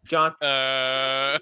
Speaker 1: John?
Speaker 6: Uh.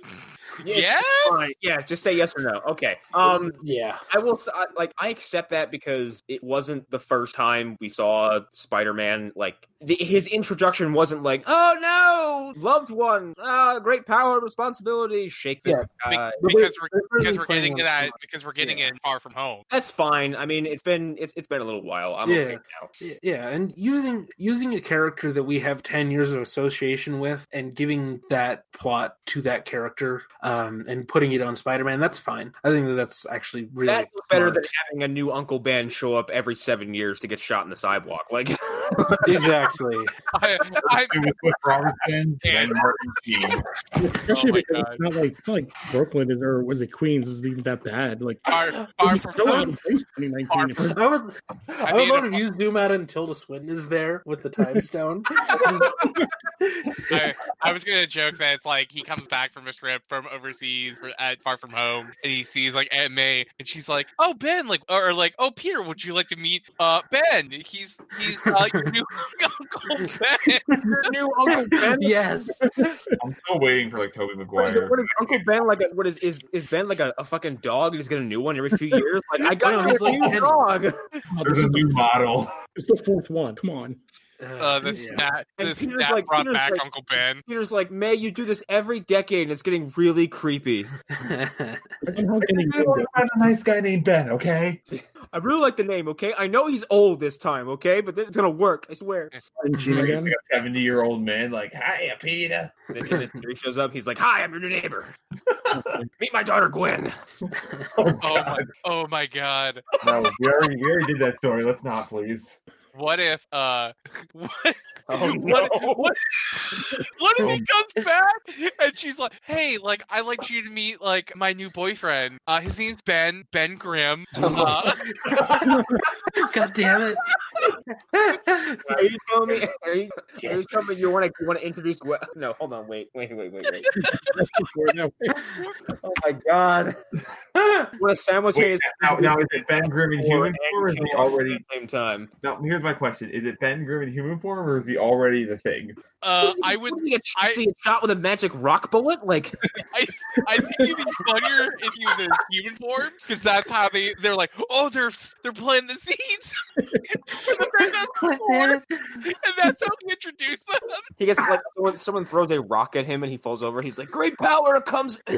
Speaker 1: Yeah,
Speaker 6: Yes.
Speaker 1: Fine. Yeah, just say yes or no. Okay. Um,
Speaker 5: yeah,
Speaker 1: I will s- I- like I accept that because it wasn't the first time we saw Spider-Man. Like the, his introduction wasn't like, "Oh no, loved one, uh, great power, responsibility, shake fist."
Speaker 6: Be-
Speaker 1: guy."
Speaker 5: The way-
Speaker 6: because we're
Speaker 5: they're really
Speaker 6: because we're
Speaker 5: playing on
Speaker 6: getting it
Speaker 5: that.
Speaker 6: at, because we're getting
Speaker 5: Yeah.
Speaker 6: it far from
Speaker 1: <laughs>
Speaker 6: home.
Speaker 1: That's fine. I mean, it's been it's it's been a little while. I'm
Speaker 5: Yeah.
Speaker 1: okay now.
Speaker 5: yeah and using using a character that we have 10 years of association with and giving that plot to that character um and putting it on spider-man that's fine i think that that's actually really
Speaker 1: That was better than
Speaker 5: smart.
Speaker 1: having a new Uncle Ben show up every seven years to get shot in the sidewalk. Like, <laughs>
Speaker 5: exactly
Speaker 6: I, <laughs> I,
Speaker 3: It was with <laughs> Robertson, then Martin Sheen.
Speaker 4: Especially
Speaker 6: Oh my
Speaker 4: because it's not like it's not like Brooklyn is, or was it Queens is even that bad. Like
Speaker 6: far,
Speaker 4: it
Speaker 6: far
Speaker 4: was
Speaker 6: from
Speaker 4: so out
Speaker 6: home.
Speaker 4: of place in 2019.
Speaker 5: i would i, would
Speaker 6: mean,
Speaker 5: love if you zoom out and tilda swinton is there with the
Speaker 6: <laughs>
Speaker 5: time stone
Speaker 6: I, I was gonna joke that it's like he comes back from a trip from overseas for- at Far From Home, and he sees like Aunt May, and she's like, "Oh Ben, like or, or, like oh Peter, would you like to meet uh Ben? He's he's uh, your <laughs> new Uncle Ben."
Speaker 1: new Uncle Ben.
Speaker 5: yes
Speaker 3: I'm still waiting for like Toby
Speaker 1: <laughs>
Speaker 3: Maguire.
Speaker 1: What is, it- what is Uncle Ben like? A, what is is is Ben like a, a fucking dog? He's got a new one every few years. Like I
Speaker 5: No,
Speaker 1: got
Speaker 5: he's
Speaker 1: a
Speaker 5: like
Speaker 1: new
Speaker 5: Kenny.
Speaker 1: dog.
Speaker 4: Oh, this
Speaker 3: There's a
Speaker 4: is the-
Speaker 3: new <laughs> model.
Speaker 4: It's the fourth one. Come on.
Speaker 6: Uh, the snap,
Speaker 1: And
Speaker 6: the
Speaker 1: Peter's
Speaker 6: snap
Speaker 1: like-
Speaker 6: brought
Speaker 1: Peter's
Speaker 6: back
Speaker 1: like-
Speaker 6: Uncle Ben.
Speaker 1: Peter's like, May, you do this every decade, and it's getting really creepy.
Speaker 5: yeah.
Speaker 4: Somehow getting younger.
Speaker 3: a nice guy named Ben, okay?
Speaker 1: I really like the name. Okay, I know he's old this time. Okay, but it's gonna work. I swear.
Speaker 4: And Gene
Speaker 3: Like
Speaker 4: again.
Speaker 3: a 70 year old man, like, hiya, Peter.
Speaker 1: <laughs> And then his theory shows up. He's like, "Hi, I'm your new <laughs> neighbor. Meet my daughter Gwen."
Speaker 3: Oh,
Speaker 6: Oh my,
Speaker 3: God.
Speaker 6: oh my God!
Speaker 3: no, we already, we already did that story. Let's not, please.
Speaker 6: What if uh, <laughs> what
Speaker 1: <laughs> Oh,
Speaker 6: what, what, what if he comes back and she's like, "Hey, like I would like you to meet like my new boyfriend. Uh, his name's Ben Ben Grimm. Uh,
Speaker 5: <laughs> god damn it
Speaker 1: Are you telling me? Are you, are you telling me you want to you want to introduce? Gwen? <laughs> No, hold on. Wait, wait, wait, wait, <laughs> wait. Oh my god! <laughs> What a
Speaker 3: Wait,
Speaker 1: simultaneous
Speaker 3: now, now is it Ben Grimm in
Speaker 1: or
Speaker 3: human
Speaker 1: and
Speaker 3: form, or
Speaker 1: <laughs>
Speaker 3: is he
Speaker 1: kill
Speaker 3: already?
Speaker 1: at the same time.
Speaker 3: Now, here's my question: Is it Ben Grimm in human form, or is he already the thing?
Speaker 6: uh, I would.
Speaker 1: Wouldn't he get
Speaker 6: I-
Speaker 1: see a shot with a magic rock bullet. Like
Speaker 6: I think it'd be funnier if he was in human form because that's how they they're like, oh, they're they're playing the seeds <laughs> for the Fantastic Four, and that's how they introduce them.
Speaker 1: he gets like someone, someone throws a rock at him and he falls over. He's like, "Great power comes." <laughs>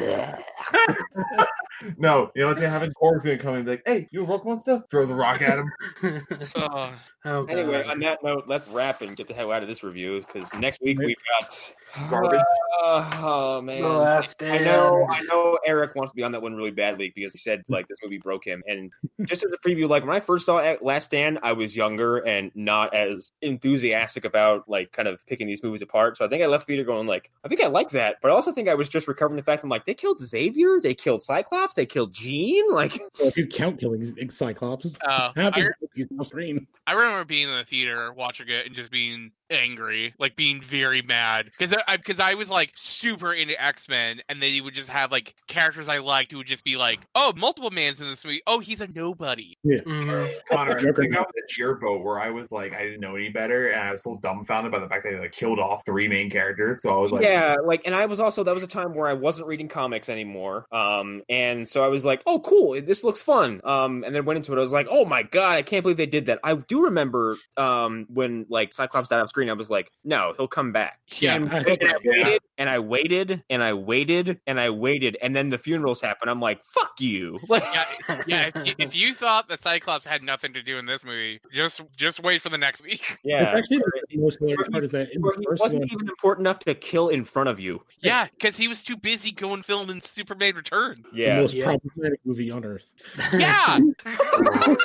Speaker 3: No, you know what they have in Korg's gonna come and be like, "Hey, you a rock monster?" Throw the rock at him.
Speaker 6: Oh,
Speaker 5: <laughs> oh, God.
Speaker 1: Anyway, on that note, let's wrap and get the hell out of this review because next week we've got
Speaker 3: Garbage.
Speaker 1: Uh, oh man.
Speaker 5: the last
Speaker 1: I
Speaker 5: day
Speaker 1: know, I know. Eric wants to be on that one really badly because he said like this movie broke him. And just as a preview, like when I first saw A- Last Stand, I was younger and not as enthusiastic about like kind of picking these movies apart. So I think I left theater going like, I think I like that, but I also think I was just recovering the fact I'm like, they killed Xavier, they killed Cyclops, they killed Jean. Like,
Speaker 4: If you count killing Z- Cyclops,
Speaker 6: uh,
Speaker 4: half
Speaker 6: I,
Speaker 4: of these on screen.
Speaker 6: I remember being in the theater watching it and just being angry, like being very mad because I because I was like super into X Men, and they would just have like characters I liked who would just be like, oh, multiple man's in this movie. Oh, he's a nobody.
Speaker 5: Mhm.
Speaker 3: <laughs> Connor, I
Speaker 4: Joker.
Speaker 3: think I was at your boat where I was like, I didn't know any better, and I was still dumbfounded by the fact that they like killed off three main characters. So I was like,
Speaker 1: yeah, like, and I was also that was a time where I wasn't reading comics anymore. Um, and so I was like, oh, cool, this looks fun. Um, and then went into it. I was like, oh my god, I can't believe they did that. I do remember, um, when like Cyclops died off screen, I was like, no, he'll come back.
Speaker 4: <laughs> Yeah.
Speaker 1: And,
Speaker 4: I
Speaker 1: and I
Speaker 3: <laughs> Yeah.
Speaker 1: <laughs> waited, and I waited, and I waited, and I waited, and then the funerals happened. I'm like, fuck you. <laughs> Like,
Speaker 6: Yeah, <laughs> yeah. If you, if you thought that Cyclops had nothing to do in this movie, just just wait for the next week. <laughs>
Speaker 1: yeah.
Speaker 4: It's actually the most hilarious part is that in
Speaker 1: Or
Speaker 4: the
Speaker 1: he
Speaker 4: first
Speaker 1: wasn't
Speaker 4: one,
Speaker 1: even important enough to kill in front of you.
Speaker 6: Yeah, because he was too busy going filming Superman Return.
Speaker 4: the
Speaker 1: Yeah.
Speaker 4: most
Speaker 5: Yeah.
Speaker 4: problematic movie on earth.
Speaker 6: Yeah. <laughs> Can't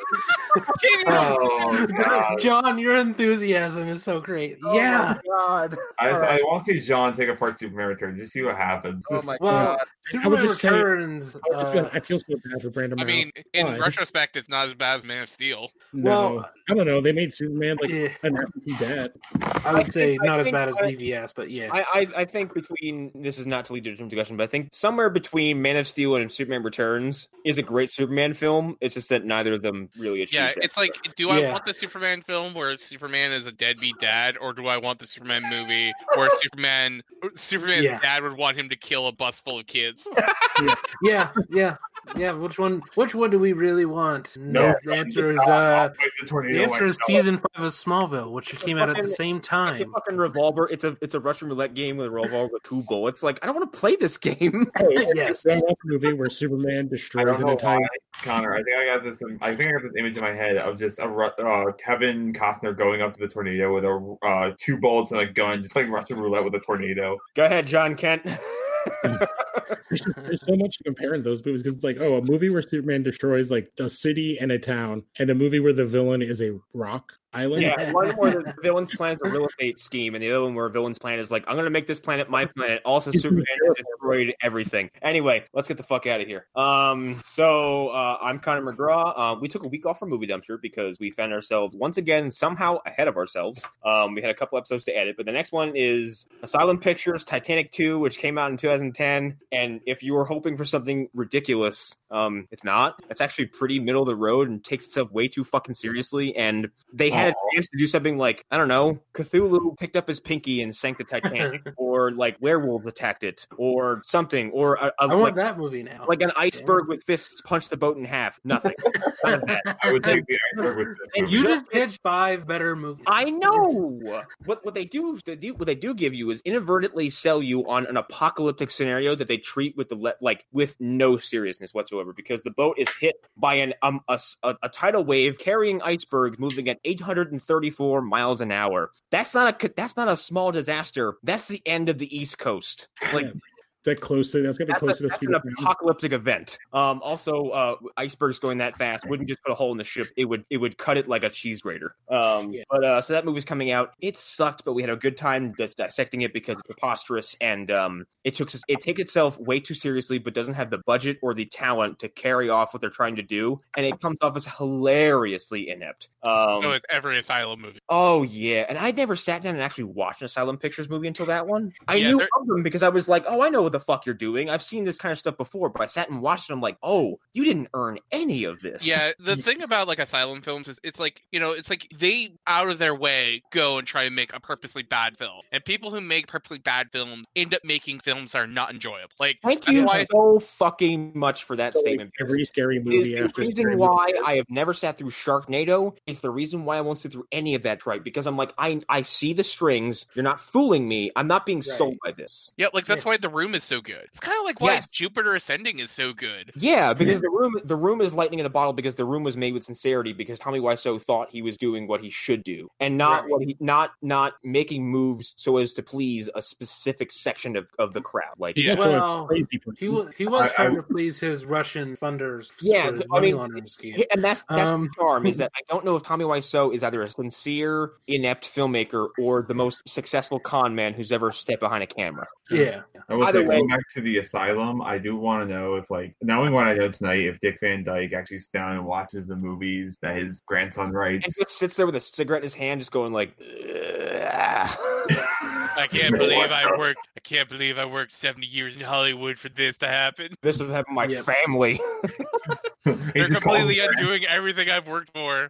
Speaker 6: even-
Speaker 3: "Oh God." <laughs>
Speaker 5: <laughs> John, your enthusiasm is so great. Right.
Speaker 1: Oh
Speaker 5: yeah.
Speaker 8: God.
Speaker 3: I, just-
Speaker 8: Alright.
Speaker 3: I want to see John take apart Superman Returns. Just see what happens.
Speaker 8: Oh my
Speaker 5: Well,
Speaker 8: god.
Speaker 4: I would
Speaker 5: Superman
Speaker 4: just say-
Speaker 5: Returns.
Speaker 4: I, was just
Speaker 5: uh,
Speaker 4: gonna- I feel so bad for Brandon.
Speaker 6: I mean,
Speaker 4: Routh.
Speaker 6: in
Speaker 4: Why?
Speaker 6: retrospect, it's not as bad as Man of Steel.
Speaker 4: no,
Speaker 5: well-
Speaker 4: I don't know. They made Superman like
Speaker 5: yeah,
Speaker 4: an happy dad.
Speaker 5: I
Speaker 1: I
Speaker 5: would say
Speaker 1: think- I
Speaker 5: not as
Speaker 1: think
Speaker 5: bad as
Speaker 1: I-
Speaker 5: BVS, but yeah.
Speaker 1: I, I I think between this is not to lead to a different discussion, but I think somewhere between Man of Steel and Superman Returns is a great Superman film. It's just that neither of them really achieved.
Speaker 6: Yeah,
Speaker 1: that.
Speaker 6: it's like, do I
Speaker 5: Yeah.
Speaker 6: want the Superman film where Superman is a deadbeat dad, or do I want the Superman movie where Superman Superman's
Speaker 5: Yeah.
Speaker 6: dad would want him to kill a bus full of kids?
Speaker 5: yeah, yeah, yeah. Which one? Which one do we really want?
Speaker 3: No,
Speaker 5: the answer is uh,
Speaker 3: the tornado
Speaker 5: the answer
Speaker 3: like,
Speaker 5: is season five of Smallville, which came out at the same
Speaker 1: It's a
Speaker 5: time.
Speaker 1: fucking revolver. It's a it's a Russian roulette game with a revolver with two bullets. Like I don't want to play this game. <laughs>
Speaker 5: Yes.
Speaker 4: that one movie where Superman
Speaker 3: I
Speaker 4: destroys
Speaker 3: don't
Speaker 4: an
Speaker 3: know why,
Speaker 4: entire.
Speaker 3: Connor. I think I got this. in- I think I got this image in my head of just a, Ru- uh, Kevin Costner going up to the tornado with a uh, two bullets and a gun, just playing Russian roulette with a tornado.
Speaker 1: Go ahead, John Kent. <laughs>
Speaker 4: There's, just- there's so much to compare in those movies because it's like, oh, a movie where Superman destroys like a city and a town, and a movie where the villain is a rock island.
Speaker 1: yeah, one where the villain's plan is a real estate scheme, and the other one where a villain's plan is like, I'm going to make this planet my planet. Also, Superman destroyed everything. Anyway, let's get the fuck out of here. Um, so uh, I'm Connor McGraw. Uh, we took a week off from Movie Dumpster because we found ourselves once again somehow ahead of ourselves. Um, we had a couple episodes to edit, but the next one is Asylum Pictures Titanic 2, which came out in 2010. And if you were hoping for something ridiculous, um, it's not. It's actually pretty middle of the road and takes itself way too fucking seriously. And they had a chance to do something like, I don't know, Cthulhu picked up his pinky and sank the
Speaker 5: <laughs>
Speaker 1: Titanic, or like werewolves attacked it, or something, or a, a,
Speaker 5: I want
Speaker 1: like,
Speaker 5: that movie now.
Speaker 1: like an iceberg with fists punched the boat in half. Nothing. None of that.
Speaker 3: I
Speaker 1: <laughs>
Speaker 3: would take the iceberg with this.
Speaker 1: And
Speaker 3: movie.
Speaker 5: you just pitched five better movies.
Speaker 1: I know. What what they do, they do what they do give you is inadvertently sell you on an apocalyptic scenario that they treat with the le- like with no seriousness whatsoever because the boat is hit by an um a, s- a- a tidal wave carrying icebergs moving at 834 miles an hour. That's not a co- that's not a small disaster. That's the end of the East Coast. Like
Speaker 4: Is that close to that's gonna be
Speaker 1: that's,
Speaker 4: close
Speaker 1: a,
Speaker 4: to the
Speaker 1: that's
Speaker 4: speed
Speaker 1: an
Speaker 4: of sound.
Speaker 1: apocalyptic event. Um, also, uh, icebergs going that fast wouldn't just put a hole in the ship; it would it would cut it like a cheese grater. Um,
Speaker 5: Yeah.
Speaker 1: But uh, so that movie's coming out. It sucked, but we had a good time just dissecting it because it's preposterous and um, it took it takes itself way too seriously, but doesn't have the budget or the talent to carry off what they're trying to do, and it comes off as hilariously inept. Um,
Speaker 6: No, Oh, it's every asylum movie.
Speaker 1: Oh yeah, and I never sat down and actually watched an Asylum Pictures movie until that one. I
Speaker 6: Yeah,
Speaker 1: knew
Speaker 6: they're-
Speaker 1: of them because I was like, "Oh, I know what the fuck you're doing. I've seen this kind of stuff before." But I sat and watched it. I'm like, "Oh, you didn't earn any of this."
Speaker 6: Yeah, the thing about like asylum films is it's like you know it's like they out of their way go and try and make a purposely bad film, and people who make purposely bad films end up making films that are not enjoyable. Like
Speaker 1: Thank
Speaker 6: that's
Speaker 1: you
Speaker 6: why
Speaker 1: so fucking much for that
Speaker 4: So, like,
Speaker 1: statement.
Speaker 4: every scary
Speaker 1: It is
Speaker 4: movie
Speaker 1: the
Speaker 4: after Scary
Speaker 1: reason
Speaker 4: Movie-
Speaker 1: why I have never sat through Sharknado. It's the reason why I won't sit through any of that tripe because I'm like, I I see the strings. You're not fooling me. I'm not being sold by this.
Speaker 6: yeah, like that's why the room is so good. It's kind of like why
Speaker 1: Yes.
Speaker 6: Jupiter Ascending is so good.
Speaker 1: Yeah, because the room the room is lightning in a bottle because the room was made with sincerity because Tommy Wiseau thought he was doing what he should do and not
Speaker 5: Right.
Speaker 1: what he not not making moves so as to please a specific section of, of the crowd. Like
Speaker 6: Yeah.
Speaker 4: That's what a
Speaker 5: Well,
Speaker 4: crazy person.
Speaker 5: He was he was
Speaker 3: I-
Speaker 5: trying to please his Russian funders.
Speaker 1: Yeah,
Speaker 5: for his
Speaker 1: I
Speaker 5: money
Speaker 1: mean,
Speaker 5: laundering scheme.
Speaker 1: Yeah, and that's that's
Speaker 5: Um,
Speaker 1: the charm is that I don't know if Tommy Wiseau is either a sincere inept filmmaker or the most successful con man who's ever stepped behind a camera.
Speaker 5: yeah.
Speaker 3: I will
Speaker 1: Either
Speaker 3: say,
Speaker 1: way-
Speaker 3: going back to the asylum, I do want to know if, like, knowing what I know tonight, if Dick Van Dyke actually sits down and watches the movies that his grandson
Speaker 1: And
Speaker 3: writes.
Speaker 1: just sits there with a cigarette in his hand, just going like.
Speaker 6: I can't believe I worked. I can't believe I worked seventy years in Hollywood for this to happen.
Speaker 1: <laughs> This would happen to my
Speaker 5: Yeah.
Speaker 1: family.
Speaker 3: <laughs> He
Speaker 6: They're
Speaker 3: just calls
Speaker 6: completely
Speaker 3: his,
Speaker 6: undoing everything I've worked for.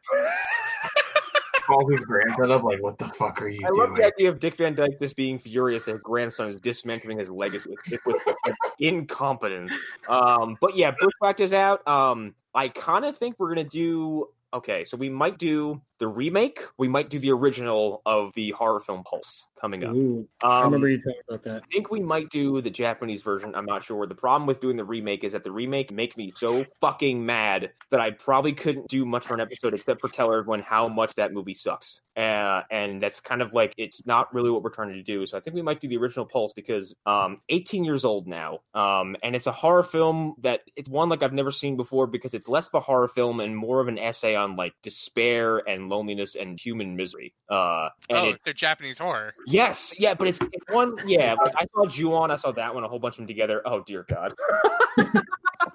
Speaker 3: calls his grandson up, like, "What the fuck are you
Speaker 1: I
Speaker 3: doing?"
Speaker 1: love the idea of Dick Van Dyke just being furious that his grandson is dismantling his legacy with, with incompetence. Um, but yeah, Bushwhacked is out. Um, I kind of think we're gonna do. Okay, so we might do the remake. We might do the original of the horror film Pulse coming up.
Speaker 4: Ooh, I
Speaker 1: Um,
Speaker 4: remember you talking about that.
Speaker 1: I think we might do the Japanese version. I'm not sure. The problem with doing the remake is that the remake make me so fucking mad that I probably couldn't do much for an episode except for tell everyone how much that movie sucks. Uh, and that's kind of like it's not really what we're trying to do. So I think we might do the original Pulse because um, 18 years old now, um, and it's a horror film that it's one like I've never seen before because it's less of a horror film and more of an essay on like despair and loneliness and human misery. Uh, and
Speaker 6: Oh,
Speaker 1: it-
Speaker 6: they're Japanese horror.
Speaker 1: yes, yeah, but it's it's one. Yeah, like I saw Ju-on, I saw that one, a whole bunch of them together. Oh dear God,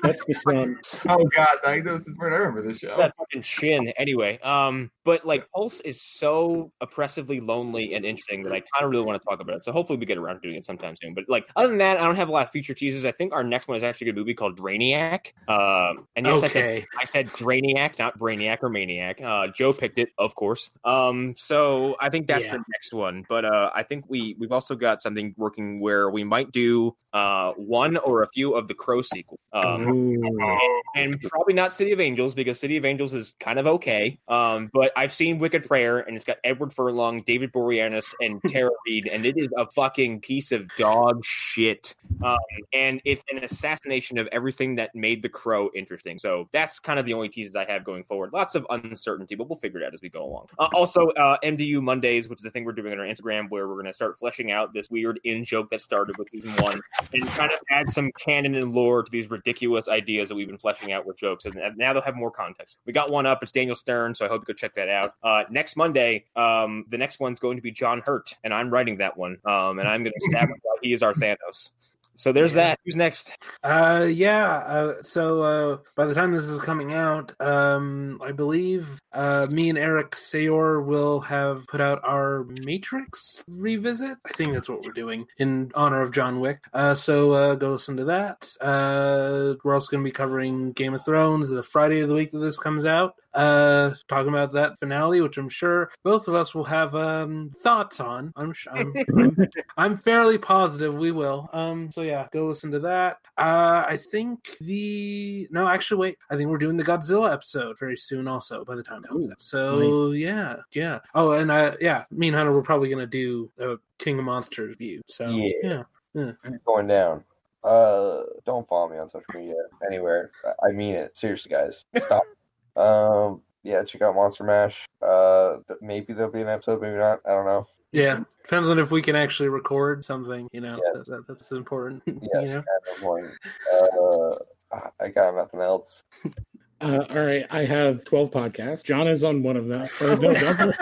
Speaker 4: That's the son.
Speaker 3: Oh god, I know this is weird. I remember this show.
Speaker 1: that fucking chin. Anyway, um, but like Pulse is so oppressively lonely and interesting that I kind of really want to talk about it. So hopefully we get around to doing it sometime soon. But like other than that, I don't have a lot of future teasers. I think our next one is actually a movie called Brainiac. Um, and yes, I said
Speaker 5: okay.
Speaker 1: I said Drainiac, not Brainiac or Maniac. Uh, Joe picked it, of course. Um, so I think that's
Speaker 5: Yeah.
Speaker 1: the next one. But uh, I think we we've also got something working where we might do uh, one or a few of the Crow sequel, um,
Speaker 4: Ooh.
Speaker 3: Oh,
Speaker 1: and probably not City of Angels because City of Angels is kind of okay. Um, but I've seen Wicked Prayer, and it's got Edward Furlong, David Boreanaz, and Tara Reid, and it is a fucking piece of dog shit Um, and it's an assassination of everything that made the crow interesting so that's kind of the only teases i have going forward lots of uncertainty but we'll figure it out as we go along uh, also uh, mdu mondays which is the thing we're doing on our instagram where we're going to start fleshing out this weird in joke that started with season one and kind of add some canon and lore to these ridiculous ideas that we've been fleshing out with jokes and and now they'll have more context we got one up it's daniel stern so i hope you go check that out uh, next monday um, the next one's going to be john hurt and i'm writing that one um, and i'm going to stab him while he is our thanos so there's that. Who's next?
Speaker 5: Uh, yeah. Uh, so uh, by the time this is coming out, um, I believe uh, me and Eric Sayor will have put out our Matrix revisit. I think that's what we're doing in honor of John Wick. Uh, so uh, go listen to that. Uh, we're also going to be covering Game of Thrones the Friday of the week that this comes out. Uh, talking about that finale, which I'm sure both of us will have um, thoughts on. I'm, sh- I'm, I'm I'm fairly positive we will. Um, so yeah, go listen to that. Uh, I think the no, actually, wait. I think we're doing the Godzilla episode very soon, also. By the time that comes out, so yeah, yeah. Oh, and uh, yeah, me and Hunter we're probably gonna do a King of Monsters view. So
Speaker 2: Yeah.
Speaker 5: yeah.
Speaker 2: going down. Uh, don't follow me on social media anywhere. I- I mean it. Seriously, guys, stop. um, yeah, check out Monster Mash. Uh, th- maybe there'll be an episode, maybe not. I don't know.
Speaker 5: yeah, Depends on if we can actually record something. You know,
Speaker 2: Yes.
Speaker 5: that's, that, that's important. <laughs>
Speaker 2: Yes,
Speaker 5: you know?
Speaker 2: at no point. Uh, I- I got nothing else.
Speaker 4: Uh, all right, I have twelve podcasts. John is on one of them. Or no, John's-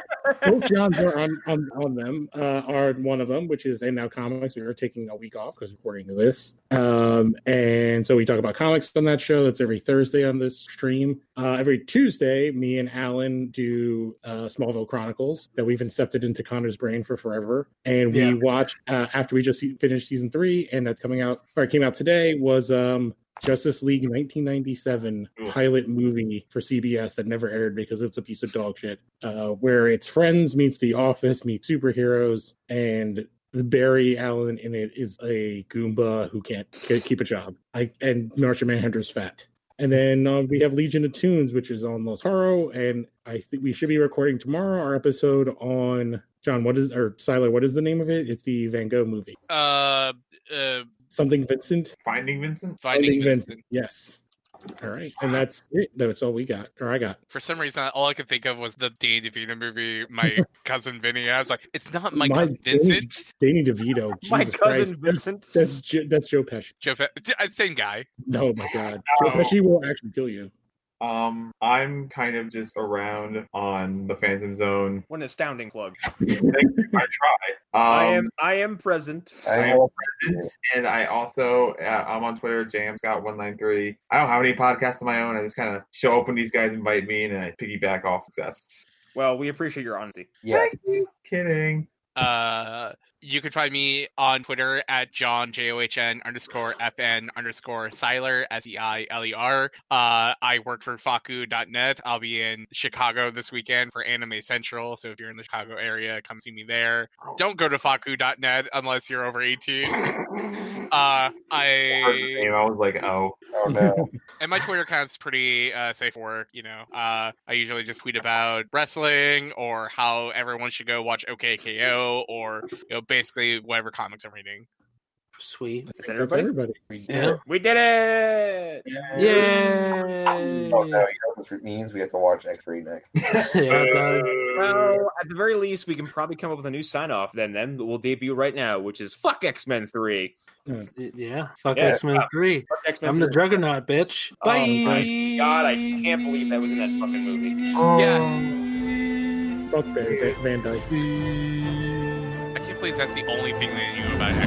Speaker 4: both Johns are on, on, on them. Uh, are one of them, which is and now comics. We are taking a week off because according to this, um, and so we talk about comics on that show. That's every Thursday on this stream. Uh, every Tuesday, me and Alan do uh, Smallville Chronicles that we've incepted into Connor's brain for forever, and we
Speaker 5: Yeah.
Speaker 4: watch uh, after we just se- finished season three, and that's coming out or it came out today. Was um, Justice League 1997
Speaker 3: Oof.
Speaker 4: pilot movie for CBS that never aired because it's a piece of dog shit, uh, where it's Friends meets The Office meets superheroes, and Barry Allen in it is a Goomba who can't, can't keep a job. I and Martian Manhunter's fat. And then uh, we have Legion of Tunes, which is on Los Haro, and I think we should be recording tomorrow our episode on John. What is or Silo? What is the name of it? It's the Van Gogh movie.
Speaker 6: Uh, uh,
Speaker 4: Something Vincent.
Speaker 3: Finding Vincent.
Speaker 6: Finding Vincent.
Speaker 4: Yes. All right, and that's it. That's all we got, or I got.
Speaker 6: For some reason, all I could think of was the Danny DeVito movie, My Cousin Vinny. I was like, it's not My,
Speaker 4: My
Speaker 6: Cousin
Speaker 4: Vinny.
Speaker 6: Vincent.
Speaker 4: Danny DeVito.
Speaker 1: <laughs> My
Speaker 4: Jesus
Speaker 1: cousin
Speaker 4: Christ.
Speaker 1: Vincent.
Speaker 4: That's Jo- that's Joe Pesci.
Speaker 6: Joe Pe- uh, <laughs> same guy.
Speaker 4: No, my God,
Speaker 3: No.
Speaker 4: Joe Pesci will actually kill you.
Speaker 3: Um, I'm kind of just around on the Phantom Zone.
Speaker 1: What an astounding plug.
Speaker 3: Thank you, I try.
Speaker 1: I
Speaker 3: Um,
Speaker 1: am I am present.
Speaker 2: I
Speaker 3: am
Speaker 2: will
Speaker 3: Presence, and I also uh, I'm on Twitter, JamScott193. I don't have any podcasts of my own. I just kind of show up when these guys invite me, and I piggyback off success.
Speaker 1: Well, we appreciate your honesty.
Speaker 2: yes.
Speaker 3: Kidding.
Speaker 6: Uh, you can find me on Twitter at John J O H N underscore F N underscore Seiler S E I L E R. Uh, I work for Faku.net. I'll be in Chicago this weekend for Anime Central. So if you're in the Chicago area, come see me there. Don't go to Faku.net unless you're over 18. Uh, I
Speaker 3: And I was like, oh,
Speaker 2: Oh no.
Speaker 6: and my Twitter account's pretty uh, safe for work, you know. Uh, I usually just tweet about wrestling or how everyone should go watch OKKO or you know basically whatever comics I'm reading.
Speaker 5: Sweet.
Speaker 1: Is
Speaker 4: That's
Speaker 1: that everybody?
Speaker 4: everybody.
Speaker 2: We did
Speaker 5: Yeah.
Speaker 2: it.
Speaker 1: We did it.
Speaker 5: Yay.
Speaker 2: Oh
Speaker 7: <laughs>
Speaker 2: no. You know what this means? We have to watch X3 next.
Speaker 5: Yeah,
Speaker 3: uh,
Speaker 5: bye.
Speaker 1: Well, at the very least, we can probably come up with a new sign off. Then, then we'll debut right now, which is fuck X Men three.
Speaker 5: yeah. Fuck
Speaker 1: Yeah. Oh,
Speaker 5: X Men Three.
Speaker 1: Fuck X Men.
Speaker 5: I'm
Speaker 1: <laughs>
Speaker 5: the juggernaut, bitch. Bye.
Speaker 1: Um, my God, I can't believe that was in that fucking movie.
Speaker 6: Yeah.
Speaker 3: um,
Speaker 4: Fuck Barry Va- Van Dyke.
Speaker 6: I can't believe that's the only thing that you knew about X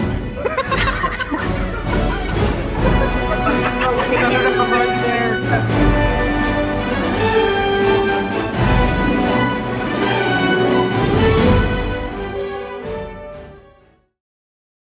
Speaker 6: Men.